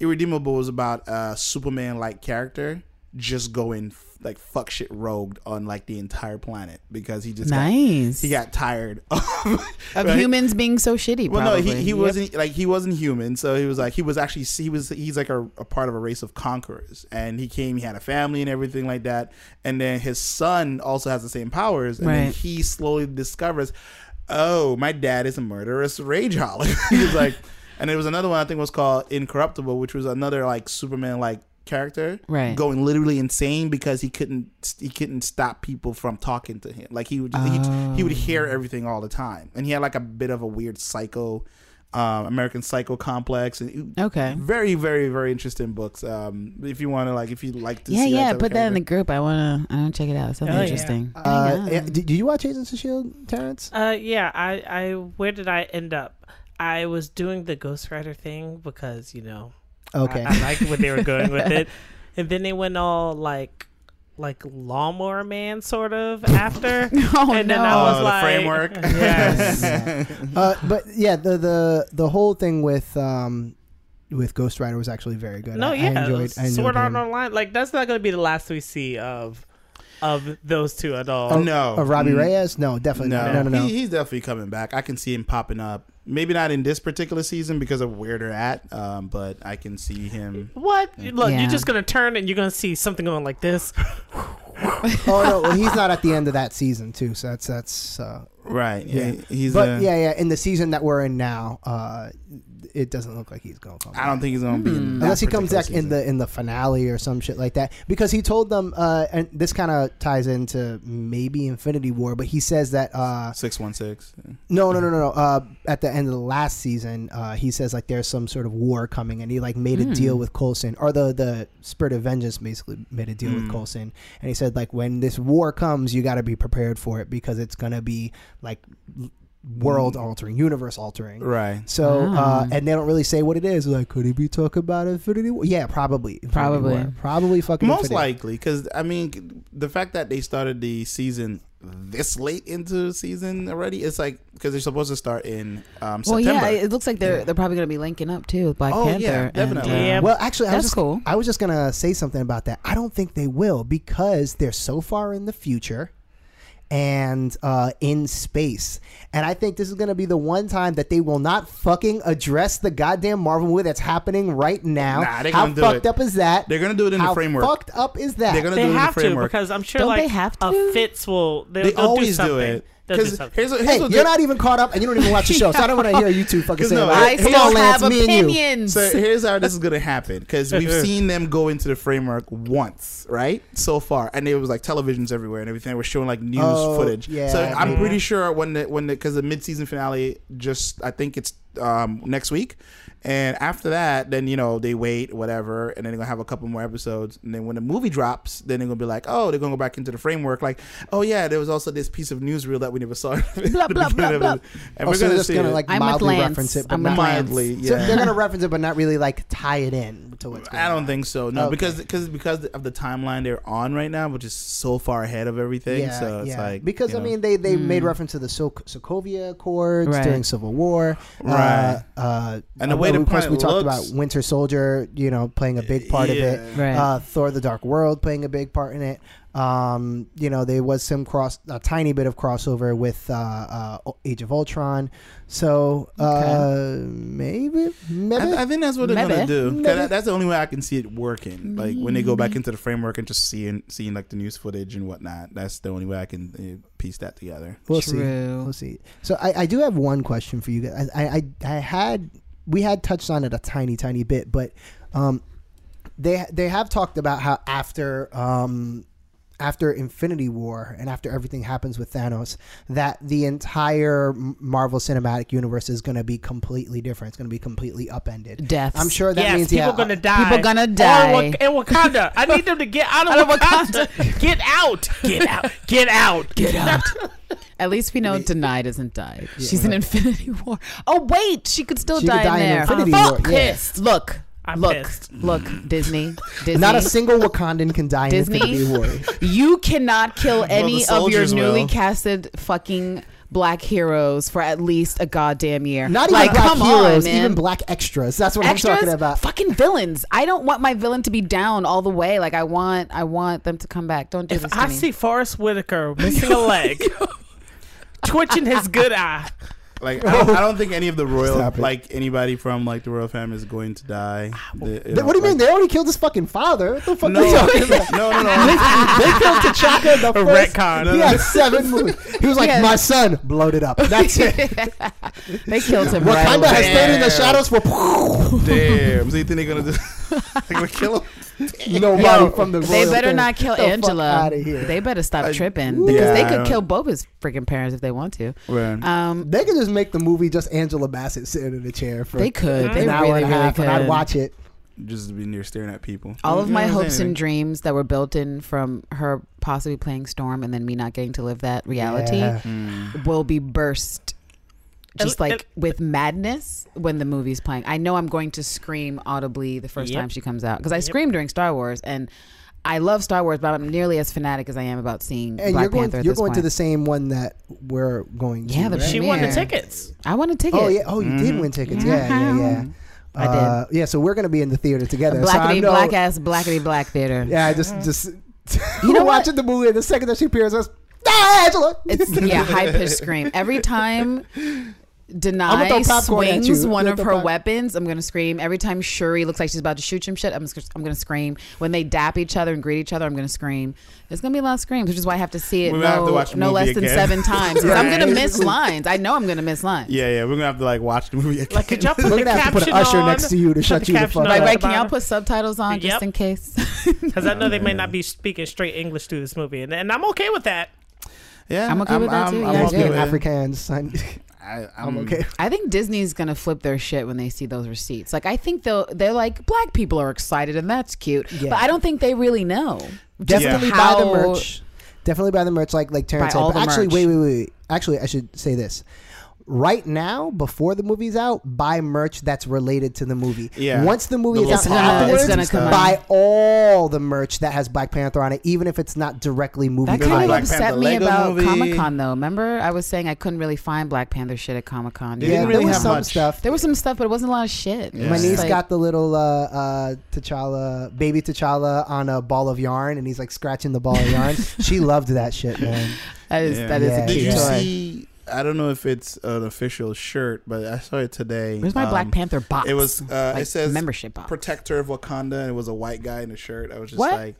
D: Irredeemable was about a Superman like character just going f- like fuck shit rogued on like the entire planet because he just got-
B: nice.
D: he got tired *laughs* of,
B: of
D: *laughs* right?
B: humans being so shitty.
D: Well,
B: probably.
D: no, he, he
B: Yep.
D: wasn't like he wasn't human, so he was like he was actually he was he's like a, a part of a race of conquerors, and he came, he had a family and everything like that, and then his son also has the same powers, and then
B: Right.
D: he slowly discovers, oh, my dad is a murderous rage holic. *laughs* he was like. And there was another one I think was called Incorruptible, which was another like Superman like character
B: Right.
D: going literally insane because he couldn't he couldn't stop people from talking to him. Like he would he, he would hear everything all the time, and he had like a bit of a weird psycho. Um, American Psycho complex and
B: Okay.
D: very very very interesting books. Um, if you want to like if you like to
B: Yeah,
D: see that
B: yeah.
D: type of
B: Put that in the
D: character.
B: group. I wanna. I wanna check it out. It Sounds
C: Oh, yeah.
B: interesting.
A: Uh,
B: Hang
A: eh,
B: on.
A: did, did you watch Agents of Shield, E Terrence?
C: Uh, yeah. I, I, where did I end up? I was doing the Ghost Rider thing because you know
A: Okay.
C: I, I liked where they were going with it, and then they went all like, like lawnmower man sort of after.
B: *laughs* Oh
C: and
B: no.
C: then I was
D: Oh, the
C: like,
D: framework.
C: *laughs*
D: *laughs*
C: Yes.
A: *laughs* uh, but yeah, the the the whole thing with um with Ghost Rider was actually very good.
C: no,
A: I,
C: yeah.
A: I enjoyed. I enjoyed
C: Sword Art
A: him.
C: Online. Like that's not going to be the last we see of, of those two at all.
D: Oh, no,
A: Of Robbie
D: Mm.
A: Reyes? No, definitely
D: No,
A: not. no, no, no.
D: He, he's definitely coming back. I can see him popping up. Maybe not in this particular season because of where they're at, um, but I can see him.
C: What? Look,
B: Yeah.
C: you're just gonna turn and you're gonna see something going like this.
A: *laughs* oh no, well, he's not at the end of that season too. So that's that's. Uh,
D: Right.
A: Yeah.
D: Yeah. He's.
A: but
D: uh,
A: yeah, yeah. In the season that we're in now, uh, it doesn't look like he's going to come.
D: I don't think he's gonna be in that
A: Hmm. unless he comes
D: particular
A: back in the in the finale or some shit like that because he told them uh and this kind of ties into maybe infinity war but he says that uh
D: six one six.
A: no no no no no uh at the end of the last season uh he says like there's some sort of war coming and he like made
D: Hmm.
A: a deal with colson or the the spirit of vengeance basically made a deal
D: Hmm.
A: with colson and he said like when this war comes you got to be prepared for it because it's gonna be like world altering universe altering
D: Right. Ah.
A: so,
B: Wow.
A: uh, and they don't really say what it is. Like, could he be talking about Infinity War? Yeah, probably. Infinity
B: Probably.
A: War. Probably fucking
D: Most
A: Infinity.
D: likely, because I mean, the fact that they started the season this late into the season already, it's like because they're supposed to start in um,
B: Well,
D: September.
B: yeah. It looks like they're they're probably gonna be linking up too with Black
D: Oh, yeah,
B: Panther. and,
D: definitely.
B: uh,
C: Yeah.
A: Well, actually, I was
B: That's
A: just,
B: cool.
A: I was just gonna say something about that. I don't think they will because they're so far in the future and uh, in space, and I think this is gonna be the one time that they will not fucking address the goddamn Marvel movie that's happening right now.
D: Nah, they're
A: How
D: gonna do
A: fucked
D: it.
A: up is that?
D: They're gonna do it in the
A: How
D: framework.
A: Fucked up is that?
D: They're gonna
C: They
D: do it in the
C: have to
D: framework.
C: because I'm sure
B: Don't
C: like
B: they have
C: a
B: to?
C: Fits will. They'll,
D: they
C: they'll
D: always
C: do,
D: do,
C: something.
D: it.
C: They'll do
D: Because
C: something.
D: here's, a- here's
A: Hey,
D: what
A: you're
D: they-
A: not even caught up, and you don't even watch the show, so I don't want to hear you two fucking
D: 'Cause
A: say
D: no,
A: about
B: I
A: it.
D: Here's-
B: still
A: Lance,
B: have
A: me and you.
B: opinions.
D: So here's how this is gonna happen because we've seen them go into the framework once, right? So far, and it was like televisions everywhere and everything. We're showing like news
A: Oh,
D: footage.
A: yeah,
D: so I'm
A: yeah.
D: pretty sure when the when the because the mid season finale just I think it's um, next week, and after that, then you know they wait whatever, and then they're gonna have a couple more episodes, and then when the movie drops, then they're gonna be like, oh, they're gonna go back into the framework. Like, oh yeah, there was also this piece of newsreel that we never saw. *laughs* at the
B: Blah, blah,
D: beginning
B: blah,
D: of it. And
A: Oh,
D: we're
A: so
D: gonna
A: they're just
D: see
A: gonna
D: it
A: like
B: I'm with
A: mildly
B: Lance.
A: reference it, but
B: I'm with
A: not
B: Lance.
D: mildly.
A: So
D: yeah.
A: they're gonna reference it, but not really like tie it in to what's. Going
D: I don't
A: on.
D: think so. No,
A: Okay.
D: because because because of the timeline they're on right now, which is so far ahead of everything.
A: Yeah,
D: so it's
A: yeah.
D: like
A: because
D: you
A: I
D: know.
A: mean they they made reference to the so- Sokovia Accords
B: Hmm. Right.
A: during Civil War,
D: Right.
A: Uh, uh,
D: And the way
A: uh,
D: the
A: of course we
D: planet
A: talked
D: looks-
A: about Winter Soldier, you know, playing a big part of it.
B: Right.
A: Uh, Thor: The Dark World playing a big part in it. Um, you know, there was some cross, a tiny bit of crossover with uh, uh, Age of Ultron. So uh, maybe, maybe
D: I, I think that's what they're
B: Maybe.
D: gonna do. 'Cause
A: Maybe.
D: that- that's the only way I can see it working. Like when they go back into the framework and just seeing seeing like the news footage and whatnot. That's the only way I can uh, piece that together.
A: we'll see.
B: True.
A: We'll see. So I, I do have one question for you guys. I, I I had we had touched on it a tiny tiny bit, but um, they they have talked about how after um after Infinity War and after everything happens with Thanos, that the entire M- Marvel Cinematic Universe is going to be completely different. It's going to be completely upended.
B: Deaths.
A: I'm sure that
C: yes,
A: means
C: people
A: yeah, uh,
C: gonna die.
B: People gonna
C: Oh,
B: die.
C: Wak- in
A: *laughs*
C: Wakanda. I need them to get out of, Wakanda. *laughs* Get out. Get out. Get out. *laughs* Get out.
B: At least we know Denied isn't died. She's in Infinity War. Oh wait, she could still
A: She could
B: die,
A: die
B: in
A: in
B: there.
A: Infinity
B: I'm
A: War,
B: fuck-
A: yeah. Mm.
B: pissed. Look,
C: I'm
B: look,
C: pissed.
B: look, Disney, Disney.
A: Not a single Wakandan can die
B: Disney?
A: in Infinity
B: *laughs*
A: War.
B: you cannot kill any of your
D: soldiers
B: newly
D: will.
B: casted fucking black heroes for at least a goddamn year.
A: Not even
B: like,
A: black
B: come
A: heroes,
B: on, man.
A: even black extras. That's what
B: Extras,
A: I'm talking about.
B: fucking villains. I don't want my villain to be down all the way. Like I want, I want them to come back. Don't do
C: If
B: this to *laughs*
C: I
A: *laughs* *laughs*
B: me.
C: see Forrest Whitaker missing a leg, twitching his good eye,
D: Like I don't, I don't think any of the royal,
A: Stop it.
D: like anybody from like the royal family, is going to die. The- you know,
A: What do you mean?
D: like-
A: They already killed his fucking father. What the fuck
D: No,
A: are you talking
D: no,
A: about?
D: *laughs* no, no.
A: *laughs* They killed T'Chaka in the first.
D: retcon.
A: He had seven movies. He was like,
B: Yeah.
A: my son, blowed it up. That's it.
B: They killed him. *laughs* right
A: Wakanda
B: away.
A: has stayed in the
D: Damn.
A: shadows for *laughs*
D: Damn. So you think they're gonna *laughs* just they're gonna kill him?
A: *laughs* nobody from the.
B: They
A: royal
B: better
A: family.
B: not kill
A: Get the fuck
B: Angela.
A: outta here.
B: They better stop
D: I-
B: tripping because
D: Yeah,
B: they
D: I
B: could
D: don't-
B: kill both his freaking parents if they want to.
D: Right.
B: Um,
A: They could just make the movie just Angela Bassett sitting in a chair for
B: they could.
A: an
B: They
A: hour
B: really,
A: and a
B: really
A: half,
B: could.
A: and I'd watch it.
D: Just being there staring at people.
B: all of
D: You know
B: my
D: what I'm
B: hopes
D: saying?
B: and dreams that were built in from her possibly playing Storm and then me not getting to live that reality
A: Yeah.
D: Mm.
B: will be burst. Just
C: And-
B: like with madness when the movie's playing. I know I'm going to scream audibly the first
C: Yep.
B: time she comes out because I
C: Yep.
B: screamed during Star Wars and I love Star Wars, but I'm nearly as fanatic as I am about seeing
A: And
B: Black
A: you're going.
B: Panther. at
A: you're
B: this
A: going to
B: point.
A: the same one that we're going to.
B: Yeah, the
A: right?
C: She won the
B: premiere.
C: tickets.
B: I want a ticket.
A: Oh yeah. Oh, you did
D: Mhm.
A: win tickets. Yeah, yeah, yeah.
B: Mm-hmm. I did.
A: Uh, yeah, so we're gonna be in the theater together. so I
B: Blackity
A: know-
B: black ass blackity black theater.
A: Yeah, I just just. *laughs*
B: You
A: You
B: know
A: know,
B: what?
A: watching the movie, and the second that she appears, I was, ah, Angela. *laughs*
B: It's yeah, high pitched scream. Every time
A: I'ma
B: Denai
A: throw popcorn at
B: swings
A: you.
B: one
A: Throw
B: of
A: the
B: her
A: pop-
B: weapons, I'm gonna scream. Every time Shuri looks like she's about to shoot some shit, I'm just, I'm gonna scream. When they dap each other and greet each other, I'm gonna scream. There's gonna be a lot of screams, which is why I have to see it
D: We
B: no,
D: might have to watch the
B: no
D: movie
B: less than
D: again.
B: seven times. 'cause I'm
D: Right.
B: gonna
D: *laughs*
B: miss lines. I know I'm gonna miss lines.
D: Yeah, yeah. We're gonna have to like watch the movie again.
C: Like, could y'all
A: *laughs*
C: put
A: We're
C: the
A: gonna have to
C: caption
A: put an usher
C: on?
A: next to you to
C: Put
A: shut
C: the
A: you the
C: caption
A: fuck
C: on
A: up.
B: Like,
C: at
B: right,
C: the
B: can y'all
C: bottom.
B: put subtitles on just
C: Yep.
B: in case? *laughs*
C: Because I know they may not be speaking straight English through this movie, and, and I'm okay with that.
D: *laughs* yeah,
B: I'm okay with that, too.
A: I'm
B: Yeah,
A: okay
B: yeah.
A: with
D: it.
A: Afrikaans. *laughs* son.
D: I,
A: I'm okay.
B: I think Disney's gonna flip their shit when they see those receipts. Like I think they'll they're like black people are excited and that's cute,
A: Yeah.
B: but I don't think they really know. just
A: Definitely
B: how-
A: buy the merch. Definitely buy the merch, like like Terrence
B: Buy
A: said.
B: all
A: But
B: the
A: actually,
B: merch.
A: wait, wait, wait. Actually, I should say this. Right now, before the movie's out, buy merch that's related to the movie.
D: Yeah.
A: Once the movie
D: The
A: is out,
D: little
B: pops
A: afterwards,
B: It's gonna come out.
A: buy all the merch that has Black Panther on it, even if it's not directly movie
B: That kind of
A: tied.
D: Black
B: upset
D: Panther
B: me
D: Lego
B: about
D: movie.
B: Comic Con though. Remember, I was saying I couldn't really find Black Panther shit at Comic Con.
D: They didn't
A: Yeah,
D: really
A: there was
D: have
A: some
D: much.
A: stuff.
B: There was some stuff, but it wasn't a lot of shit.
D: Yeah.
A: My
D: It's
A: niece
B: Like,
A: got the little uh, uh, T'Challa, baby T'Challa, on a ball of yarn, and he's like scratching the ball of
B: *laughs*
A: yarn. she loved that shit, man.
B: that is that is
A: Yeah.
B: a
D: Did
B: cute
D: you
B: toy.
D: see? I don't know if it's an official shirt, but I saw it today.
B: Where's my Black
D: Um,
B: Panther box?
D: It was. Uh,
B: Like,
D: it says
B: membership box.
D: "Protector of Wakanda," and it was a white guy in a shirt. I was just
B: What?
D: like,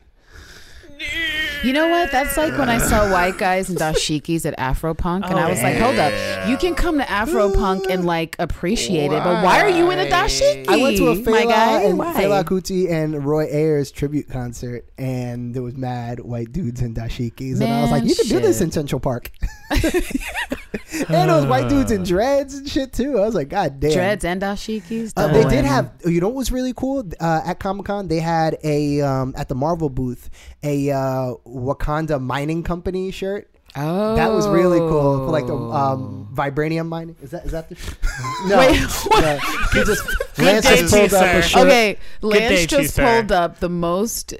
B: You know what? That's like when I saw white guys and dashikis at Afropunk, and I was like, hold up, you can come to Afropunk and like appreciate it, but why are you in a dashiki?
A: I went to a
B: my guy.
A: Fela and
B: why?
A: Fela Kuti and Roy Ayers tribute concert, and there was mad white dudes in dashikis, and I was
B: Man,
A: like, "You could do this
B: shit.
A: in Central
B: *laughs*
A: Park." *laughs* and those white dudes in dreads and shit too. I was like, "God damn!"
B: Dreads and dashikis.
A: Uh,
C: Oh,
B: Double
A: they did
B: whammy.
A: have. You know what was really cool uh, at Comic Con? They had a um, at the Marvel booth a uh, Wakanda mining company shirt.
B: Oh,
A: That was really cool for like the um,
C: Oh.
A: vibranium mining. Is that is that the?
C: *laughs*
A: *laughs* no,
B: Wait,
A: no. He just Lance
C: day
A: just
C: to you,
A: pulled up
C: sir.
A: a shirt.
B: Okay, Lance
C: day to you,
B: just
C: sir.
B: pulled up the most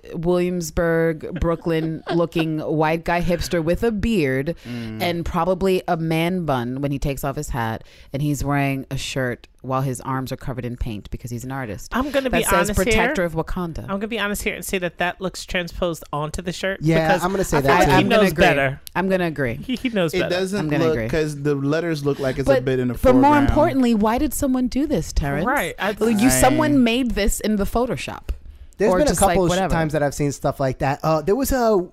B: Williamsburg, Brooklyn looking white guy hipster with a beard and probably a man bun when he takes off his hat, and he's wearing a shirt while his arms are covered in paint because he's an artist.
C: I'm gonna
B: that
C: be
B: says
C: honest
B: "Protector
C: here.
B: of Wakanda."
C: I'm gonna be honest here and say that that looks transposed onto the shirt.
A: Yeah,
C: because
A: I'm gonna say
C: I
A: that
C: feel
A: too.
C: Like he
B: I'm gonna
C: knows
B: agree.
C: better.
B: I'm gonna agree.
C: He, he knows
D: "It
C: better.
D: doesn't
B: gonna
D: look
B: agree.
D: because the letters look like it's a
B: But,
D: bit in the
B: but more
D: foreground.
B: importantly, why did someone do this, Terrence?
C: Right. I-
B: Like, you,
D: I-
B: someone made this in the Photoshop.
A: There's
B: or
A: been a
B: just, like,
A: couple
B: whatever.
A: times that I've seen stuff like that. Uh, there was a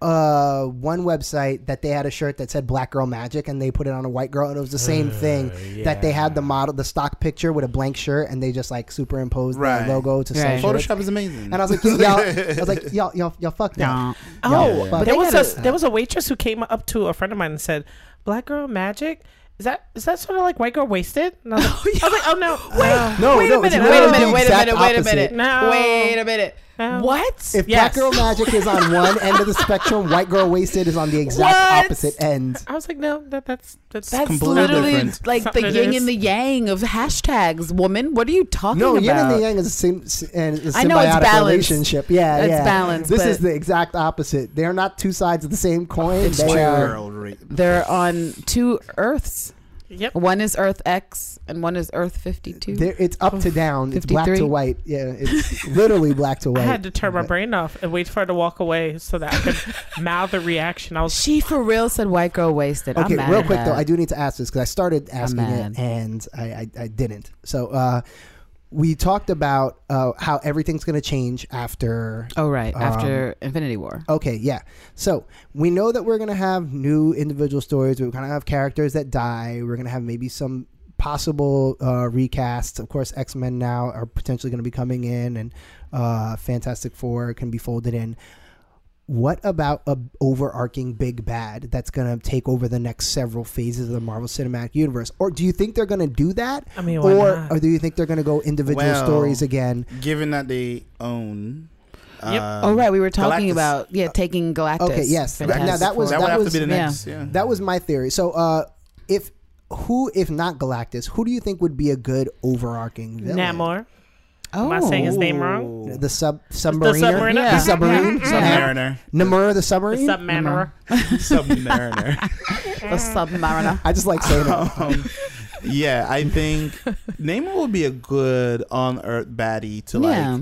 A: uh, one website that they had a shirt that said "Black Girl Magic" and they put it on a white girl, and it was the
B: Uh,
A: same thing that they had the model, the stock picture with a blank shirt, and they just like superimposed
D: Right.
A: the logo to
B: Right.
A: say
D: Photoshop is amazing.
A: And I was like, y'all, I was
D: *laughs*
A: like, y'all, y'all, y'all, fuck that.
B: Nah.
A: Y'all
C: Oh,
A: fuck
C: there
A: that.
C: was a there was a waitress who came up to a friend of mine and said, "Black girl magic." Is that is that sort of like white girl wasted? And I was
B: *laughs*
C: like, I was like, oh no, wait,
A: No,
B: wait,
A: no,
B: a
A: it's
B: minute, wait a
A: literally
B: minute,
A: the
B: wait a
A: exact
B: minute, wait a
A: opposite.
B: minute,
C: No.
B: wait a minute.
C: No.
B: What?
A: If Black
C: Yes.
A: Girl Magic is on one end of the spectrum, White Girl Wasted is on the exact
B: *laughs* What?
A: opposite end.
C: I was like, no, that that's that's,
B: That's
D: completely
B: literally
D: different.
B: like
C: Something
B: the
C: it
B: yin
C: is.
B: and the yang of hashtags, woman. What are you talking
A: No,
B: about?
A: yin and the yang is the same, and it's a
B: I know it's
A: symbiotic
B: balanced.
A: relationship. Yeah,
B: It's
A: yeah.
B: balanced,
A: This
B: but-
A: is the exact opposite. They're not two sides of the same coin.
B: It's
A: they
B: true.
A: are.
D: Girl, right.
B: They're on two earths.
C: Yep.
B: One is Earth X and one is Earth 52.
A: There, it's up to down. It's black
B: 53.
A: to white. Yeah,
B: *laughs*
A: it's literally black to white.
C: I had to turn my
A: But-
C: brain off and wait for her to walk away so that
B: *laughs*
C: I could mouth the reaction. I was
B: she for real said white girl wasted.
A: Okay,
B: I'm mad
A: real
B: at
A: quick
B: that.
A: though, I do need to ask this because I started asking
B: mad.
A: it and I, I, I didn't. So uh, we talked about uh, how everything's going to change after.
B: Oh right, after
A: Um,
B: Infinity War.
A: Okay, yeah. So we know that we're going to have new individual stories. We're going to have characters that die. We're going to have maybe some possible uh, recasts. Of course, X Men now are potentially going to be coming in, and uh, Fantastic Four can be folded in. What about a overarching big bad that's going to take over the next several phases of the Marvel Cinematic Universe? Or do you think they're going to do that?
C: I mean, why
A: or,
C: not?
A: or do you think they're going to go individual
D: Well,
A: stories again?
D: Given that they own.
C: Yep.
D: um,
B: oh right, we were talking
D: Galactus.
B: about yeah, taking Galactus.
A: Okay, yes.
B: from
A: Now,
B: Fantastic
A: that was-
B: Four.
D: that, would have
A: was-
D: to be the
B: yeah.
D: next. Yeah.
A: That was my theory. So, uh, if who, if not Galactus, who do you think would be a good overarching villain? Oh.
C: Namor.
B: oh.
C: Am I saying his name wrong?
A: the sub submariner,
C: submariner?
A: the
B: Yeah. *laughs*
A: submarine,
B: Yeah.
D: Submariner.
A: Namura the
C: The
A: submarine.
C: Submariner.
A: *laughs*
D: Submariner.
B: the Submariner.
A: I just like saying
D: *laughs*
A: it.
D: um, yeah,
A: *laughs*
D: I think Namor would be a good on Earth baddie to like
B: yeah.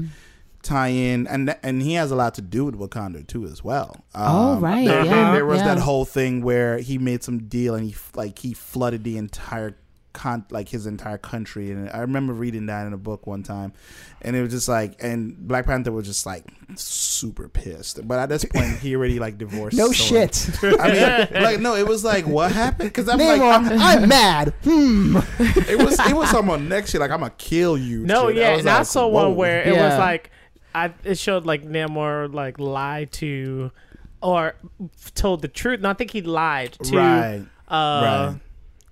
D: tie in, and th- and he has a lot to do with Wakanda too as well. Um,
B: Oh, right,
D: there,
B: yeah,
D: there was
B: yeah.
D: that whole thing where he made some deal and he f- like he flooded the entire con like his entire country, and I remember reading that in a book one time, and it was just like, and Black Panther was just like super pissed, but at this point he already like divorced.
A: No
D: Sora.
A: shit,
D: I mean, like no, it was like what happened? Because *laughs* I'm like,
A: Namor.
D: I'm,
A: I'm mad. Hmm.
D: it was it was someone next year like I'm gonna kill you.
C: No,
D: shit.
C: yeah,
D: was
C: and I
D: like,
C: saw
D: whoa.
C: one where it was
B: Yeah.
C: like, I it showed like Namor like lied to, or told the truth. No, I think he lied to,
D: right.
C: uh,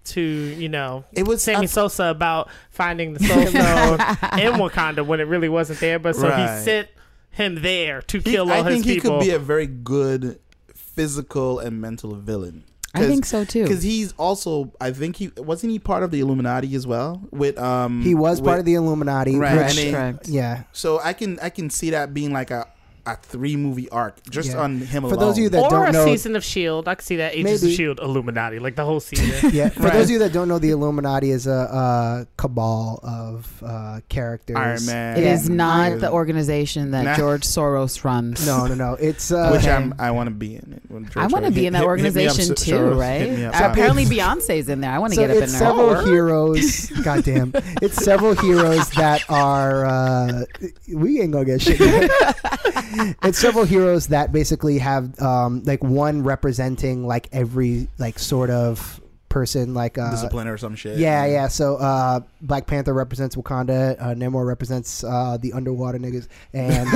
C: to you know.
D: It was
C: Sammy
D: I-
C: Sosa about finding the Soul *laughs* Stone in Wakanda when it really wasn't there, but so
D: Right.
C: he sent him there to
D: He-
C: kill all
D: I
C: his
D: think he
C: people.
D: could be a very good physical and mental villain.
B: I think so too.
D: Because he's also, I think he wasn't he part of the Illuminati as well. With um,
A: He was part
D: with-
A: of the Illuminati.
D: Right,
A: which-
D: and it-
B: Correct.
A: yeah.
D: So I can I can see that being like a a three movie arc just
A: Yeah.
D: on him
A: For
D: alone.
A: those of you that-
C: or
A: don't
C: a
A: know-
C: season of Shield. I could see that Agents
A: Maybe.
C: of Shield Illuminati, like the *laughs* whole season.
A: Yeah, for
D: Right.
A: those of you that don't know, the Illuminati is a, uh cabal of uh, characters.
D: Iron Man,
B: It is not
D: Iron-
B: the organization that
D: Nah.
B: George Soros runs.
A: No, no, no. It's uh,
D: Which
B: Okay.
D: I'm, I want to be in it. When
B: I
D: George
B: want to
D: Soros-
B: be in that
D: hit- hit me up,
B: organization
D: Sor-
B: too,
D: Soros,
B: right?
D: hit me up.
B: Uh,
D: *laughs*
B: apparently Beyonce's in there. I want to
A: so
B: get up in
A: it's
B: there.
A: several
B: Oh. *laughs*
A: heroes. goddamn, it's several heroes that are. Uh, we ain't gonna get shit.
B: *laughs*
A: it's several heroes that basically have um, like one representing like every like sort of person like uh,
D: Discipline or some shit.
A: yeah,
D: *laughs*
A: yeah. So uh, Black Panther represents Wakanda. Uh, Namor represents uh, the underwater niggas,
B: *laughs*
A: and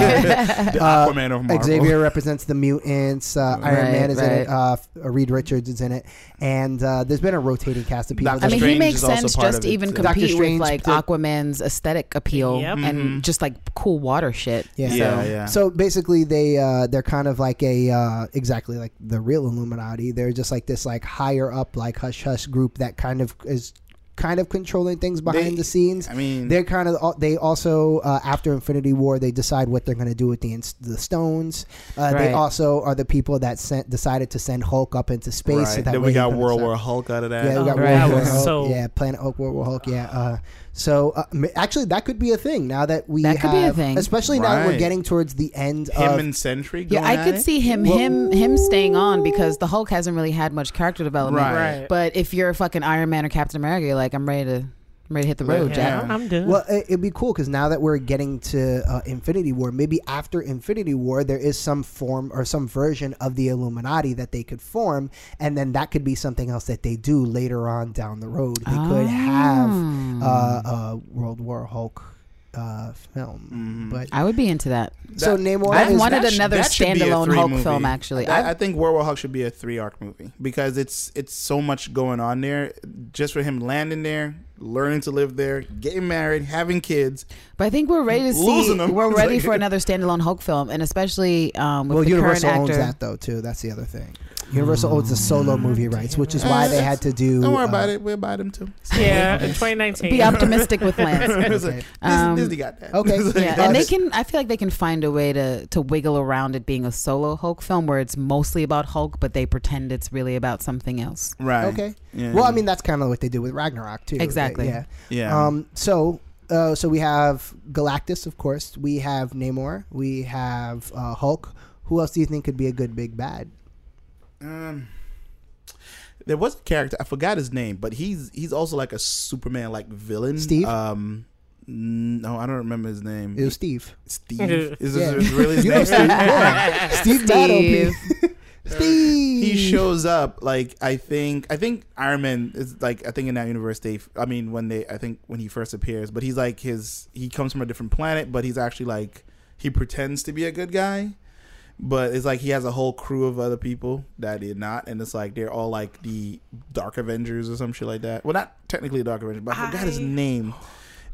A: uh,
D: The
A: uh,
D: Aquaman of Marvel. *laughs*
A: Xavier represents the mutants. Uh, Iron
B: Right,
A: Man is in it.
B: right.
A: Uh, F- uh, Reed Richards is in it, and uh, there's been a rotating cast of people.
D: Doctor
B: I
A: that-
B: mean, he
D: Strange
B: makes
D: is also
B: sense
D: part
B: just
D: of
B: to
D: it,
B: even
D: too.
A: Doctor
B: compete with
A: Strange
B: like
A: did-
B: Aquaman's aesthetic appeal
C: Yep.
B: and just like cool water shit.
A: Yeah.
D: Mm-hmm. Yeah,
B: So-
D: yeah.
A: So basically, they uh, they're kind of like a uh, exactly like the real Illuminati. They're just like this like higher up like hush hush group that kind of is kind of controlling things behind
D: They-
A: the scenes.
D: I mean,
A: They're kind of. They also uh, after Infinity War, they decide what they're going to do with the ins- the stones. Uh, They
B: Right.
A: also are the people that sent decided to send Hulk up into space.
D: right.
A: So that
D: then
A: way
D: we
A: he
D: got
A: can
D: World
A: accept-
D: War Hulk out of that.
A: Yeah, we got
B: Oh,
A: World
B: that
A: War
B: was
A: Hulk.
C: so-
A: Yeah, Planet Hulk, World War Hulk. Yeah. Uh, so uh, m- actually, that could be a thing now that we
B: That could be a
A: have-
B: thing.
A: especially now that we're
D: Right.
A: getting towards the end
D: him
A: of
D: and Sentry.
B: Yeah,
D: going
B: I
D: at
B: could
D: it?
B: see him him him staying on because the Hulk hasn't really had much character development.
D: Right.
C: right.
B: But if you're fucking Iron Man or Captain America, you're like, I'm ready to I'm ready to hit the road,
D: Yeah.
B: Jack.
C: I'm good.
A: Well, it, it'd be cool because now that we're getting to uh, Infinity War, maybe after Infinity War, there is some form or some version of the Illuminati that they could form, and then that could be something else that they do later on down the road. They could
B: Ah.
A: have
B: Mm.
A: uh, a World War Hulk uh, film, but
B: I would be into that.
A: so
D: Mm-hmm. That-
A: Namor
B: I've
A: is
B: wanted
D: That sh-
B: another
D: that should be a
B: standalone
D: three
B: Hulk
D: movie.
B: film. Actually,
D: That-
B: I-
D: I think World War Hulk should be a three arc movie because it's it's so much going on there. Just for him landing there, learning to live there, getting married, having kids,
B: But I think we're ready to see.
D: Losing 'em.
B: We're
D: *laughs* It's
B: ready
D: like-
B: for another standalone Hulk film, and especially um, with
A: well,
B: the
A: Universal
B: current
A: owns
B: actor.
A: that though too. That's the other thing. Universal owns the solo movie rights, which is why they had to do.
D: Mm-hmm. Don't worry about
A: uh,
D: it. We'll buy them too.
C: Yeah, in 2019.
B: Be
D: *laughs*
B: optimistic with Lance.
D: It's
A: *laughs*
D: like,
A: Okay.
B: Um,
D: Disney, Disney got that. *laughs*
A: okay.
D: It's like,
B: Yeah, and they
D: that's-
B: can. I feel like they can find a way to to wiggle around it being a solo Hulk film where it's mostly about Hulk, but they pretend it's really about something else.
D: right.
A: Okay.
D: Yeah.
A: Well, I mean, that's kind of what they did with Ragnarok too.
B: Exactly.
A: Yeah.
D: yeah.
A: Um. So. Uh, so we have Galactus, of course. We have Namor. We have uh, Hulk. Who else do you think could be a good big bad?
D: Um, there was a character I forgot his name, but he's he's also like a Superman like villain.
A: Steve?
D: Um, no, I don't remember his name.
A: It was Steve.
D: Steve.
C: Yeah.
A: *laughs*
D: Is
A: Yeah.
D: this really his
A: You know
D: name?
A: Steve? *laughs* Yeah. Steve. Bad OP. Steve.
D: He
C: Mm.
D: shows up like I think I think Iron Man is like I think in that universe they I mean when they I think when he first appears, but he's like his he comes from a different planet, but he's actually like he pretends to be a good guy. But it's like he has a whole crew of other people that did not, and it's like they're all like the Dark Avengers or some shit like that. Well, not technically Dark Avengers, but I forgot his
C: I-
D: name.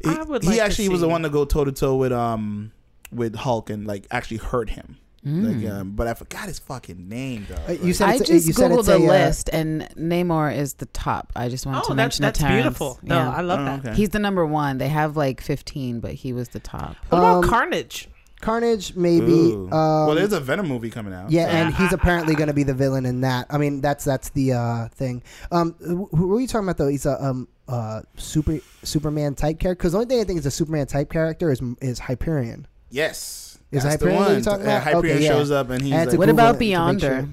D: He,
C: I would
D: he
C: like to
D: actually was the
C: see-
D: one to go toe to toe with um with Hulk and like actually hurt him.
C: Mm.
D: Like, um, but I forgot his fucking name though.
A: Uh, you said
B: Mm. I
A: it's,
B: just
A: you said
B: googled
A: it's
B: the
A: a, uh,
B: list, and Namor is the top. I just wanted to
C: Oh, that's
B: mention
C: that's
B: the Terrence.
C: beautiful. No,
B: Yeah.
C: I love
D: Oh,
C: that.
B: He's the number one. They have like 15, but he was the top.
C: What about
A: Um,
C: Carnage?
A: Carnage, maybe. Um,
D: well, there's a Venom movie coming out.
A: yeah, and he's apparently going to be the villain in that. I mean, that's that's the uh, thing. Um, who, who are you talking about though? He's a um, uh, super Superman type character. Because the only thing I think is a Superman type character is is Hyperion.
D: Yes.
A: Is
D: That's the
A: Hyperion that you're
D: one.
A: talking
D: Yeah,
A: about?
D: Hyperion
A: Okay, yeah.
D: shows up and he's
A: I had
D: like,
A: to
B: What
A: Google
B: about
A: it to make
B: Beyonder?
A: sure.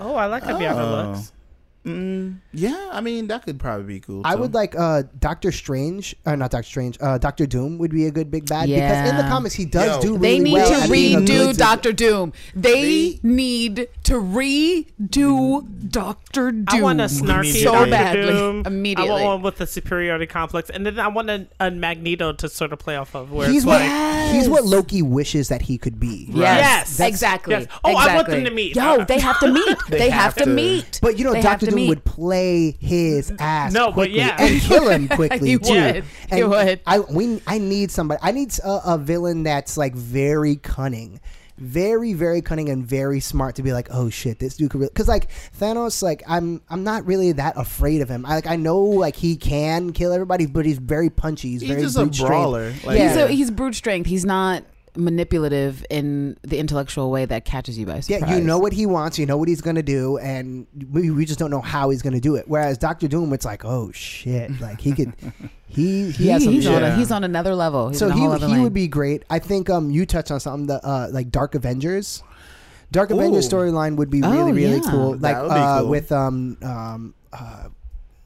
C: Oh, I like how Beyonce looks.
D: mm, yeah, I mean that could probably be cool.
A: I
D: too.
A: would like uh, Doctor Strange, uh, not Doctor Strange. Uh, Doctor Doom would be a good big bad because in the
B: Yeah.
A: comics he does
D: Yo.
A: do. Really
B: They
D: They
B: need
A: well
B: to
A: at being a
B: redo
A: good-
B: Doctor Doom. They,
D: They-
B: need to redo Doctor Doom.
C: I want a snarky
D: So
C: Doctor
B: badly.
C: Doom. I
B: Immediately.
C: want one with a superiority complex, and then I want a, a Magneto to sort of play off of. Where
A: He's
C: it's
A: what
C: like,
A: he's what
B: Yes.
A: Loki wishes that he could be.
B: Yes,
C: Yes.
B: exactly.
C: Yes. Oh, I want
B: exactly.
C: them to meet.
B: Yo, they have
C: *laughs*
B: to meet. they, have,
D: have
B: to
D: to.
B: meet.
A: But you know,
B: They have
A: Doctor
B: to
A: Doom
B: meet.
A: would play his ass
C: No, but
A: quickly
C: yeah.
A: and kill him quickly
B: *laughs* He
A: too.
B: would.
A: And
B: He would.
A: I we I need somebody. I need a, a villain that's like very cunning, very very cunning and very smart to be like, oh shit, this dude could because like Thanos, like I'm I'm not really that afraid of him. I like I know like he can kill everybody, but he's very punchy. He's,
D: He's
A: very
D: just a
A: brute strength.
D: brawler. Like,
B: He's,
A: Yeah.
B: a, he's brute strength. He's not manipulative in the intellectual way that catches you by surprise.
A: Yeah, you know what he wants, you know what he's gonna do, and we, we just don't know how he's gonna do it. Whereas Doctor Doom, it's like, oh shit, like he could, he he,
B: He,
A: has some.
B: he's, on a,
D: Yeah.
B: he's on another level. He's
A: so
B: on a
A: he
B: whole other
A: he
B: lane.
A: would be great. I think um you touched on something the uh like Dark Avengers. Dark Avengers
D: Ooh.
A: storyline would be
B: Oh,
A: really really
B: yeah.
A: cool. Like
D: That would be
A: uh
D: cool.
A: with um um uh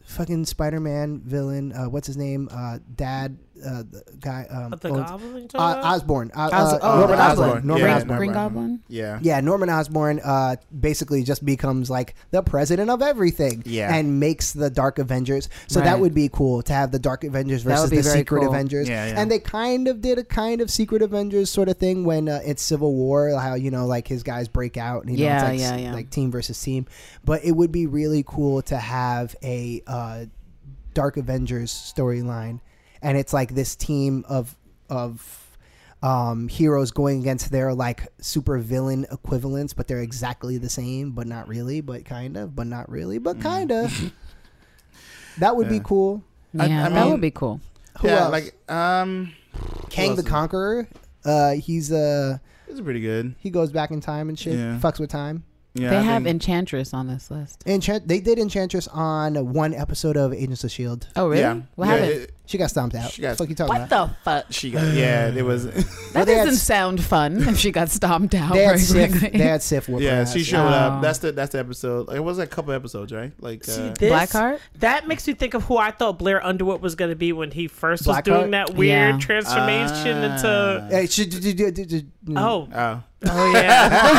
A: fucking Spider-Man villain uh what's his name? Uh dad uh the guy um
C: What the
A: owns-
C: Goblin?
A: uh,
C: Joe?
A: Osborn. Uh,
B: Os-
A: uh,
B: oh,
A: Norman
B: Osborn.
A: Osborn. Norman
B: Green-
D: Yeah,
A: Osborn.
D: Norman
B: Green
D: Osborn.
B: Goblin.
D: Yeah.
A: Yeah, Norman Osborn uh, basically just becomes like the president of everything
D: Yeah.
A: and makes the Dark Avengers. So that
B: Right.
A: would be cool to have the Dark Avengers
B: That
A: versus
B: would be
A: the
B: very
A: Secret
B: cool.
A: Avengers.
D: Yeah, yeah.
A: And they kind of did a kind of Secret Avengers sort of thing when uh, it's Civil War, how, you know, like his guys break out and, you
B: Yeah,
A: know, it's
B: yeah,
A: like,
B: yeah.
A: like team versus team. But it would be really cool to have a uh, Dark Avengers storyline. And it's like this team of, of, um, heroes going against their like super villain equivalents, but they're exactly the same, but not really, but kind of, but not really, but kind of.
D: *laughs*
A: that would be
D: Mm. Yeah.
A: cool.
B: Yeah,
D: I- I
B: that
D: mean-
B: would be cool.
A: Who
D: yeah,
A: else?
D: like um,
A: Kang
D: else
A: the
D: is-
A: Conqueror. Uh, he's uh
D: it's pretty good.
A: he goes back in time and shit.
D: Yeah.
A: Fucks with time.
D: Yeah,
B: they
D: I
B: have
D: think-
B: Enchantress on this list.
A: Enchant. They did Enchantress on one episode of Agents of Shield.
B: Oh, really?
D: Yeah,
B: What
D: yeah,
B: happened?
D: it-
A: E She got stomped out.
D: She got-
A: Fuck you talking
B: what
A: about?
B: the fuck?
D: she got yeah. It
A: *sighs*
D: was
B: That
A: they had
B: doesn't
A: s-
B: sound fun if she got stomped
A: *laughs*
B: out
A: They
B: very
A: had Sif.
C: *laughs*
B: quickly.
A: They had Sif. whoop her
D: yeah.
A: ass.
D: She showed
B: Oh.
D: up. That's the that's the episode. It was a couple episodes, right? Like
C: See,
D: uh,
C: this-
B: Blackheart?
C: That makes me think of who I thought Blair Underwood was going to be when he first was
A: Blackheart?
C: doing that weird
B: Yeah.
C: transformation
D: Ah.
C: into.
A: Hey, she, she, she, she, she-
C: Oh,
D: oh.
C: oh yeah.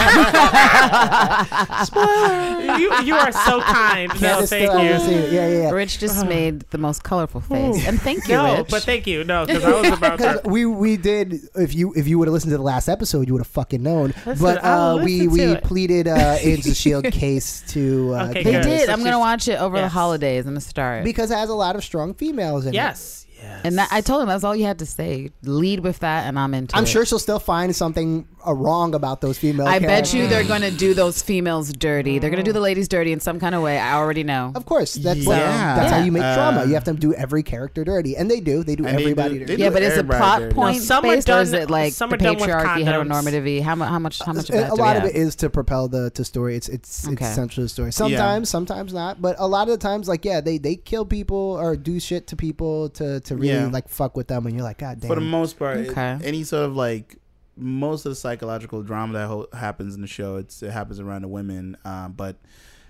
C: you you are so kind. no,
A: Candace still
C: thank
A: hasn't
C: you.
A: seen it. Yeah, yeah, yeah.
B: Rich just made the most colorful face.
C: Ooh.
B: And thank you,
C: Uh-huh. No,
B: Rich.
C: but thank you. No, because I was about
A: Because *laughs*
C: to.
A: we we did if you if you would have listened to the last episode you would have fucking known.
C: Listen,
A: but uh,
C: I'll
A: we
C: listen
A: we
C: to it.
A: pleaded
C: *laughs*
A: uh, Agents of Shield case to uh,
C: Okay,
B: they
C: Yeah,
A: Candace
B: did.
C: it's
B: I'm going to
C: just-
B: watch it over the
C: yes.
B: holidays. I'm going to start.
A: because it has a lot of strong females in it.
C: Yes.
B: And that, I told him that's all you had to say. Lead with that, and I'm into
A: I'm
B: it.
A: sure she'll still find something uh, wrong about those female.
B: I bet
A: characters.
B: you
C: Mm.
B: they're going to do those females dirty. They're going to do the ladies dirty in some kind of way. I already know.
A: Of course, that's
D: Yeah.
A: that's how you make
D: Yeah.
A: drama.
D: Uh,
A: You have to do every character dirty, and they do. They do
D: And they
A: everybody
D: do-
A: dirty.
D: they
B: Yeah, but is it
D: everybody
B: plot
D: dirty.
B: point
C: No, some are
B: based or is
C: done-
B: it like the
C: some are done with
B: patriarchy,
C: condoms.
B: hetenormativity? How, mu- how much? How much? Of that
A: a
B: do
A: lot
B: we
A: of
B: have?
A: it is to propel the to story. It's it's
B: Okay.
A: it's essential to the story. Sometimes, sometimes not, but a lot of the times, like yeah, they they kill people or do shit to people to to really
D: Yeah.
A: like fuck with them, and you're like, god damn.
D: for the most part. it-
B: Okay.
D: any sort of like most of the psychological drama that ho- happens in the show, it's, it happens around the women, uh, but.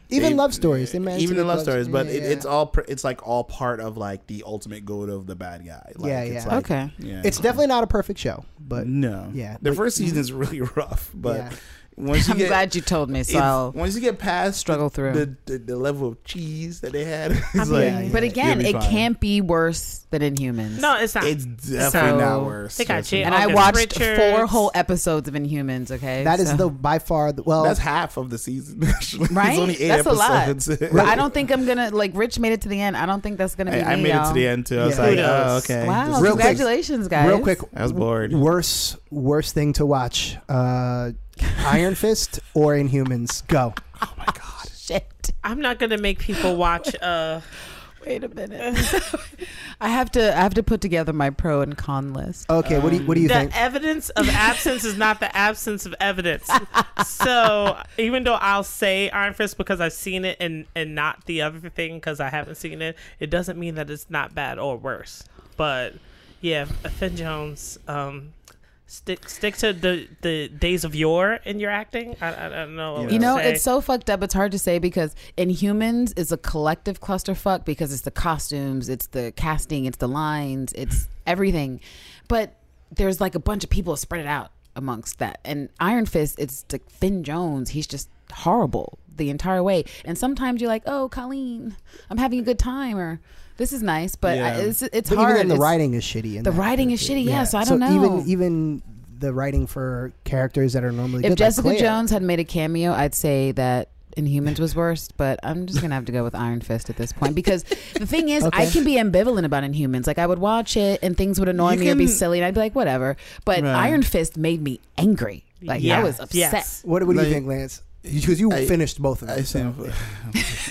A: Even
D: they-
A: love stories, they manage to
D: even the
A: make
D: love
A: love
D: stories,
A: stories.
D: but
A: Yeah,
D: it,
A: yeah.
D: it's all pr- it's like all part of like the ultimate goal of the bad guy. Like,
A: Yeah,
D: It's
A: yeah.
D: like,
B: Okay.
D: Yeah.
A: it's definitely not a perfect show, but
D: no.
A: yeah,
D: The
A: but-
D: first season
A: *laughs*
D: is really rough, but
A: Yeah.
D: once
B: *laughs*
D: you
B: I'm
D: get
B: glad you told me. So
D: it's-
B: I'll-
D: once you get past
B: struggle through.
D: the, the, the level of cheese that they had, *laughs* it's
B: I mean,
D: like,
A: yeah,
B: but
A: yeah.
B: again,
D: You'll be
B: it
D: fine.
B: can't be worse than Inhumans.
C: No, it's not.
D: it's
B: So-
D: definitely not worse.
C: They got
D: Trust me.
C: you.
B: and I
C: August
B: watched
C: Richards.
B: four whole episodes of Inhumans. Okay,
A: that is
B: so-
A: the by far the, well.
D: That's half of the season. *laughs* Actually.
B: Oh. right.
D: It's only eight
B: that's
D: episodes.
B: a lot.
D: *laughs*
B: but I don't think I'm gonna like. Rich made it to the end. I don't think that's gonna be.
D: I, I
B: me,
D: made it
B: y'all.
D: to the end too. I was
A: Yeah.
D: like, oh,
C: Kudos.
D: okay.
B: Wow!
A: Real quick-
B: congratulations, guys.
A: Real quick,
D: I was
B: *laughs*
D: bored.
A: worse worse thing to watch: uh,
B: *laughs*
A: Iron Fist or Inhumans. Go.
D: Oh my god.
B: Shit.
C: I'm not gonna make people watch. Uh,
B: Wait a minute. *laughs* I have to. I have to put together my pro and con list.
A: Okay, what do you what do you
C: the
B: e,
A: think?
C: evidence of absence is not the absence of evidence. so even though I'll say Iron Fist because I've seen it and and not the other thing because I haven't seen it, it doesn't mean that it's not bad or worse. But yeah, Finn Jones. Um, Stick, stick to the, the days of yore in your acting. I, I, I don't know. what
D: You
B: You
C: to
B: know,
C: say.
B: it's so fucked up. It's hard to say because in humans, it's a collective clusterfuck because it's the costumes, it's the casting, it's the lines, it's everything. But there's like a bunch of people spread it out amongst that. And Iron Fist, it's like Finn Jones. He's just horrible the entire way. And sometimes you're like, oh, Colleen, I'm having a good time, or this is nice, but I,
D: Yeah.
B: it's, it's
A: But
B: hard.
A: even then, the
B: It's-
A: writing is shitty. in
B: the
A: that.
B: writing is shitty. Yeah, so I don't know.
A: Even even the writing for characters that are normally good,
B: if
A: like
B: Jessica
A: Claire.
B: Jones had made a cameo, I'd say that Inhumans was worst, but I'm just gonna have to go with Iron Fist at this point because the thing is, I
A: Okay.
B: can be ambivalent about Inhumans. Like I would watch it and things would annoy
D: You
B: me or be
D: can-
B: silly, and I'd be like, whatever. But
D: Right.
B: Iron Fist made me angry. Like
C: Yeah.
B: I was upset.
C: Yes.
A: what, what do you
D: Like-
A: think, Lance? Because you
D: I-
A: finished both of them.
D: I
A: so.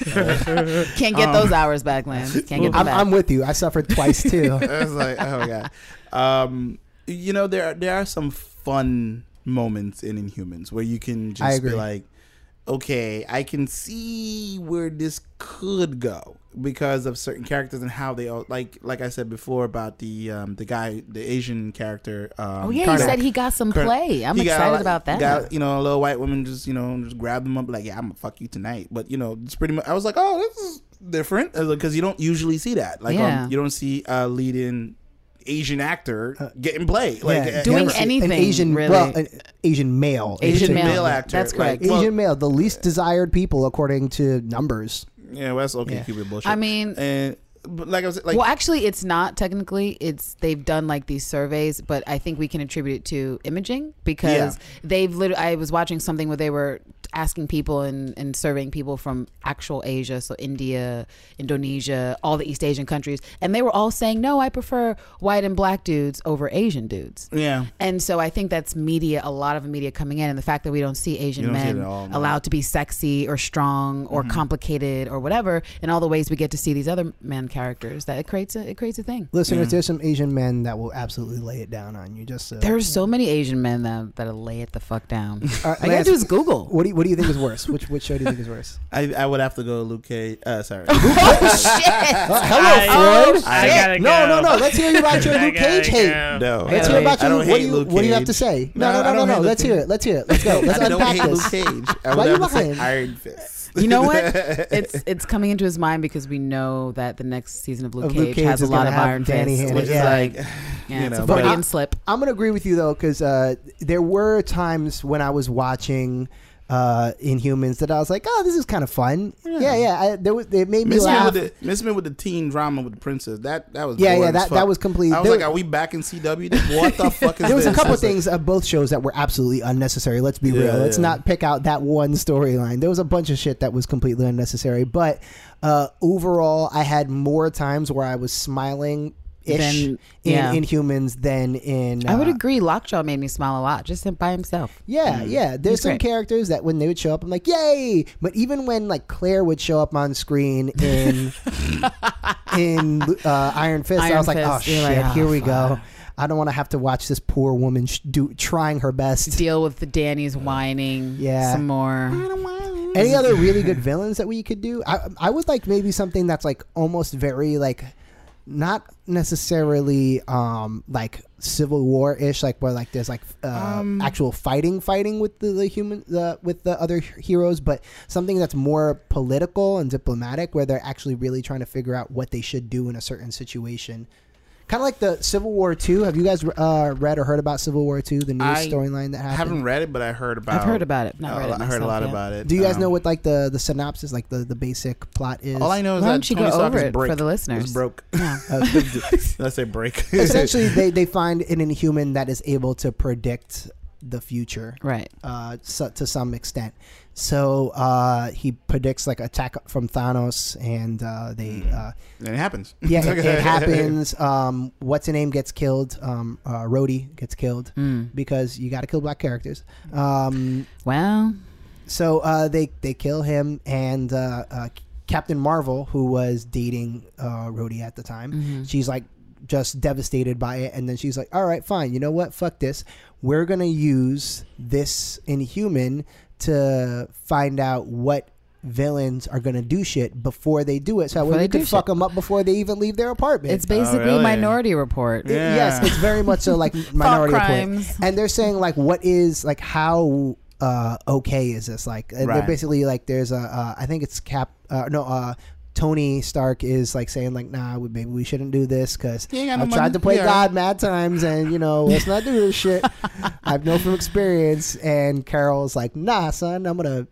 D: assume.
B: Can't
D: Oh.
B: get those hours back, Lance. Can't get them
A: I'm,
B: back.
A: I'm with you. I suffered twice
C: *laughs*
A: too.
D: I was like, oh my god. Um, you know, there are, there are some fun moments in Inhumans where you can
A: I
D: just be
A: agree.
D: like, okay, I can see where this could go because of certain characters and how they all like. Like I said before about the um, the guy, the Asian character. Um,
B: oh yeah, you
D: Karnak.
B: said he got some
D: Colonel-
B: play. I'm
D: He got a
B: excited
D: lot-
B: about that.
D: Got, you know, a little white woman just you know just grabbed him up like, yeah, I'm gonna fuck you tonight. But you know, it's pretty much. I was like, oh, this is different because you don't usually see that. Like,
B: Yeah.
D: um, you don't see a leading Asian actor getting play. Like,
A: Yeah,
D: uh,
B: Doing
A: never-
B: anything,
A: An Asian,
B: really.
A: well, an Asian male.
B: Asian
D: Asian
B: male.
D: male, actor.
B: That's
D: like,
B: correct.
A: Asian
D: well,
A: male, the least desired people according to numbers.
D: yeah, well, that's okay.
A: Yeah.
D: Keep it bullshit.
B: I mean,
D: and but like I was like,
B: well, actually, it's not technically. It's they've done like these surveys, but I think we can attribute it to imaging because
D: Yeah.
B: they've. Lit- I was watching something where they were asking people and, and surveying people from actual Asia, so India, Indonesia, all the East Asian countries, and they were all saying, "No, I prefer white and black dudes over Asian dudes."
D: yeah,
B: And so I think that's media, a lot of media coming in, and the fact that we don't see Asian
D: You don't see
B: men
D: it at all, no.
B: allowed to be sexy or strong or complicated or whatever, and all the ways we get to see these other man characters, that it creates a it creates a thing.
A: Listeners, there's some Asian men that will absolutely lay it down on you. Just so.
B: There's so many Asian men that that'll lay it the fuck down.
A: All
B: All
A: right,
B: I gotta
A: Uh, Lance,
B: do is Google.
A: *laughs* What do you, What do you think is worse? Which Which show do you think is worse?
D: I, I would have to go Luke Cage.
A: *laughs*
D: Uh, sorry.
B: oh shit!
A: hello,
C: *laughs* I-
A: Floyd.
C: I gotta
A: no, no,
C: go.
A: no. Let's hear about your
C: *laughs* I
A: Luke
C: gotta
A: Cage hate.
C: go.
B: *laughs*
D: no,
A: Let's
B: Yeah,
A: hear
B: wait.
A: about
D: I
A: you.
D: don't
A: What
D: hate
A: do you
D: Luke
A: What do you have
D: Cage.
A: to say?
D: No,
A: No, no, no,
D: I don't
A: no, no.
D: hate
A: Let's
D: Luke
A: hear it. Let's hear it. Let's *laughs* go. Let's
D: I don't
A: unpack
D: hate Luke
A: this.
D: Cage.
A: Why
D: I
A: you
D: would have to say
A: lying?
D: Iron Fist.
B: You know
D: *laughs*
B: what? It's it's coming into his mind because we know that the next season of Luke,
A: Of Luke
B: Cage,
A: Cage
B: has a
A: is gonna
B: lot of
A: have
B: Iron
A: Danny
B: Fist,
A: Hanna,
B: which
A: yeah.
B: is like, yeah,
D: You
B: it's
D: know,
B: a
D: but-
B: Freudian slip.
A: I'm gonna agree with you though, because uh, there were times when I was watching uh, Inhumans that I was like, "Oh, this is kind of fun." Yeah, yeah. I, there was, it made me
D: Miss me
A: laugh.
D: with the Miss me with the teen drama with the princess. That that was
A: Yeah,
D: boring
A: yeah,
D: as
A: that-
D: fuck.
A: that was complete.
D: I was
A: There-
D: like, are we back in CW?
A: *laughs*
D: What the fuck is
A: There was a
D: this?
A: couple
D: I like,
A: things of both shows that were absolutely unnecessary. Let's be
D: Yeah,
A: real. Let's
D: yeah.
A: not pick out that one storyline. There was a bunch of shit that was completely unnecessary. But uh, overall, I had more times where I was smiling ish
B: Then-
A: in
B: yeah.
A: in humans than in.
B: I would
A: uh,
B: agree. Lockjaw made me smile a lot just by himself.
A: Yeah, yeah. There's
B: Mm. He's
A: some
B: great.
A: characters that when they would show up, I'm like, yay! But even when like Claire would show up on screen
B: *laughs*
A: in in uh, Iron Fist,
B: Iron
A: I was like, oh
B: Fist, you're
A: shit,
B: like, oh,
A: here we go.
B: fuck."
A: I don't want to have to watch this poor woman sh- do trying her
B: *laughs*
A: best.
B: Deal with the Danny's whining.
A: Yeah.
B: Some more.
A: Any other really good villains that we could do? I I would like maybe something that's like almost very like not necessarily um like civil war ish like where like there's like uh,
D: Um,
A: actual fighting fighting with the, the human the with the other heroes but something that's more political and diplomatic where they're actually really trying to figure out what they should do in a certain situation kind of like the civil war 2 have you guys uh, read or heard about civil war 2 the new
D: I
A: storyline that
D: I
A: happened
D: haven't read it, but I heard about.
B: I've Oh, heard about it. Not
D: a
B: read it
D: lot- I heard a
B: myself
D: lot
B: yet.
D: about it.
A: Do you guys
D: Um,
A: know what like the the synopsis, like the the basic plot is?
D: All I know is
B: Why
D: that
B: don't you go
D: Tony Stark
B: over
D: is
B: it
D: break.
B: for the listeners?
D: Is
A: *laughs*
D: broke.
B: Yeah.
D: Let's say break. *laughs*
A: Essentially, they they find an inhuman that is able to predict the future,
B: Right.
A: uh, so, to some extent. So uh, he predicts like attack from Thanos, and uh, they
D: Hmm.
A: uh,
D: and it happens. *laughs*
A: yeah, it, it happens. Um, what's her name gets killed. Um, uh, Rhodey gets killed
B: Hmm.
D: Hmm.
A: because you got to kill black characters. Um,
B: Well,
A: so uh, they they kill him and uh, uh, Captain Marvel, who was dating uh, Rhodey at the time,
B: Mm-hmm.
A: she's like just devastated by it, and then she's like, "All right, fine. You know what? Fuck this. We're gonna use this Inhuman to find out what." Villains are gonna do shit before they do it, so that
B: Before
A: way
B: they
A: we
B: do
A: could fuck
B: shit.
A: them up before they even leave their apartment.
B: it's basically
D: really?
B: Minority Report.
A: It-
D: Yeah.
A: Yes, it's very much so
B: *laughs*
A: like minority Report.
B: crimes.
A: And they're saying like, what is like how uh, okay is this? Like and they're
D: Right.
A: basically like, there's a uh, I think it's Cap uh, no uh, Tony Stark is like saying like, nah, we, maybe we shouldn't do this because
D: You ain't got
A: I've
D: no
A: tried
D: money.
A: to play
D: Yeah.
A: God mad times and you know let's not do this
B: *laughs*
A: shit. I've known from experience. And Carol's like, nah, son, I'm gonna.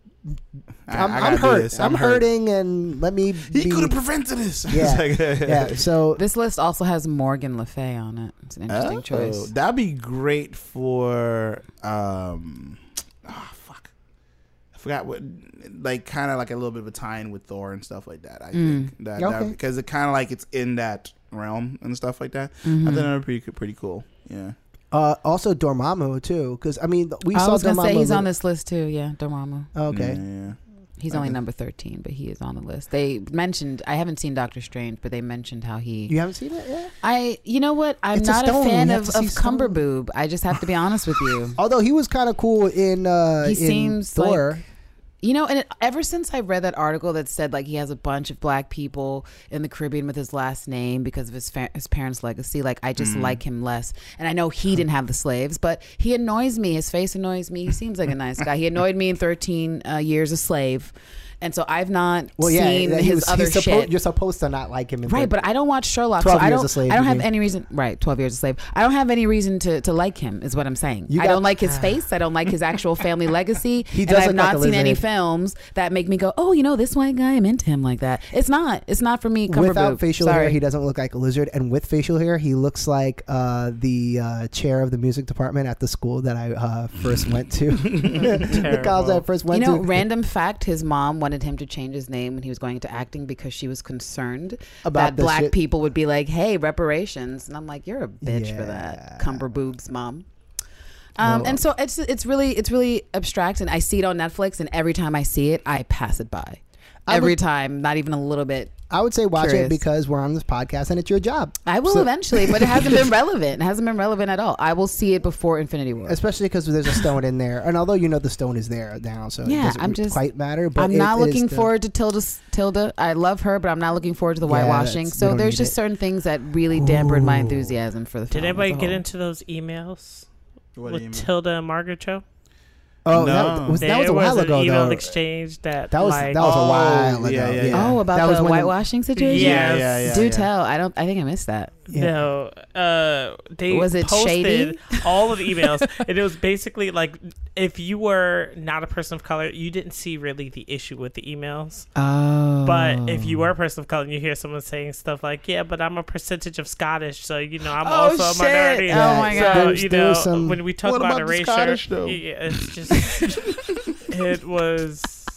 D: I-
A: I'm,
D: I
A: I,
D: gotta
A: am
D: do
A: hurt.
D: this.
A: I'm,
D: I'm hurt.
A: hurting, and let me.
D: He
A: be,
D: could have prevented this. *laughs*
A: Yeah.
D: It's
A: *laughs*
D: like- *laughs*
A: yeah. So
B: This list also has Morgan Le Fay on it. It's an interesting
D: Oh,
B: choice.
D: That'd be great for um ah fuck. I forgot what like kind of like a little bit of a tie-in with Thor and stuff like
B: Mm.
D: that. I think that,
A: Okay.
D: because it kind of like it's in that realm and stuff like that.
B: Mm.
D: I
B: Mm-hmm.
D: think that'd be pretty pretty cool. Yeah.
A: Uh, also Dormammu too, because I mean we
B: I
A: saw
B: was gonna
A: Dormammu.
B: say he's on this list too. Yeah, Dormammu.
A: Okay,
D: Yeah.
B: He's only number thirteen, but he is on the list. They mentioned I haven't seen Doctor Strange, but they mentioned how he.
A: you haven't seen it yet.
B: I, you know what? I'm
A: It's a
B: not a,
A: stone.
B: fan
A: You have
B: of,
A: to
B: of
A: see stone.
B: Cumberboob. I just have to be honest with
A: *laughs*
B: you.
A: Although he was kind of cool in uh,
B: He
A: in
B: seems
A: Thor.
B: like- You know, and it, ever since I read that article that said like he has a bunch of black people in the Caribbean with his last name because of his fa- his parents' legacy, like I
A: Mm.
B: just like him less. And I know he didn't have the slaves, but he annoys me. His face annoys me. He seems like a nice guy. He annoyed me in 13 uh, years a slave, and so I've not
A: well, yeah,
B: seen
A: that he
B: his
A: was-
B: other
A: he's suppo-
B: shit.
A: You're supposed to not like him, in
B: Right,
A: Thor.
B: but I don't watch Sherlock, so
A: 12
B: I
A: years
B: don't.
A: a slave,
B: I don't
A: you
B: have
A: mean.
B: any reason. Right, twelve years a slave. I don't have any reason to, to like him. Is what I'm saying.
A: You
B: I
A: got- Ah.
B: don't like his face. I don't like his actual
A: *laughs*
B: family legacy.
A: He
B: and
A: does
B: I've
A: look like
B: not
A: a
B: seen any
A: lizard.
B: films that make me go, oh, you know, this white guy. I'm into him like that. It's not. It's not for me. Cumberboob.
A: without facial
B: Sorry.
A: hair, he doesn't look like a lizard, and with facial hair, he looks like uh, the uh, chair of the music department at the school that I uh, first went
B: *laughs*
A: to. the college I first
B: You
A: went
B: know,
A: to.
B: random fact: his mom wanted him to change his name when he was going into acting because she was concerned
A: About
B: that
A: this
B: black
A: shit.
B: people would be like, "Hey, reparations," and I'm like, "You're a bitch for
A: Yeah.
B: that, Cumberboob's mom." Um, and so it's it's really it's really abstract, and I see it on Netflix, and every time I see it, I pass it by.
A: I
B: every
A: would-
B: time, not even a little bit.
A: I would say watch
B: Curious.
A: it because we're on this podcast and it's your job.
B: I will
A: So-
B: eventually, but it hasn't *laughs* been relevant. It hasn't been relevant at all. I will see it before Infinity War.
A: especially because there's a stone in there, and although you know the stone is there now, so it
B: Yeah,
A: doesn't
B: I'm just-
A: quite matter. But
B: I'm
A: it-
B: not
A: it is
B: looking
A: the-
B: forward to Tilda. Tilda, I love her, but I'm not looking forward to the
A: Yeah,
B: whitewashing.
A: that's- we
B: So
A: don't
B: there's
A: need
B: just
A: it.
B: certain things that really dampened my enthusiasm for the
C: Did
B: film.
C: anybody
B: as a
C: get
B: whole.
C: into those emails
D: What
C: with
D: do you mean?
C: Tilda and Margaret Cho?
A: Oh, that
D: No.
A: was, that was a
C: There
A: while
C: an
A: ago
C: email
A: though.
C: exchange that
A: That was
C: like,
A: that was a
D: Oh,
A: while ago.
D: yeah, yeah, yeah.
B: Oh, about
A: That was
B: the
A: when-
B: whitewashing situation.
C: Yes.
D: Yeah, yeah, yeah,
B: Do
D: yeah.
B: tell. I don't. I think I missed that.
A: yeah.
C: No, uh, they
B: Was it
C: posted
B: shady?
C: all
A: *laughs*
C: of the emails, and it was basically like if you were not a person of color, you didn't see really the issue with the emails.
B: Oh.
C: But if you were a person of color and you hear someone saying stuff like, "Yeah, but I'm a percentage of Scottish, so you know I'm
B: Oh,
C: also
B: shit.
C: a minority."
B: Oh, Yeah, my God.
C: So
A: there's-
C: you
A: there
C: know
A: was some-
C: when we talk
D: What
C: about,
D: about the
C: erasure, *laughs*
D: Scottish, though?
C: yeah, it's just it was
D: fuck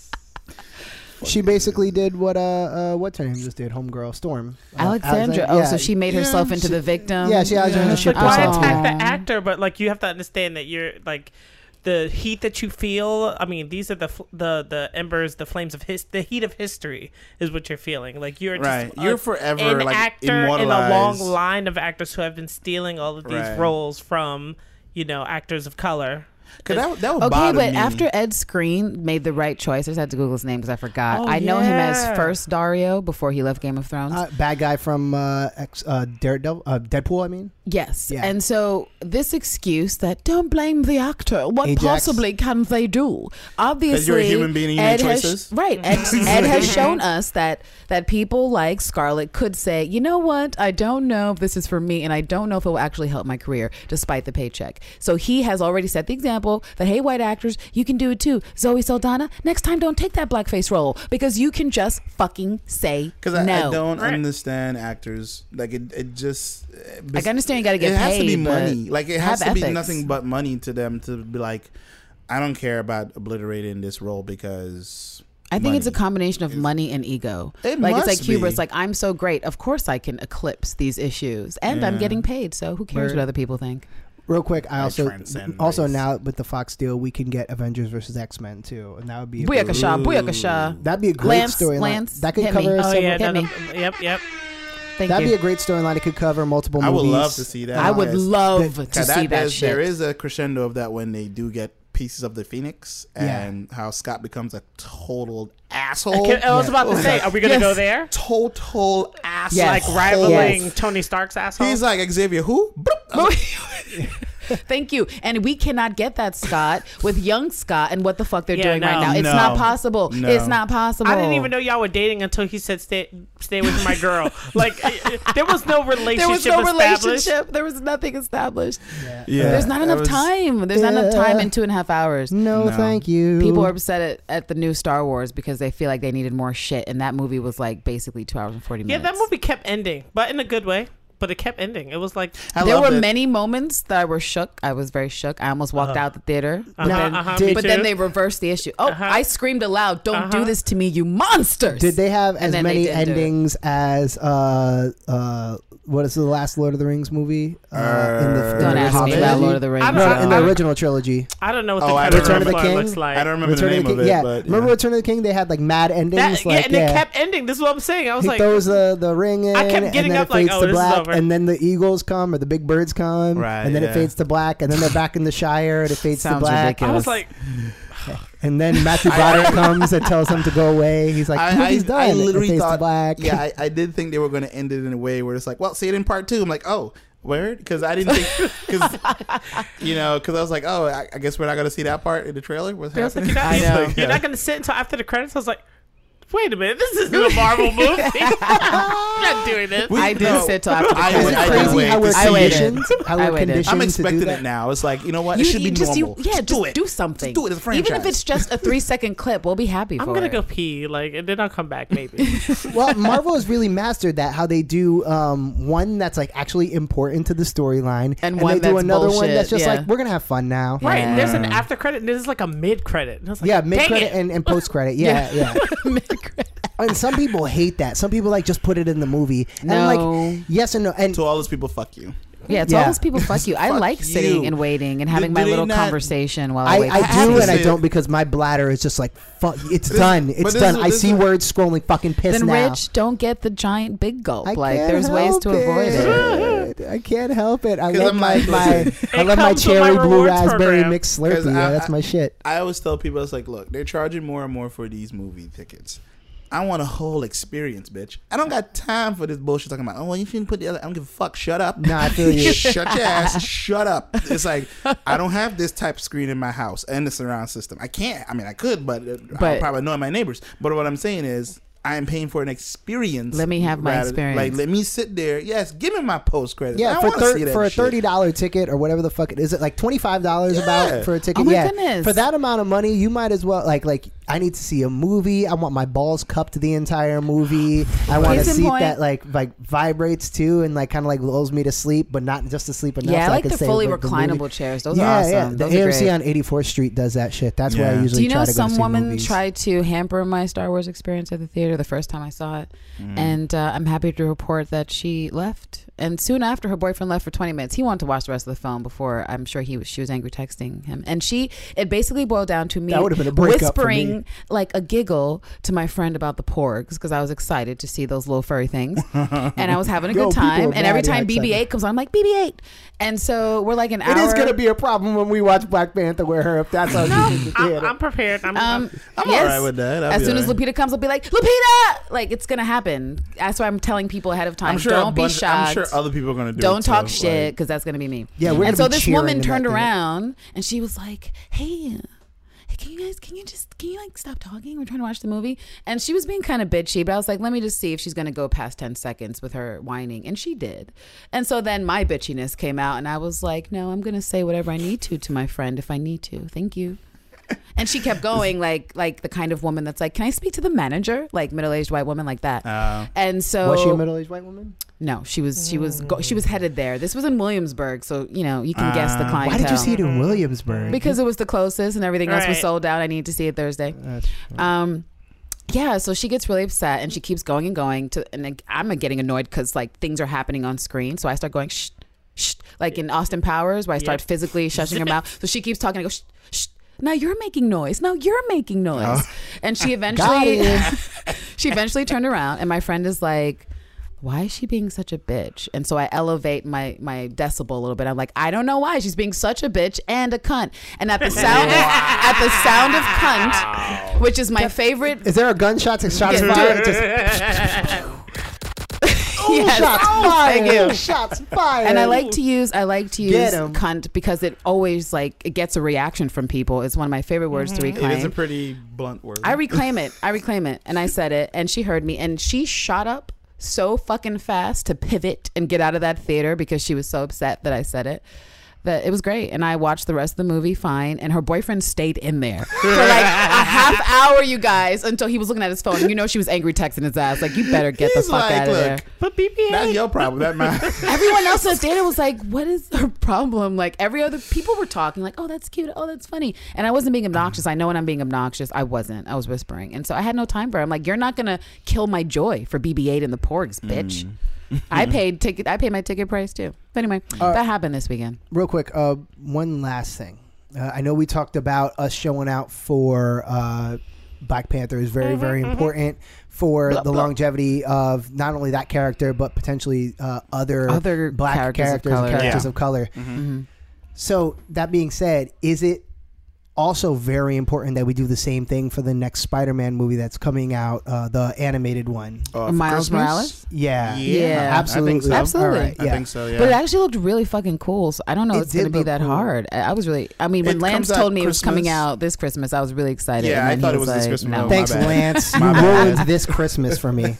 A: Oh. She
D: is this?
A: basically did what uh, uh what's her name just did Homegirl Storm Uh,
B: Alexandra. Oh,
A: yeah.
B: so she made
D: Yeah,
B: herself into
D: she-
B: the victim.
A: yeah she Alexandra
D: Yeah.
A: yeah.
D: It's
C: like
A: shipped
C: why
A: herself.
C: attack
A: to-
C: the actor but like you have to understand that you're like the heat that you feel i mean these are the fl- the the embers the flames of his the heat of history is what you're feeling like you're just
D: Right,
C: a-
D: you're forever
C: an
D: like
C: actor in a long
D: immortalized.
C: line of actors who have been stealing all of these
D: Right.
C: roles from you know actors of color
D: 'Cause that, that would
B: Okay,
D: bother
B: but
D: me.
B: after Ed Screen made the right choice, I just had to Google his name because I forgot.
C: Oh,
B: I know him
C: yeah.
B: as first Dario before he left Game of Thrones.
A: uh, bad guy from uh, ex, uh, Daredevil, uh, Deadpool. I mean,
B: yes,
A: yeah.
B: and so this excuse that don't blame the actor. What
A: Ajax.
B: possibly can they do? Obviously,
D: human being and you
B: Ed
D: make
B: has-
D: choices.
B: right?
D: *laughs*
B: Ed, Ed has shown us that that people like Scarlett could say, you know what? I don't know if this is for me, and I don't know if it will actually help my career, despite the paycheck. So he has already set the example that hey, white actors, you can do it too. Zoe Saldana, next time don't take that blackface role because you can just fucking say
D: Because
B: no.
D: I, I don't
C: Right.
D: understand actors. Like it, it just. I
B: can understand you gotta get
D: It has to be
B: paid, but
D: money. Like it has to
B: have
D: be
B: ethics.
D: nothing but money to them to be like, I don't care about obliterating this role because.
B: I think it's a
D: money."
B: combination of money and ego.
D: It
B: like it's
D: must
B: like hubris.
D: be.
B: Like I'm so great, of course I can eclipse these issues, and I'm
D: Yeah.
B: getting paid. So who cares
A: Word.
B: what other people think?
A: real quick, I
D: I
A: also
D: transcend
A: also
D: race.
A: now with the Fox deal, we can get Avengers versus X Men too, and that would be a great,
B: Booyakasha,
D: Ooh.
B: booyakasha.
A: that'd be a great
B: Lance,
A: storyline.
B: Lance,
A: that could
B: hit me.
A: cover.
B: Oh,
C: oh
A: several-
C: yeah
B: hit
C: no,
B: me.
C: no, yep yep
B: Thank
A: that'd
B: you.
A: be a great storyline. It could cover multiple.
D: I would
A: movies.
D: love to see that.
B: I would
D: Yes.
B: love
A: The-
B: to
D: Yeah,
B: see that
D: there's-
B: shit.
D: There is a crescendo of that when they do get pieces of the Phoenix
A: Yeah.
D: and how Scott becomes a total asshole.
C: Can- i was about to
D: Yeah.
C: say are we gonna
B: Oh, Yes.
C: go there
D: total asshole.
B: Yes.
C: like rivaling
B: Yes.
C: tony stark's asshole
D: He's like Xavier. Who? Bloop.
B: Thank you. And we cannot get that Scott with young Scott and what the fuck they're
C: Yeah,
B: doing right
C: no.
B: now. It's
D: No.
B: not possible.
D: No.
B: It's not possible.
C: I didn't even know y'all were dating until he said stay stay with my girl. like *laughs* eh, eh, there was no relationship.
B: There was no
C: established.
B: relationship. There was nothing established.
D: Yeah,
B: There's not
D: that
B: enough
D: was-
B: time. There's not enough time in two and a half hours.
A: No,
D: No.
A: thank you.
B: People are upset at, at the new Star Wars because they feel like they needed more shit, and that movie was like basically two hours and forty
C: Yeah,
B: minutes.
C: that movie kept ending, but in a good way. But it kept ending. It was like
D: I
B: there
D: loved
B: were
D: it.
B: many moments that I were shook. I was very shook. I almost walked out the theater. But,
C: Uh-huh,
B: then,
C: uh-huh,
A: did-
C: me
B: but then
C: too.
B: they reversed the issue. Oh,
C: Uh-huh.
B: I screamed aloud, "Don't do
C: Uh-huh.
B: this to me, you monsters!"
A: Did they have as
B: then they
A: many
B: didn't do it.
A: endings as uh uh what is the last Lord of the Rings movie? Uh, in the, in
B: Don't
A: the
B: ask me
A: Hobbit
B: about
A: trilogy?
B: Lord of the Rings.
C: I
A: No,
C: don't-
A: no, in the
C: I-
A: original trilogy.
C: I don't know what the
D: Oh, I
C: credit
A: Return of the
C: report
A: King?
C: looks like.
D: I don't remember
A: Return
D: the name
A: of the King.
D: of it.
A: yeah,
D: but,
A: remember Return of the King? They had like mad endings.
C: That, yeah,
A: like,
C: and it kept ending. This is what I'm saying. I was
A: he
C: like,
A: throws the, the ring in.
C: I kept
A: and
C: getting
A: then
C: up
A: it
C: like,
A: fades
C: oh,
A: to
C: this is
A: black,
C: over.
A: and then the eagles come or the big birds come,
D: Right,
A: and then it
D: yeah.
A: fades to black, and then they're back in the Shire, and it fades to
B: Sounds
A: black,
C: I
B: ridiculous.
C: was like,
A: and then Matthew
D: I-
A: Broderick comes and tells him to go away. He's like,
D: I,
A: "Movie's
D: I-
A: done."
D: I
A: and it
D: literally
A: fades
D: thought,
A: to black.
D: yeah, I, I did think they were going to end it in a way where it's like, well, see it in part two. I'm like, oh, where? Because I didn't think,
A: *laughs*
D: because you know, because I was like, oh, I, I guess we're not going to see that part in the trailer. What's
C: I was like,
D: happening?
C: you're not,
D: *laughs*
B: I know.
C: you're not gonna sit until after the credits. I was like, wait a minute, this isn't a Marvel movie. *laughs* I'm not doing this.
D: We-
B: I did
D: no.
B: sit till after the
D: I
B: credits.
D: went- I
B: Crazy
D: did wait
A: how
D: to
A: we're
D: see it.
A: conditioned. How
B: I
A: we're
B: waited.
A: conditioned
D: I'm
A: to do
D: expecting
A: that.
D: it now. It's like, you know what? it should be
B: just
D: normal.
B: yeah,
D: Just
B: just
D: do it.
B: something.
D: do it as a
B: Even if
D: franchise.
B: it's just a three second clip, we'll be happy.
C: I'm
B: for
C: gonna
B: it. *laughs*
C: go pee, like, and then I'll come back maybe.
A: well, Marvel has really mastered that. How they do um, one that's like actually important to the storyline,
B: And one
A: they do
B: that's
A: another one
B: bullshit,
A: that's just
B: yeah.
A: like we're gonna have fun now.
C: Right.
B: Yeah.
C: There's an after credit. And there's like a mid credit. And I was like,
A: Yeah,
C: dang
A: mid credit
C: it.
A: and, and post credit. Yeah, yeah. and some people hate that. Some people like just put it in the movie. And I'm
B: No.
A: like yes and no. And
D: To all those people, fuck you.
B: Yeah, it's
A: Yeah.
B: all those people.
A: *laughs*
B: Fuck you. I
D: Fuck
B: like sitting
D: you.
B: and waiting and
D: Do-
B: having
D: do
B: my
D: they
B: little
D: not-
B: conversation while I,
A: I,
B: wait.
A: I
D: have
A: do
D: to
A: and I
D: say-
A: don't because my bladder is just like fuck. It's
D: This-
A: done.
D: but
A: It's
D: this
A: done.
D: is-
A: I
D: this
A: see
D: is-
A: words scrolling. Fucking piss
B: then
A: now.
B: rich, don't get the giant big gulp.
A: I
B: like
A: can't
B: there's ways to
A: help
B: avoid it.
A: it. *laughs* I can't help it. I
D: 'Cause
A: love
D: I'm
A: my,
D: like,
A: my
D: listen,
A: I
C: it
A: love my
C: comes with
A: cherry
C: my
A: blue
C: rewards
A: raspberry
C: program.
A: mixed slurpee.
D: 'Cause I-
A: yeah, that's
D: I-
A: my shit.
D: I always tell people, it's like, look, they're charging more and more for these movie tickets. I want a whole experience, bitch. I don't got time for this bullshit talking about, oh, well, you shouldn't put the other. I don't give a fuck. Shut up.
A: Nah, I feel you.
D: *laughs* shut your ass. Shut up. It's like, I don't have this type of screen in my house and the surround system. I can't. I mean, I could, but, uh, I
B: But-
D: would probably annoy my neighbors. But what I'm saying is, I am paying for an experience.
B: Let me have my
D: Like,
B: experience.
D: let me sit there. Yes, give me my post credit.
A: Yeah,
D: I
A: for
D: don't wanna see
A: thir-
D: that
A: for a
D: shit.
A: thirty dollar ticket or whatever the fuck it is, it like twenty five dollars
D: Yeah.
A: about for a ticket.
B: Oh my
A: yeah,
B: goodness.
A: for that amount of money, you might as well like like I need to see a movie. I want my balls cupped the entire *sighs* movie. I want a
B: Case in
A: seat
B: point.
A: that like like vibrates too and like kind of like lulls me to sleep, but not just to sleep enough.
B: Yeah, I
A: so
B: like
A: can
B: the
A: stay
B: fully
A: awake the
B: reclinable
A: movie.
B: chairs. Those
A: yeah,
B: are awesome.
A: yeah. The
B: Those are
A: AMC
B: great.
A: on 84th Street does that shit. That's where I
D: Yeah.
A: usually
B: Do you know
A: try to go
B: some
A: to see
B: woman
A: movies.
B: tried to hamper my Star Wars experience at the theater the first time I saw it,
A: Mm.
B: and uh, I'm happy to report that she left. And soon after, her boyfriend left for 20 minutes. He wanted to watch the rest of the film before I'm sure he was. She was angry texting him, and she it basically boiled down to me
A: That would've been a breakup for me.
B: whispering like a giggle to my friend about the porgs because I was excited to see those little furry things, and
A: *laughs*
B: I was having a
A: Yo,
B: good
A: people are
B: time. And every
A: mad at
B: time
A: each other.
B: BB-8 comes on, I'm like BB-8, and so we're like an hour.
A: It is gonna be a problem when we watch Black Panther with her if that's how she did the
C: I'm,
A: theater.
C: I'm prepared. I'm,
B: Um,
D: I'm
B: yes.
D: alright with that. I'll
B: as
D: be
B: soon as
D: alright.
B: Lupita comes, I'll be like, Lupita! Like, it's going to happen. That's why I'm telling people ahead of time.
D: I'm sure a
B: Don't be
D: bunch-
B: shocked.
D: I'm sure other people are gonna do.
B: Don't
D: it
B: talk
D: too.
B: shit
D: Like,
B: because that's going to be me.
A: Yeah, we're gonna
B: And so
A: be
B: this
A: cheering
B: woman
A: in that
B: turned
A: theater.
B: around and she was like, hey, hey, can you guys, can you just, can you like stop talking? We're trying to watch the movie. And she was being kind of bitchy, but I was like, let me just see if she's going to go past 10 seconds with her whining. And she did. And so then my bitchiness came out and I was like, no, I'm going to say whatever I need to to my friend if I need to. Thank you. And she kept going like like the kind of woman that's like, can I speak to the manager? Like middle aged white woman like that.
D: uh,
B: and so
A: Was she a middle aged white woman?
B: no, she was she was go- she was headed there. This was in Williamsburg, so you know you can guess the
D: Uh,
B: clientele.
A: Why did you see it in Williamsburg?
B: Because it was the closest, and everything else was
C: Right.
B: sold out. I need to see it Thursday.
A: That's-
B: Um, yeah, so she gets really upset and she keeps going and going to, and like, I'm getting annoyed because like things are happening on screen. So I start going shh, shh, like in Austin Powers, where I start
C: Yep.
B: physically shushing her mouth. So she keeps talking. I go shh, shh. Now you're making noise. Now you're making noise. And she eventually, *laughs* she eventually turned around, and my friend is like. Why is she being such a bitch? And so I elevate my my decibel a little bit. I'm like, I don't know why she's being such a bitch and a cunt. And at the sound at the sound of cunt, which is my favorite
A: Is there a gunshot to shots
B: Yeah,
A: fired?
B: dude.
A: Just, ooh,
B: *laughs* Yes.
A: shots
B: Oh,
A: fired.
B: thank you.
A: ooh, shots fired.
B: And I like to use I like to use
A: Get 'em.
B: cunt because it always like it gets a reaction from people. It's one of my favorite words to reclaim.
D: it is a pretty blunt word.
B: I reclaim it. I reclaim it. And I said it and she heard me and she shot up so fucking fast to pivot and get out of that theater because she was so upset that I said it. That it was great, and I watched the rest of the movie fine. And her boyfriend stayed in there for like a
D: *laughs*
B: half hour, you guys, until he was looking at his phone. You know she was angry texting his ass, like, "You better get
D: He's
B: the fuck
D: like,
B: out of
D: look,
B: there."
C: *laughs* but BB-8.
D: That's your problem.
B: *laughs*
D: That *laughs* matters.
B: everyone else in the theater was like, "What is her problem?" Like every other people were talking, like, "Oh, that's cute. Oh, that's funny." And I wasn't being obnoxious. I know when I'm being obnoxious, I wasn't. I was whispering, and so I had no time for. It. I'm like, "You're not gonna kill my joy for BB-8 and the Porgs,
D: Mm.
B: bitch."
D: *laughs*
B: I paid ticket. I paid my ticket price too. But anyway, that happened this weekend.
A: real quick. Uh, one last thing. Uh, I know we talked about us showing out for uh, Black Panther is
B: Mm-hmm,
A: very very important for the longevity of not only that character but potentially uh, other
B: Other
A: black characters,
B: characters of
A: and
B: color.
A: characters
B: Mm-hmm.
A: of color.
D: Yeah.
A: So that being said, is it also very important that we do the same thing for the next Spider-Man movie that's coming out, uh, the animated one?
D: Uh, for
B: Miles
D: Christmas?
B: Morales?
A: Yeah,
B: Yeah.
A: absolutely,
D: I think so.
B: Absolutely.
A: All right,
D: I
A: yeah.
D: think so. Yeah.
B: But it actually looked really fucking cool. So I don't know.
A: It
B: it's gonna
A: did
B: be
A: look
B: that
A: cool.
B: hard. I, I was really. I mean, when
D: It
B: Lance
D: comes out
B: told me it was coming
D: Christmas.
B: out this Christmas, I was really excited.
D: Yeah,
B: And
D: I
B: then
D: thought
B: he
D: it was this Christmas,
B: No.
D: but
A: Thanks,
D: My bad.
A: Lance. You
D: My bad.
A: ruined this Christmas for
D: *laughs*
A: me.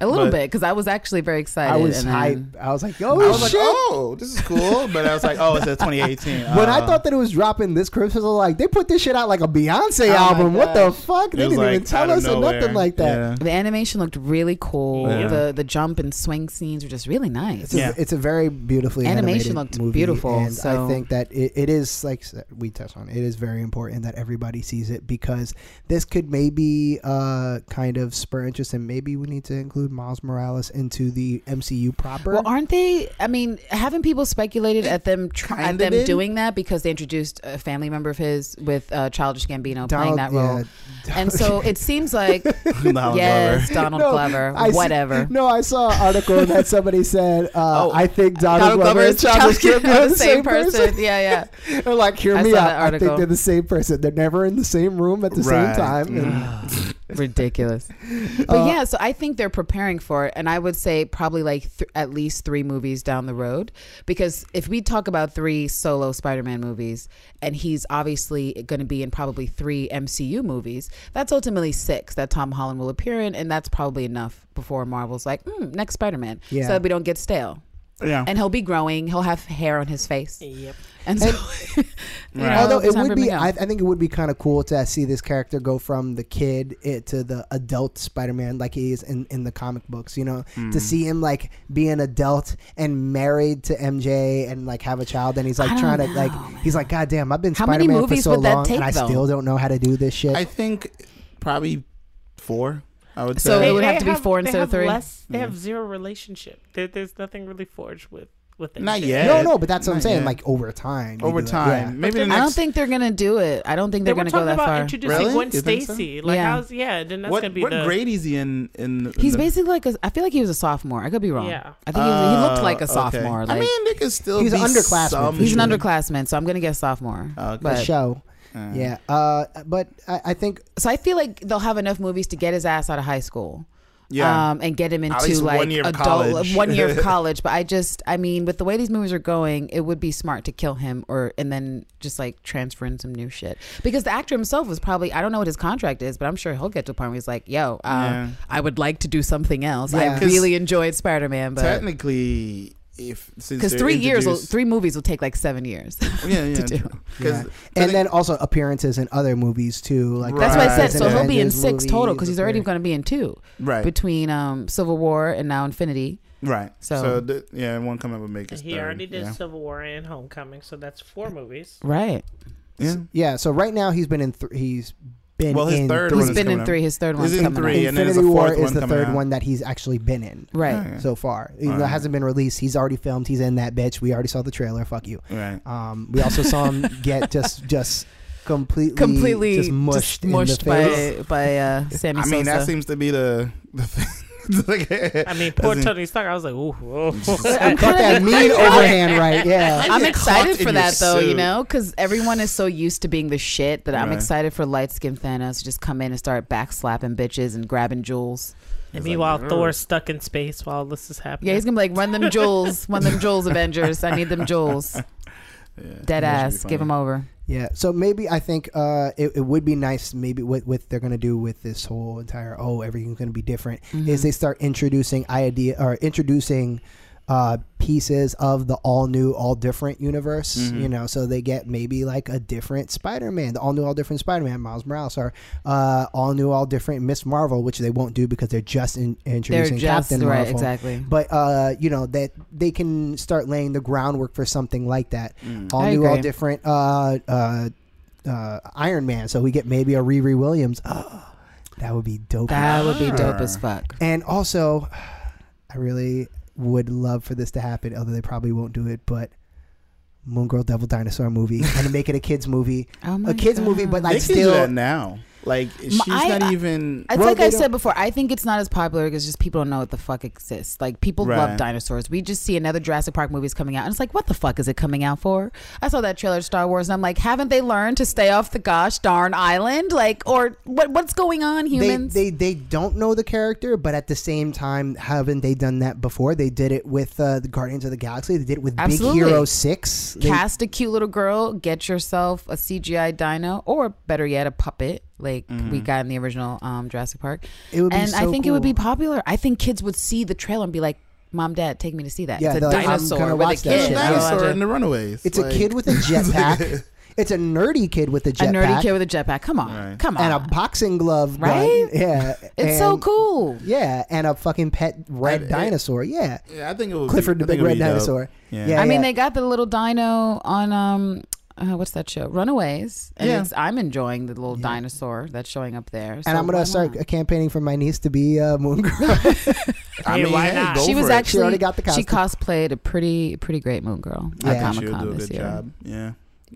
B: A little
D: But-
B: bit because I was actually very excited.
A: I was
B: and then-
A: hype. I was like, "Yo,
D: I was like,
A: shit!"
D: oh, this is cool. But I was like, oh,
B: *laughs*
D: it's a 2018.
A: When I
D: Uh,
A: thought that it was dropping this Christmas, I was like, "They put this shit out like a Beyonce
D: Oh my
A: album. What the
D: gosh.
A: fuck?
D: it
A: They didn't
D: was
A: even
D: like
A: tell
D: out of
A: us or nothing
D: nowhere.
A: like that."
D: Yeah.
B: The animation looked really cool.
D: Yeah.
B: The the jump and swing scenes were just really nice.
A: It's,
D: Yeah.
A: a, it's a very beautifully
B: Animation
A: animated
B: looked
A: movie,
B: beautiful,
A: and I
B: so-
A: think that it, it is like s- we touched on. It is very important that everybody sees it because this could maybe uh, kind of spur interest, and maybe we need to include Miles Morales into the MCU proper.
B: Well, aren't they? I mean, haven't people speculated at them tr- at
D: Kinda
B: them
D: did.
B: doing that because they introduced a family member of his with uh, Childish Gambino playing
A: Donald-
B: that role,
A: yeah.
B: and so it seems like
D: *laughs*
B: *laughs*
D: Donald
B: yes, Donald
A: No,
B: Glover,
A: I see-
B: whatever.
A: *laughs* no, I saw an article that somebody said, uh,
B: Oh,
A: I think Donald,
B: Donald Glover
A: Glover and
B: is
A: Childish Gambino
B: the same person. Yeah, yeah.
A: They're like, hear
B: I
A: me
B: saw
A: out.
B: that
A: I think
B: article.
A: they're the same person. They're never in the same room at the same
D: Right.
A: time. And
D: *sighs*
A: *laughs*
B: ridiculous but
A: Uh,
B: yeah so i think they're preparing for it and i would say probably like th- at least three movies down the road because if we talk about three solo spider-man movies and he's obviously going to be in probably three mcu movies that's ultimately six that tom holland will appear in and that's probably enough before marvel's like mm, next spider-man
A: Yeah.
B: so that we don't get stale
D: Yeah.
B: and he'll be growing. He'll have hair on his face,
C: Yep.
B: and
A: *laughs*
B: so *laughs* you
D: Right.
B: know,
A: Although it
B: it's not
A: would be,
B: Bermuda.
A: I, I think it would be kind of cool to see this character go from the kid it, to the adult Spider-Man, like he is in, in the comic books. You know,
D: Hmm.
A: to see him like be an adult and married to MJ and like have a child, and he's like
B: I don't
A: trying to
B: know,
A: like he's like, God damn, I've been
B: How many
A: Spider-Man for
B: movies
A: so
B: would that
A: long,
B: take,
A: and I
B: though?
A: still don't know how to do this shit.
D: I think probably four. I would
B: So
D: say.
B: it would have to be four
C: they
B: instead of
C: have
B: three?
C: Less, they
D: Mm.
C: have zero relationship. There, there's nothing really forged with with them.
D: Not yet.
A: no, no, but that's what I'm
D: Not
A: saying.
D: yet.
A: Like over time, you
D: over
A: do it.
D: time,
A: Yeah.
C: But
D: maybe the
C: then-
B: I don't
D: next.
B: think they're gonna do it. I don't think they're
C: They
B: gonna
C: were
B: go
C: talking
B: that
C: about
B: far.
C: introducing
D: Really?
C: Gwen
D: You think so?
C: Stacy. Like,
B: Yeah.
C: how's yeah? Then that's gonna
D: What,
C: be
D: what
C: the
D: grade is he in? In, in
B: He's
D: the,
B: basically like a. I feel like he was a sophomore. I could be wrong.
C: Yeah.
B: I think he, was- he looked
D: Uh,
B: like a
D: okay.
B: sophomore. Like
D: I mean, niggas still
A: He's
D: be
A: an underclassman
D: some
A: for
B: he's an
A: sure.
D: shit.
B: underclassman, so I'm gonna guess sophomore.
D: Okay.
A: The
B: But-
A: show,
D: Uh,
A: yeah. Uh, but I, I think
B: So I feel like they'll have enough movies to get his ass out of high school.
D: yeah.
B: um, and get him
D: At
B: into
D: least
B: like
D: one year of
B: adult uh,
D: college.
B: one year of
D: *laughs*
B: college. But I just, I mean, with the way these movies are going, it would be smart to kill him or and then just like transfer in some new shit because the actor himself was probably I don't know what his contract is, but I'm sure he'll get to a point where he's like, "Yo, uh,
D: Yeah.
B: I would like to do something else.
A: Yeah.
B: I
D: 'Cause
B: really enjoyed Spider Man, but."
D: Technically, if since
B: Because
D: they're
B: three years, will,
D: introduced-
B: three movies will take like seven years.
D: yeah,
B: *laughs*
D: yeah,
B: to do.
D: true. 'Cause
A: Yeah.
D: I
A: and
D: think-
A: then also appearances in other movies too. Like
B: That's
D: Right.
B: what I said. So he'll be in
A: Avengers
B: six total
A: movies,
B: because he's already
A: appearances.
B: going to be in two
D: right,
B: between um, Civil War and now Infinity.
D: right. So,
B: So-
D: th- yeah, one coming would make us.
C: He
D: third,
C: already did
D: Yeah.
C: Civil War and Homecoming, so that's four
D: *laughs*
C: movies.
B: Right.
D: yeah.
A: Yeah, so right now he's been in th- he's been
D: Well, his
A: in
D: third
A: three.
D: one
B: He's
D: is
B: been
D: coming
B: in
D: up.
B: three. His third
D: He's
B: one's
D: in
B: coming up.
D: three, and then there's
A: Infinity
D: a
A: War
D: fourth
A: is
D: one
A: the
D: coming
A: third
D: out.
A: one that he's actually been in
B: Right.
D: Yeah.
A: so far. Even though it
D: Alright.
A: hasn't been released, he's already filmed. He's in that bitch. We already saw the trailer. Fuck you.
D: Right.
A: Um, we also saw
D: *laughs*
A: him get just just completely
B: completely
A: just mushed,
B: just mushed
A: in the face.
B: by by uh, Sammy
D: I mean, that
B: Sosa.
D: seems to be the the *laughs* thing.
C: I mean, poor
D: Doesn't-
C: Tony Stark. I was like, ooh, whoa.
A: Got
B: *laughs*
A: that mean overhand right. Yeah.
D: *laughs*
B: I'm
D: You're
B: excited
D: clocked
B: for
D: in
B: that
D: your
B: though, you
D: suit.
B: know, because everyone is so used to being the shit that I'm
D: Right.
B: excited for light skinned Thanos to just come in and start back slapping bitches and grabbing jewels.
C: And meanwhile, Thor's stuck in space while this is happening.
B: Yeah, he's gonna be like, run them jewels, run them jewels, Avengers. I need them
D: *laughs*
B: jewels. Dead ass, give them over.
A: Yeah. So maybe I think uh, it, it would be nice. Maybe what, what they're gonna do with this whole entire oh everything's gonna be different
B: Mm-hmm.
A: is they start introducing idea or introducing uh, pieces of the all new, all different universe.
B: Mm-hmm.
A: You know, so they get maybe like a different Spider Man, the all new, all different Spider Man, Miles Morales, or uh, all new, all different Miss Marvel, which they won't do because they're just in,
B: They're
A: introducing
B: just
A: Captain
B: right,
A: Marvel
B: exactly.
A: but uh, you know that they can start laying the groundwork for something like that. All
B: I
A: new, all
B: agree.
A: different. Uh, uh, uh, Iron Man. So we get maybe a Riri Williams. Oh, that would be dope.
B: That would be dope
D: Sure.
B: as fuck.
A: and also, I really would love for this to happen. Although they probably won't do it, but. Moon Girl Devil Dinosaur
B: *laughs*
A: movie and make it a kids movie,
B: Oh my
A: a kids
B: God.
A: movie, but
D: They
A: like
D: can do that
A: still
D: now. Like she's
B: I-
D: not even.
B: It's
A: Well,
B: like
A: they
B: I
A: don't-
B: said before. I think it's not as popular because just people don't know what the fuck exists. Like people
D: Right.
B: love dinosaurs. We just see another Jurassic Park movie is coming out, and it's like, what the fuck is it coming out for? I saw that trailer to Star Wars, and I'm like, haven't they learned to stay off the gosh darn island? Like, or what? What's going on,
A: they,
B: humans?
A: they they don't know the character, but at the same time, haven't they done that before? They did it with uh, the Guardians of the Galaxy. They did it with
B: Absolutely.
A: Big Hero Six. They-
B: Cast a cute little girl, get yourself a CGI dino, or better yet, a puppet like we got in the original um, Jurassic Park.
A: It would be
B: and I
A: so
B: think it would be
A: cool.
B: popular. I think kids would see the trailer and be like, "Mom, Dad, take me to see that."
A: Yeah,
B: it's
A: they're
B: a
A: like, "I'm gonna
B: dinosaur with a
A: watch that
B: kid.
D: It's a
A: shit.
B: I don't
D: dinosaur
B: watch it.
D: in the Runaways.
A: it's
D: Like,
A: a kid with a
B: *laughs*
A: jetpack. it's a nerdy kid with a
B: a
A: jetpack.
B: nerdy kid with a jetpack. Come on,
D: Right.
B: come on.
A: and a boxing glove. gun.
B: Right?
A: Yeah.
B: it's so
A: and-
B: cool.
A: Yeah, and a fucking pet red
D: I- I-
A: dinosaur. Yeah.
D: Yeah, uh, I think it would.
A: Clifford the
D: be, I
A: Big
D: think it would
A: Red
D: be dope.
A: Dinosaur.
D: Yeah.
A: Yeah.
B: I mean, they got the little dino on um, uh, what's that show? Runaways. And
D: Yeah.
B: it's, I'm enjoying the little dinosaur that's showing up there. so
A: And I'm
B: why
A: gonna
B: not?
A: start campaigning for my niece to be uh, Moon
B: *laughs*
A: Girl.
D: I
C: Hey,
D: mean,
C: why
D: hey,
C: not?
D: go
B: She was
D: for it.
B: actually
A: already got the
B: She cosplayed a pretty pretty great moon girl
A: Yeah. I
B: at
A: think
D: I
B: Comic
D: think she'll do
B: Con
D: a
B: this
D: good
B: year.
D: job. Yeah.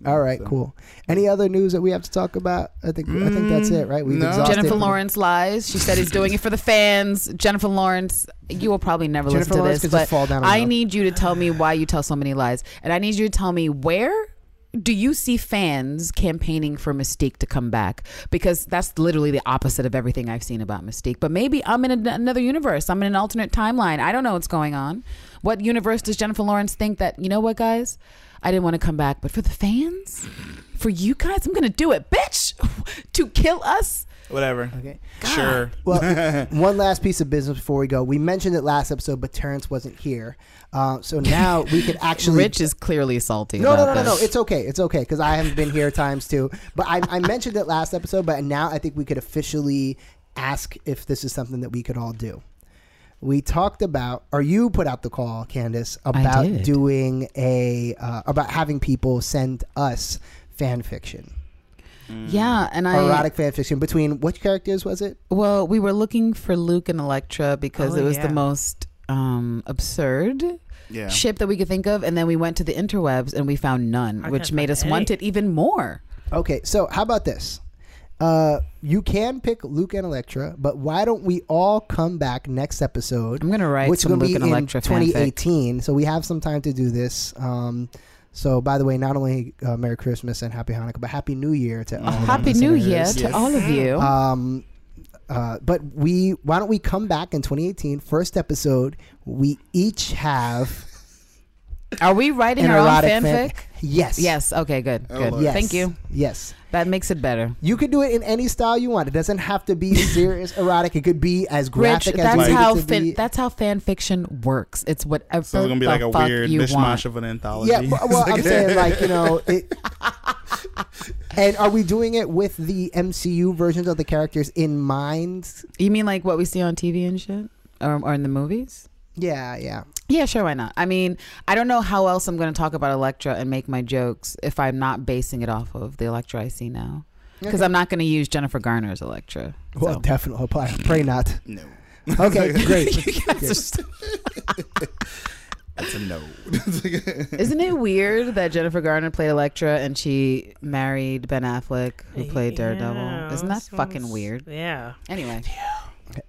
A: All right,
D: So-
A: cool. Any other news that we have to talk about? I think I think that's it, right? We've
D: Mm, No.
A: exhausted
B: Jennifer Lawrence lies. She said he's doing it for the fans. Jennifer Lawrence, you will probably never
A: Jennifer
B: listen to
A: Lawrence
B: this,
A: could
B: but
A: just fall down a
B: I
A: hill.
B: need you to tell me why you tell so many lies, and I need you to tell me where do you see fans campaigning for Mystique to come back? Because that's literally the opposite of everything I've seen about Mystique. But maybe I'm in a, another universe. I'm in an alternate timeline. I don't know what's going on. What universe does Jennifer Lawrence think that you know what, guys? I didn't want to come back, but for the fans, for you guys, I'm gonna do it, bitch. *laughs* to kill us
D: Whatever.
A: Okay.
D: Sure.
A: Well,
D: *laughs*
A: one last piece of business before we go. We mentioned it last episode, but Terrence wasn't here, uh,
B: *laughs*
A: so now we can actually.
B: Rich is clearly salty.
A: no, no,
B: about
A: no, no, no.
B: this.
A: It's okay. It's okay because I haven't been here times too. But I, I mentioned it last episode. But now I think we could officially ask if this is something that we could all do. We talked about, or you put out the call, Candace, about
B: did.
A: doing a uh, about having people send us fan fiction,
D: Mm.
B: yeah, and I
A: erotic fan fiction between which characters was it?
B: Well, we were looking for Luke and Electra because
C: Oh,
B: it was
C: yeah.
B: the most um, absurd
D: Yeah.
B: ship that we could think of, and then we went to the interwebs and we found none,
C: I
B: which
C: can't
B: made
C: find
B: us
C: any.
B: want it even more.
A: Okay, so how about this? Uh, you can pick Luke and Electra, but why don't we all come back next episode?
B: I'm gonna write
A: which
B: some
A: will
B: Luke
A: be
B: and
A: in
B: Electra fanfic.
A: 2018. So we have some time to do this. Um, so by the way, not only uh, Merry Christmas and Happy Hanukkah, but Happy New Year to all.
B: A
A: of our
B: Mm-hmm. happy New Year
A: listeners.
B: to
D: Yes.
B: all of you.
A: Um, uh, but we why don't we come back in 2018? First episode, we each have
B: *laughs* Are we writing
A: an
B: our own
A: erotic
B: fanfic?
A: Yes.
B: Yes. Okay. Good.
D: Oh,
B: Good.
D: Lord.
A: Yes.
B: Thank you.
A: Yes.
B: That makes it better.
A: You could do it in any style you want. It doesn't have to
B: *laughs*
A: be serious erotic. It could be as
B: Rich,
A: graphic as
B: that's
A: you need
B: how
A: it to
B: fan,
A: be.
B: that's how fan fiction works. It's whatever
D: So it's gonna be
B: the
D: like a
B: fuck
D: weird
B: you
D: mishmash
B: want.
D: of an anthology.
A: yeah. Well, well, I'm *laughs* saying like you know. It, and are we doing it with the MCU versions of the characters in mind?
B: You mean like what we see on TV and shit, or, or in the movies?
A: Yeah, yeah.
B: Yeah, sure, why not? I mean, I don't know how else I'm going to talk about Electra and make my jokes if I'm not basing it off of the Electra I see now. Because I'm not going to use Jennifer Garner's Electra.
A: Well, *laughs*
B: so.
A: definitely. Pray, pray not.
D: *laughs* no.
A: *laughs* Okay, great.
D: That's a no.
B: Isn't it weird that Jennifer Garner played Electra and she married Ben Affleck, who played Daredevil?
C: Yeah,
B: Isn't that
C: sounds-
B: fucking weird?
C: Yeah.
B: Anyway,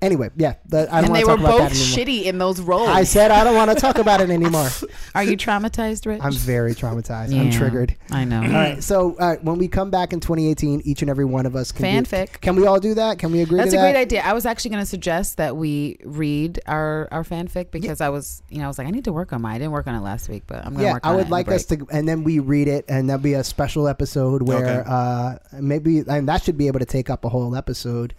A: Anyway, yeah. That, I don't
B: and
A: want
B: they
A: to
B: were
A: talk about
B: both
A: that anymore.
B: shitty in those roles.
A: I said I don't want to talk about it
B: *laughs*
A: anymore.
B: Are you traumatized, Rich?
A: I'm very traumatized. I'm
B: Yeah,
A: triggered.
B: I
A: All
B: know.
A: right. So all right, when we come back in 2018, each and every one of us can do-
B: Fanfic.
A: can we all do that? Can we agree
B: That's
A: to
B: a
A: that?
B: great idea. I was actually going to suggest that we read our our fanfic because I was, you know, I was like, I need to work on mine. I didn't work on it last week, but I'm going to
A: Yeah,
B: work on
A: I
B: it.
A: would
B: in the
A: like us
B: break.
A: to, and then we read it, and that'll be a special episode where
D: Okay.
A: uh, maybe, and that should be able to take up a whole episode.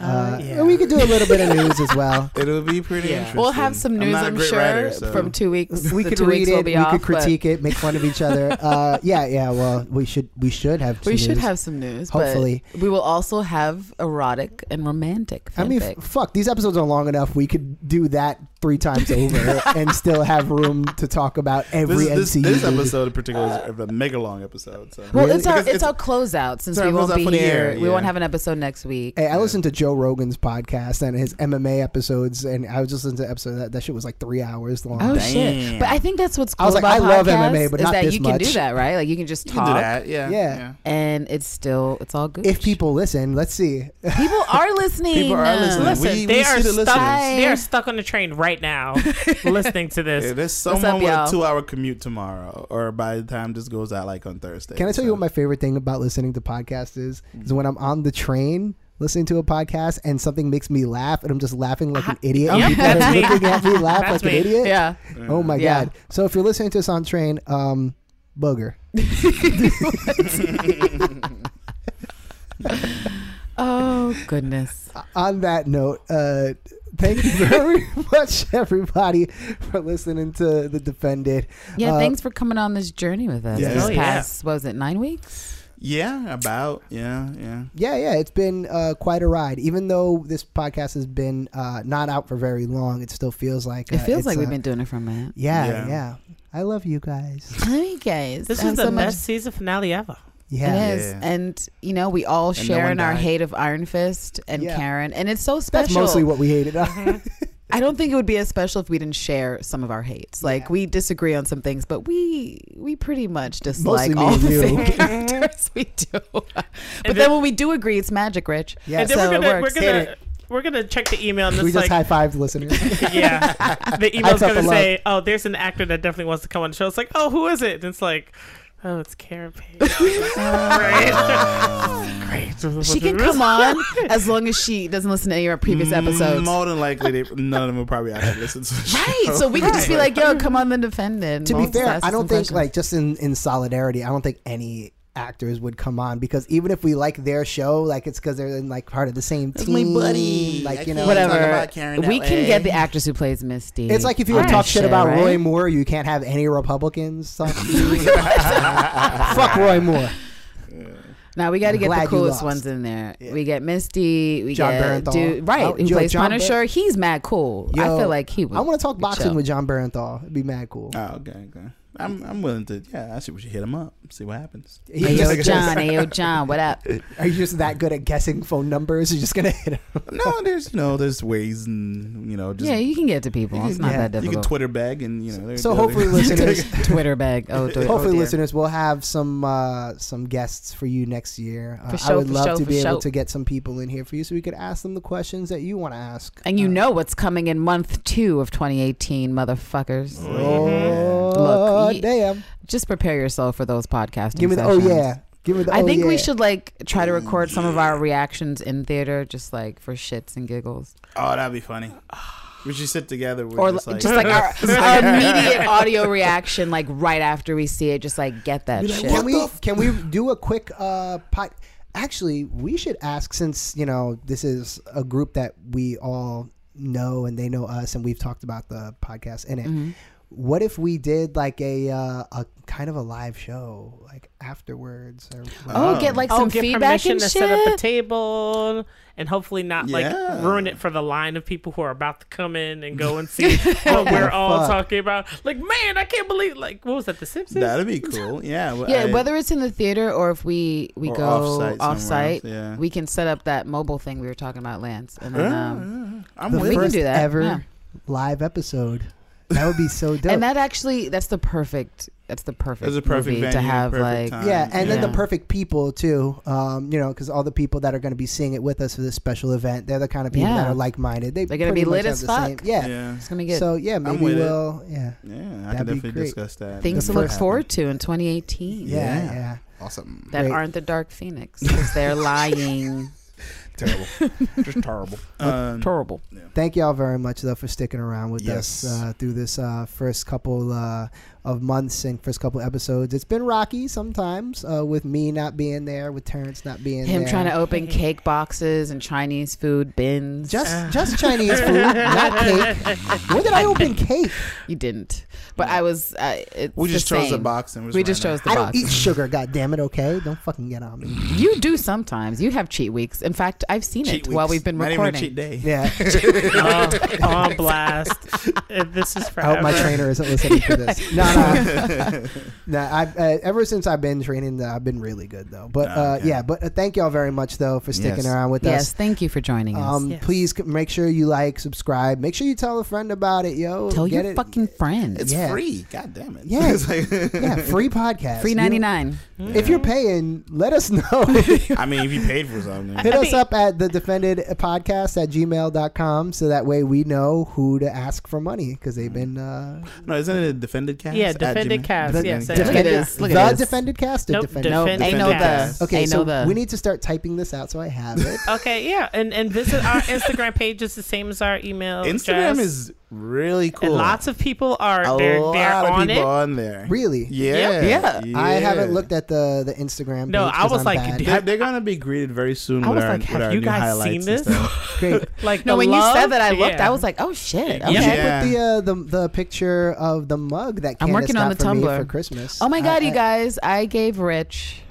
A: Uh,
C: yeah.
A: and We could do a little bit of news as well.
D: It'll be pretty
C: Yeah.
D: interesting.
B: We'll have some
D: I'm
B: news,
D: not a
B: I'm,
D: great
B: sure,
D: writer, so-
B: from two
A: *laughs*
B: weeks.
A: We
B: *laughs* The
A: could
B: two
A: read
B: weeks will
A: it,
B: be
A: we
B: off,
A: could
B: but
A: critique it, make fun of each
B: *laughs*
A: other. Uh, yeah, yeah. Well, we should we should have. Some
B: We should
A: news.
B: have some news. but
A: Hopefully.
B: we will also have erotic and romantic fanfic.
A: I mean, f- fuck. These episodes are long enough. We could do that three times
B: *laughs*
A: over and still have room to talk about every
D: this, this,
A: MCU
D: this
A: movie.
D: episode in particular is a mega long episode. So.
B: well,
A: really?
B: it's our
D: Because
B: it's,
D: it's-
B: our closeout since
D: it's our
B: we won't
D: closeout
B: be
D: for the
B: here.
D: year,
B: We won't
D: yeah.
B: have an episode next week.
A: Hey, I listened to Joe Rogan's podcast and his MMA episodes, and I was just listening to episode that that shit was like three hours long.
B: Oh
D: Damn.
B: shit! But I think that's what's cool
A: I was like,
B: about
A: I love
B: podcasts
A: MMA, but
B: is
A: not
B: that
A: this
B: you can do
A: much.
B: that, right? Like you can just
D: You
B: talk.
D: can do that. Yeah.
A: Yeah.
B: and it's still it's all good.
A: if people listen, let's see.
B: people are listening, Uh,
D: People are listening.
C: Listen,
D: we,
C: they
D: we
C: are
D: see the
C: stuck.
D: listeners.
C: They are stuck on the train right
D: *laughs*
C: now, listening to
D: Yeah,
C: this.
D: there's
B: up,
D: someone with
B: y'all?
D: a two-hour commute tomorrow, or by the time this goes out, like on Thursday.
A: Can I tell
D: so-
A: you what my favorite thing about listening to podcasts is? Is when I'm on the train listening to a podcast and something makes me laugh, and I'm just laughing *laughs* like an idiot.
C: Uh-huh. Yep,
A: and people are
C: that's me.
A: looking
C: *laughs*
A: at me laugh
C: That's
A: like an
C: me.
A: idiot.
B: yeah,
A: Oh my
B: Yeah.
A: god! So if you're listening to us on train, um, booger.
B: oh goodness,
A: on that note, uh, thank you very *laughs* much, everybody, for listening to the Defended.
B: yeah.
A: Uh,
B: thanks for coming on this journey with us.
D: Yeah.
B: This
D: Oh,
C: yeah.
B: past what was it nine weeks?
D: Yeah, about yeah, yeah.
A: Yeah, yeah, it's been uh, quite a ride. Even though this podcast has been uh, not out for very long, it still feels like
B: It
A: uh,
B: feels
A: it's,
B: like
A: uh,
B: we've been doing it for
A: *laughs*
B: a minute.
A: Yeah, yeah,
D: Yeah.
A: I love you guys.
B: *laughs* Hi guys,
C: This
B: I
C: is
B: have
C: the
B: so much-
C: best season finale ever.
A: Yeah,
B: It is,
D: Yeah.
B: and you know we all
D: no
B: share
D: one
B: in our
D: died.
B: hate of Iron Fist and
A: Yeah.
B: Karen, and it's so special. Uh-huh.
A: that's mostly what we
B: *laughs*
A: hated.
B: I don't think it would be as special if we didn't share some of our hates. Like
A: Yeah.
B: we disagree on some things, but we we pretty much dislike
A: me
B: all
A: and
B: the
A: you.
B: same characters we do. but
C: And
B: then
C: it-
B: when we do agree, it's magic, Rich.
A: Yeah.
C: And then
B: so
C: we're
B: it
C: gonna we're
B: works.
A: Hit
C: gonna
A: it.
C: we're gonna check the email and
A: *laughs* we
C: it's
A: just
C: like
A: high fived
B: *laughs*
A: listeners.
C: yeah, the email's
A: Hypes up
C: gonna
A: a lot.
C: say oh there's an actor that definitely wants to come on the show. It's like oh who is it? And it's like oh it's Karen Page. Great, *laughs* great.
B: She can
D: *laughs*
B: come on as long as she doesn't listen to any of our
D: Mm,
B: previous episodes.
D: More than likely, they, none of them will probably actually listen
B: *laughs*
D: to. The show.
B: Right. So we could just be like, yo, come on the defendant.
A: to be fair, I don't think
B: like.
A: like just in in solidarity, I don't think any actors would come on because even if we like their show, like it's because they're in like part of the same
D: That's
A: team,
D: my buddy. I
A: Like you know,
D: can't
A: it's
D: talk
A: like-
B: Whatever.
D: about Karen that
B: we can get the
D: way.
B: actress who plays Misty.
A: It's like if you would
B: Alright,
A: talk shit about
B: right?
A: Roy Moore, you can't have any Republicans.
B: *laughs*
A: talk to you. *laughs* Fuck Roy Moore.
B: Now we got to get
A: Glad
B: the
A: you
B: coolest
A: lost.
B: ones in there. We get Misty. We
A: John
B: get
A: Bernthal.
B: dude, right?
A: Oh,
B: who
A: yo,
B: plays
A: John
B: Punisher?
A: Ber-
B: He's mad cool. I
A: Yo,
B: feel like he. Would,
A: I want to talk
B: would
A: boxing
B: chill.
A: with John Bernthal. It'd be mad cool.
D: Oh, okay, okay. I'm I'm willing to. Yeah, I should we should hit him up. See what happens.
A: He's
B: Hey,
A: just-
B: yo, John. Hey, yo, John. What up?
A: *laughs* Are you just that good at guessing phone numbers? You're just gonna hit him.
D: *laughs* No, there's you know there's ways and you know just
B: yeah, you can get to
D: *laughs*
B: people. It's not
A: yeah,
B: that
D: you can
B: difficult.
D: Twitter bag and you know. there-
A: So
D: there- *laughs*
A: hopefully,
B: *laughs*
A: listeners,
B: Twitter bag. Oh, Twitter.
A: hopefully,
B: oh, dear.
A: listeners, we'll have some uh, some guests for you next year. Uh,
B: For sure,
A: I would
B: for
A: love
B: sure,
A: to
B: for
A: be
B: sure.
A: able to get some people in here for you, so we could ask them the questions that you want to ask.
B: And you
A: Uh,
B: know what's coming in month two of 2018, motherfuckers.
A: Uh, Oh
B: Look, ye-
A: damn!
B: Just prepare yourself for those podcasting.
A: Give me the oh
B: sessions.
A: yeah. Give me the
B: I
A: oh,
B: think we
A: yeah.
B: should like try to record some of our reactions in theater, just like for shits and giggles,
D: Oh, that'd be funny. We should sit together. We're
B: or
D: just like,
A: *laughs*
B: our, our immediate audio reaction, like right after we see it, just like get that
A: Be like,
B: shit.
A: Can we can we do a quick uh pot? Actually, we should ask since you know this is a group that we all know and they know us, and we've talked about the podcast in it.
B: Mm-hmm.
A: What if we did like a uh, a kind of a live show like afterwards? Or
B: oh, get like
C: Oh,
B: some
C: give
B: feedback
C: permission
B: and
C: to
B: shit.
C: set up a table and hopefully not
D: Yeah.
C: like ruin it for the line of people who are about to come in and
B: *laughs*
C: go and see what we're all
A: Fuck.
C: talking about. Like, man, I can't believe like what was that, the Simpsons?
D: *laughs*
B: *laughs*
D: that'd be cool. Yeah. well,
B: yeah,
D: I-
B: whether it's in the theater or if we we
D: Or
B: go
D: off-site somewhere
B: offsite,
D: else, yeah.
B: we can set up that mobile thing we were talking about, Lance, and then
D: Yeah,
B: um,
D: yeah, I'm
A: the
D: with
B: we can
A: first
B: do that,
A: ever
B: yeah.
A: live episode. That would be so dope.
B: and that actually that's the perfect that's the perfect
D: That's a perfect
B: movie to
D: venue,
B: have like
D: perfect time.
A: yeah, and then the
B: Um, Yeah.
A: perfect people too. Um, you know, because all the people that are going to be seeing it with us for this special event, they're the kind of people that
B: Yeah.
A: are like minded. They
B: They're gonna
A: pretty
B: be lit
A: much
B: as
A: have the
B: fuck.
A: same- Yeah,
D: yeah.
B: it's gonna be good.
A: So yeah, maybe
D: with it.
A: we'll yeah.
D: Yeah, I
A: That'd
D: can
A: be
D: definitely
A: great.
D: discuss that.
B: things to
A: The
B: look
A: first-
B: forward to in 2018
A: Yeah,
D: Yeah.
A: yeah.
D: Awesome.
B: that
A: Wait.
B: aren't the Dark Phoenix because
A: *laughs*
B: they're lying.
D: terrible. Just terrible.
B: *laughs*
D: Um,
B: Terrible.
A: Thank y'all very much though for sticking around with us
D: Yes.
A: uh, through this uh, first couple uh, of months and first couple episodes. It's been rocky sometimes uh, with me not being there, with Terrence not being there.
B: Him trying to open cake boxes and Chinese food bins. *laughs*
A: just just Chinese food, not cake. When did I open cake?
B: you didn't, but I was. Uh, it's
D: we just
B: the
D: chose a
B: same.
D: box and
B: We just chose the
A: I don't
B: box.
A: eat sugar. God damn it. Okay, don't fucking get on me.
B: You do sometimes. You have cheat weeks. In fact, I've seen it while we've been
D: Not
B: recording.
D: Even a cheat day.
B: *laughs*
A: Yeah,
C: *laughs* Oh, on blast. Uh, this is
A: I hope
C: forever.
A: my trainer isn't listening to
B: *laughs*
A: this. No, no,
D: *laughs*
A: no. I, uh, ever since I've been training, uh, I've been really good though. But
D: Ah,
A: uh,
D: okay.
A: yeah, but uh, thank y'all very much though for sticking
D: Yes.
A: around with
B: yes,
A: us.
B: thank you for joining us.
A: Um,
C: Yes.
A: Please c- make sure you like, subscribe. Make sure you tell a friend about it, yo.
B: Tell
A: Get
B: your
A: it.
B: fucking friends.
D: It's
A: Yeah.
D: free. God damn it.
A: Yeah.
D: *laughs* It's like-
A: yeah, free podcast,
B: Free Mm-hmm.
A: You-
B: ninety nine.
A: If you're paying, let us *laughs*
B: *laughs*
A: know.
D: I mean, if you paid for something.
A: Hit
C: I
A: us
C: mean-
A: up at the defended podcast at gmail.com so that way we know who to ask for money because
D: Mm.
A: they've been uh,
D: No, isn't it a defended cast?
C: Yeah,
D: At
C: defended
D: Gmail?
C: cast,
D: Defended
C: yes,
D: cast.
B: Look at this. Look
A: the
B: at this.
A: defended cast or
C: Nope,
A: defended
B: No, ain't no the.
C: Defendcast.
A: okay
B: ain't
A: so
B: no the.
A: we need to start typing this out so i have it
C: Okay, yeah, and and visit our Instagram page. It's the same as our email.
D: Instagram
C: address.
D: is really cool.
C: And lots of people are
D: a
C: they're, they're
D: lot of
C: on
D: people
C: it.
D: on there.
A: really
D: Yeah.
B: Yeah.
A: i haven't
D: Yeah.
A: looked at the the instagram
C: No,
A: page
C: I
A: 'cause
C: was
A: I'm
C: like,
A: bad.
C: dude.
D: They're, they're gonna be greeted very soon.
C: I
D: with
C: was
D: our,
C: like,
D: with
C: have
D: our
C: you
D: new
C: guys
D: highlights
C: seen
D: and
C: this?
D: stuff. *laughs*
A: great
C: Like
B: No,
C: the
B: when
C: love,
B: you said that, I looked.
C: yeah.
B: I was like, oh shit.
C: Yeah.
A: You should
B: Okay.
D: Yeah.
A: put the, uh, the the picture of the mug that
B: I'm
A: Candace
B: working on
A: got
B: the
A: for me
B: Tumblr.
A: for Christmas.
B: Oh my
A: I-
B: god, you
A: I-
B: guys! I gave Rich.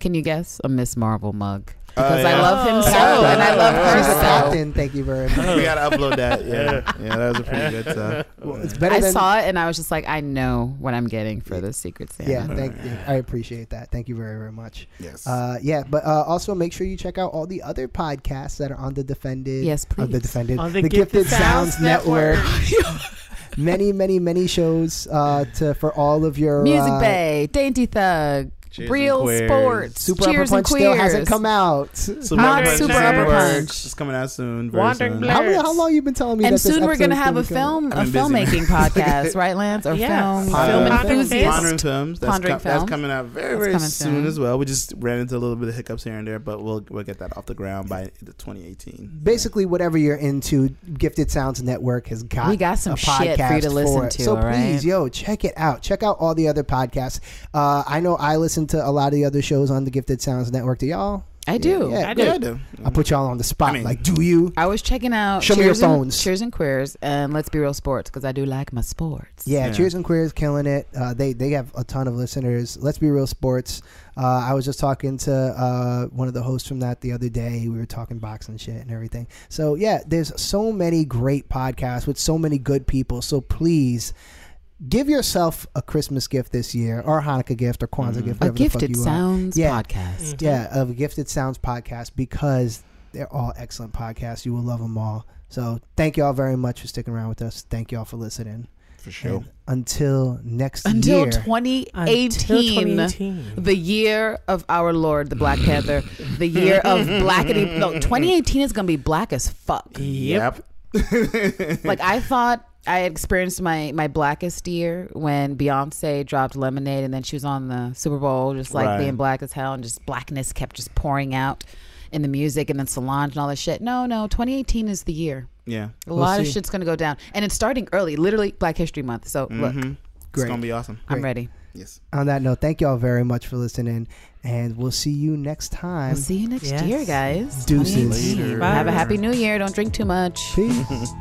B: Can you guess a Miss Marvel mug?
D: Oh,
B: Because I
D: yeah.
B: love him
C: Oh.
B: so,
A: Captain.
B: and I love
A: She's a
B: her so.
A: captain. Thank you
B: *laughs*
A: very much.
D: we gotta
C: *laughs*
D: upload that. Yeah, yeah, that was a pretty good stuff.
A: Well, it's better
B: I
A: than
B: saw it and I was just like, I know what I'm getting for the Secret Santa.
A: Yeah, thank you. I appreciate that. Thank you very, very much.
D: Yes.
A: Uh, yeah, but uh, also make sure you check out all the other podcasts that are on the Defended.
B: Yes,
A: On the
B: please.
A: Defended.
C: On the Gifted Sounds *laughs*
B: *laughs*
A: many, many, many shows uh, to for all of your
B: Music
A: uh,
B: Bay, Dainty Thug,
D: Cheers
B: Real
D: and Queers.
B: Sports,
A: Super
B: Cheers
A: Upper
B: and
A: Punch still hasn't
B: Queers.
A: come out.
D: Super
B: Not
D: Upper
B: Super
D: Punch.
B: Upper Punch.
D: It's coming out soon. Very
C: Wandering
D: soon.
C: Black.
A: How, how long you been telling me?
B: and
A: that this
B: soon we're
A: episode's
B: gonna have a
A: come out?
B: film, a
D: I've been busy.
A: *laughs*
B: filmmaking podcast, right, Lance? Or
C: Yes.
B: film, film
D: Pondering Films.
B: enthusiast.
D: Pondering films. That's,
B: Pondering
D: com- that's
B: Films.
D: coming out very
B: That's
D: very
B: coming
D: soon
B: soon.
D: as well. We just ran into a little bit of hiccups here and there, but we'll we'll get that off the ground by the 2018.
A: Basically, whatever you're into, Gifted Sounds Network has got
B: We got some
A: a
B: shit for you
A: podcast
B: to listen
A: it.
B: to,
A: So
B: all right?
A: please, yo, check it out. Check out all the other podcasts. Uh, I know I listen listen to a lot of the other shows on the Gifted Sounds Network? Do y'all?
B: I do.
A: Yeah,
C: I
A: good.
C: do.
D: Yeah, I do.
A: I put y'all on the spot.
D: I mean-
A: like, do you?
B: I was checking out
A: Show me
B: Cheers
A: your
B: and-
A: phones.
B: Cheers and Queers, and Let's Be Real Sports because I do like my sports.
A: Yeah,
D: Yeah.
A: Cheers and Queers killing it. Uh, they they have a ton of listeners. Let's be real, sports. Uh, I was just talking to uh, one of the hosts from that the other day. We were talking boxing shit and everything. So yeah, there's so many great podcasts with so many good people. So please. Give yourself a Christmas gift this year, or a Hanukkah gift, or
D: Mm-hmm.
A: Kwanzaa gift.
B: A
A: whatever the fuck
B: Gifted
A: you are.
B: Sounds
A: Yeah.
B: podcast.
A: Yeah, of Gifted Sounds podcast because they're all excellent podcasts. You will love them all. So thank y'all very much for sticking around with us. Thank y'all for listening.
D: For sure.
A: And until next
B: Until
A: year.
B: 2018, the year of our Lord, the Black Panther, *laughs* the year of blackity. No, 2018 is going to be black as fuck.
C: Yep.
B: Like, I thought I had experienced my, my blackest year when Beyonce dropped Lemonade and then she was on the Super Bowl, just like
D: Right.
B: being black as hell, and just blackness kept just pouring out in the music and then Solange and all that shit. No, no, 2018 is the year.
D: Yeah.
B: A lot
A: see.
B: of shit's gonna go down, and it's starting early. Literally, Black History Month. So look,
D: Mhm. It's
A: Great.
D: gonna be awesome.
B: I'm
A: Mm-hmm. Great.
B: ready.
D: Yes.
A: On that note, thank y'all very much for listening, and we'll see you next time.
B: We'll see you next
C: Yes.
B: year, guys.
A: Deuces.
B: 2018.
D: Later.
B: Have a
C: Bye.
B: happy new year. Don't drink too much.
A: Peace.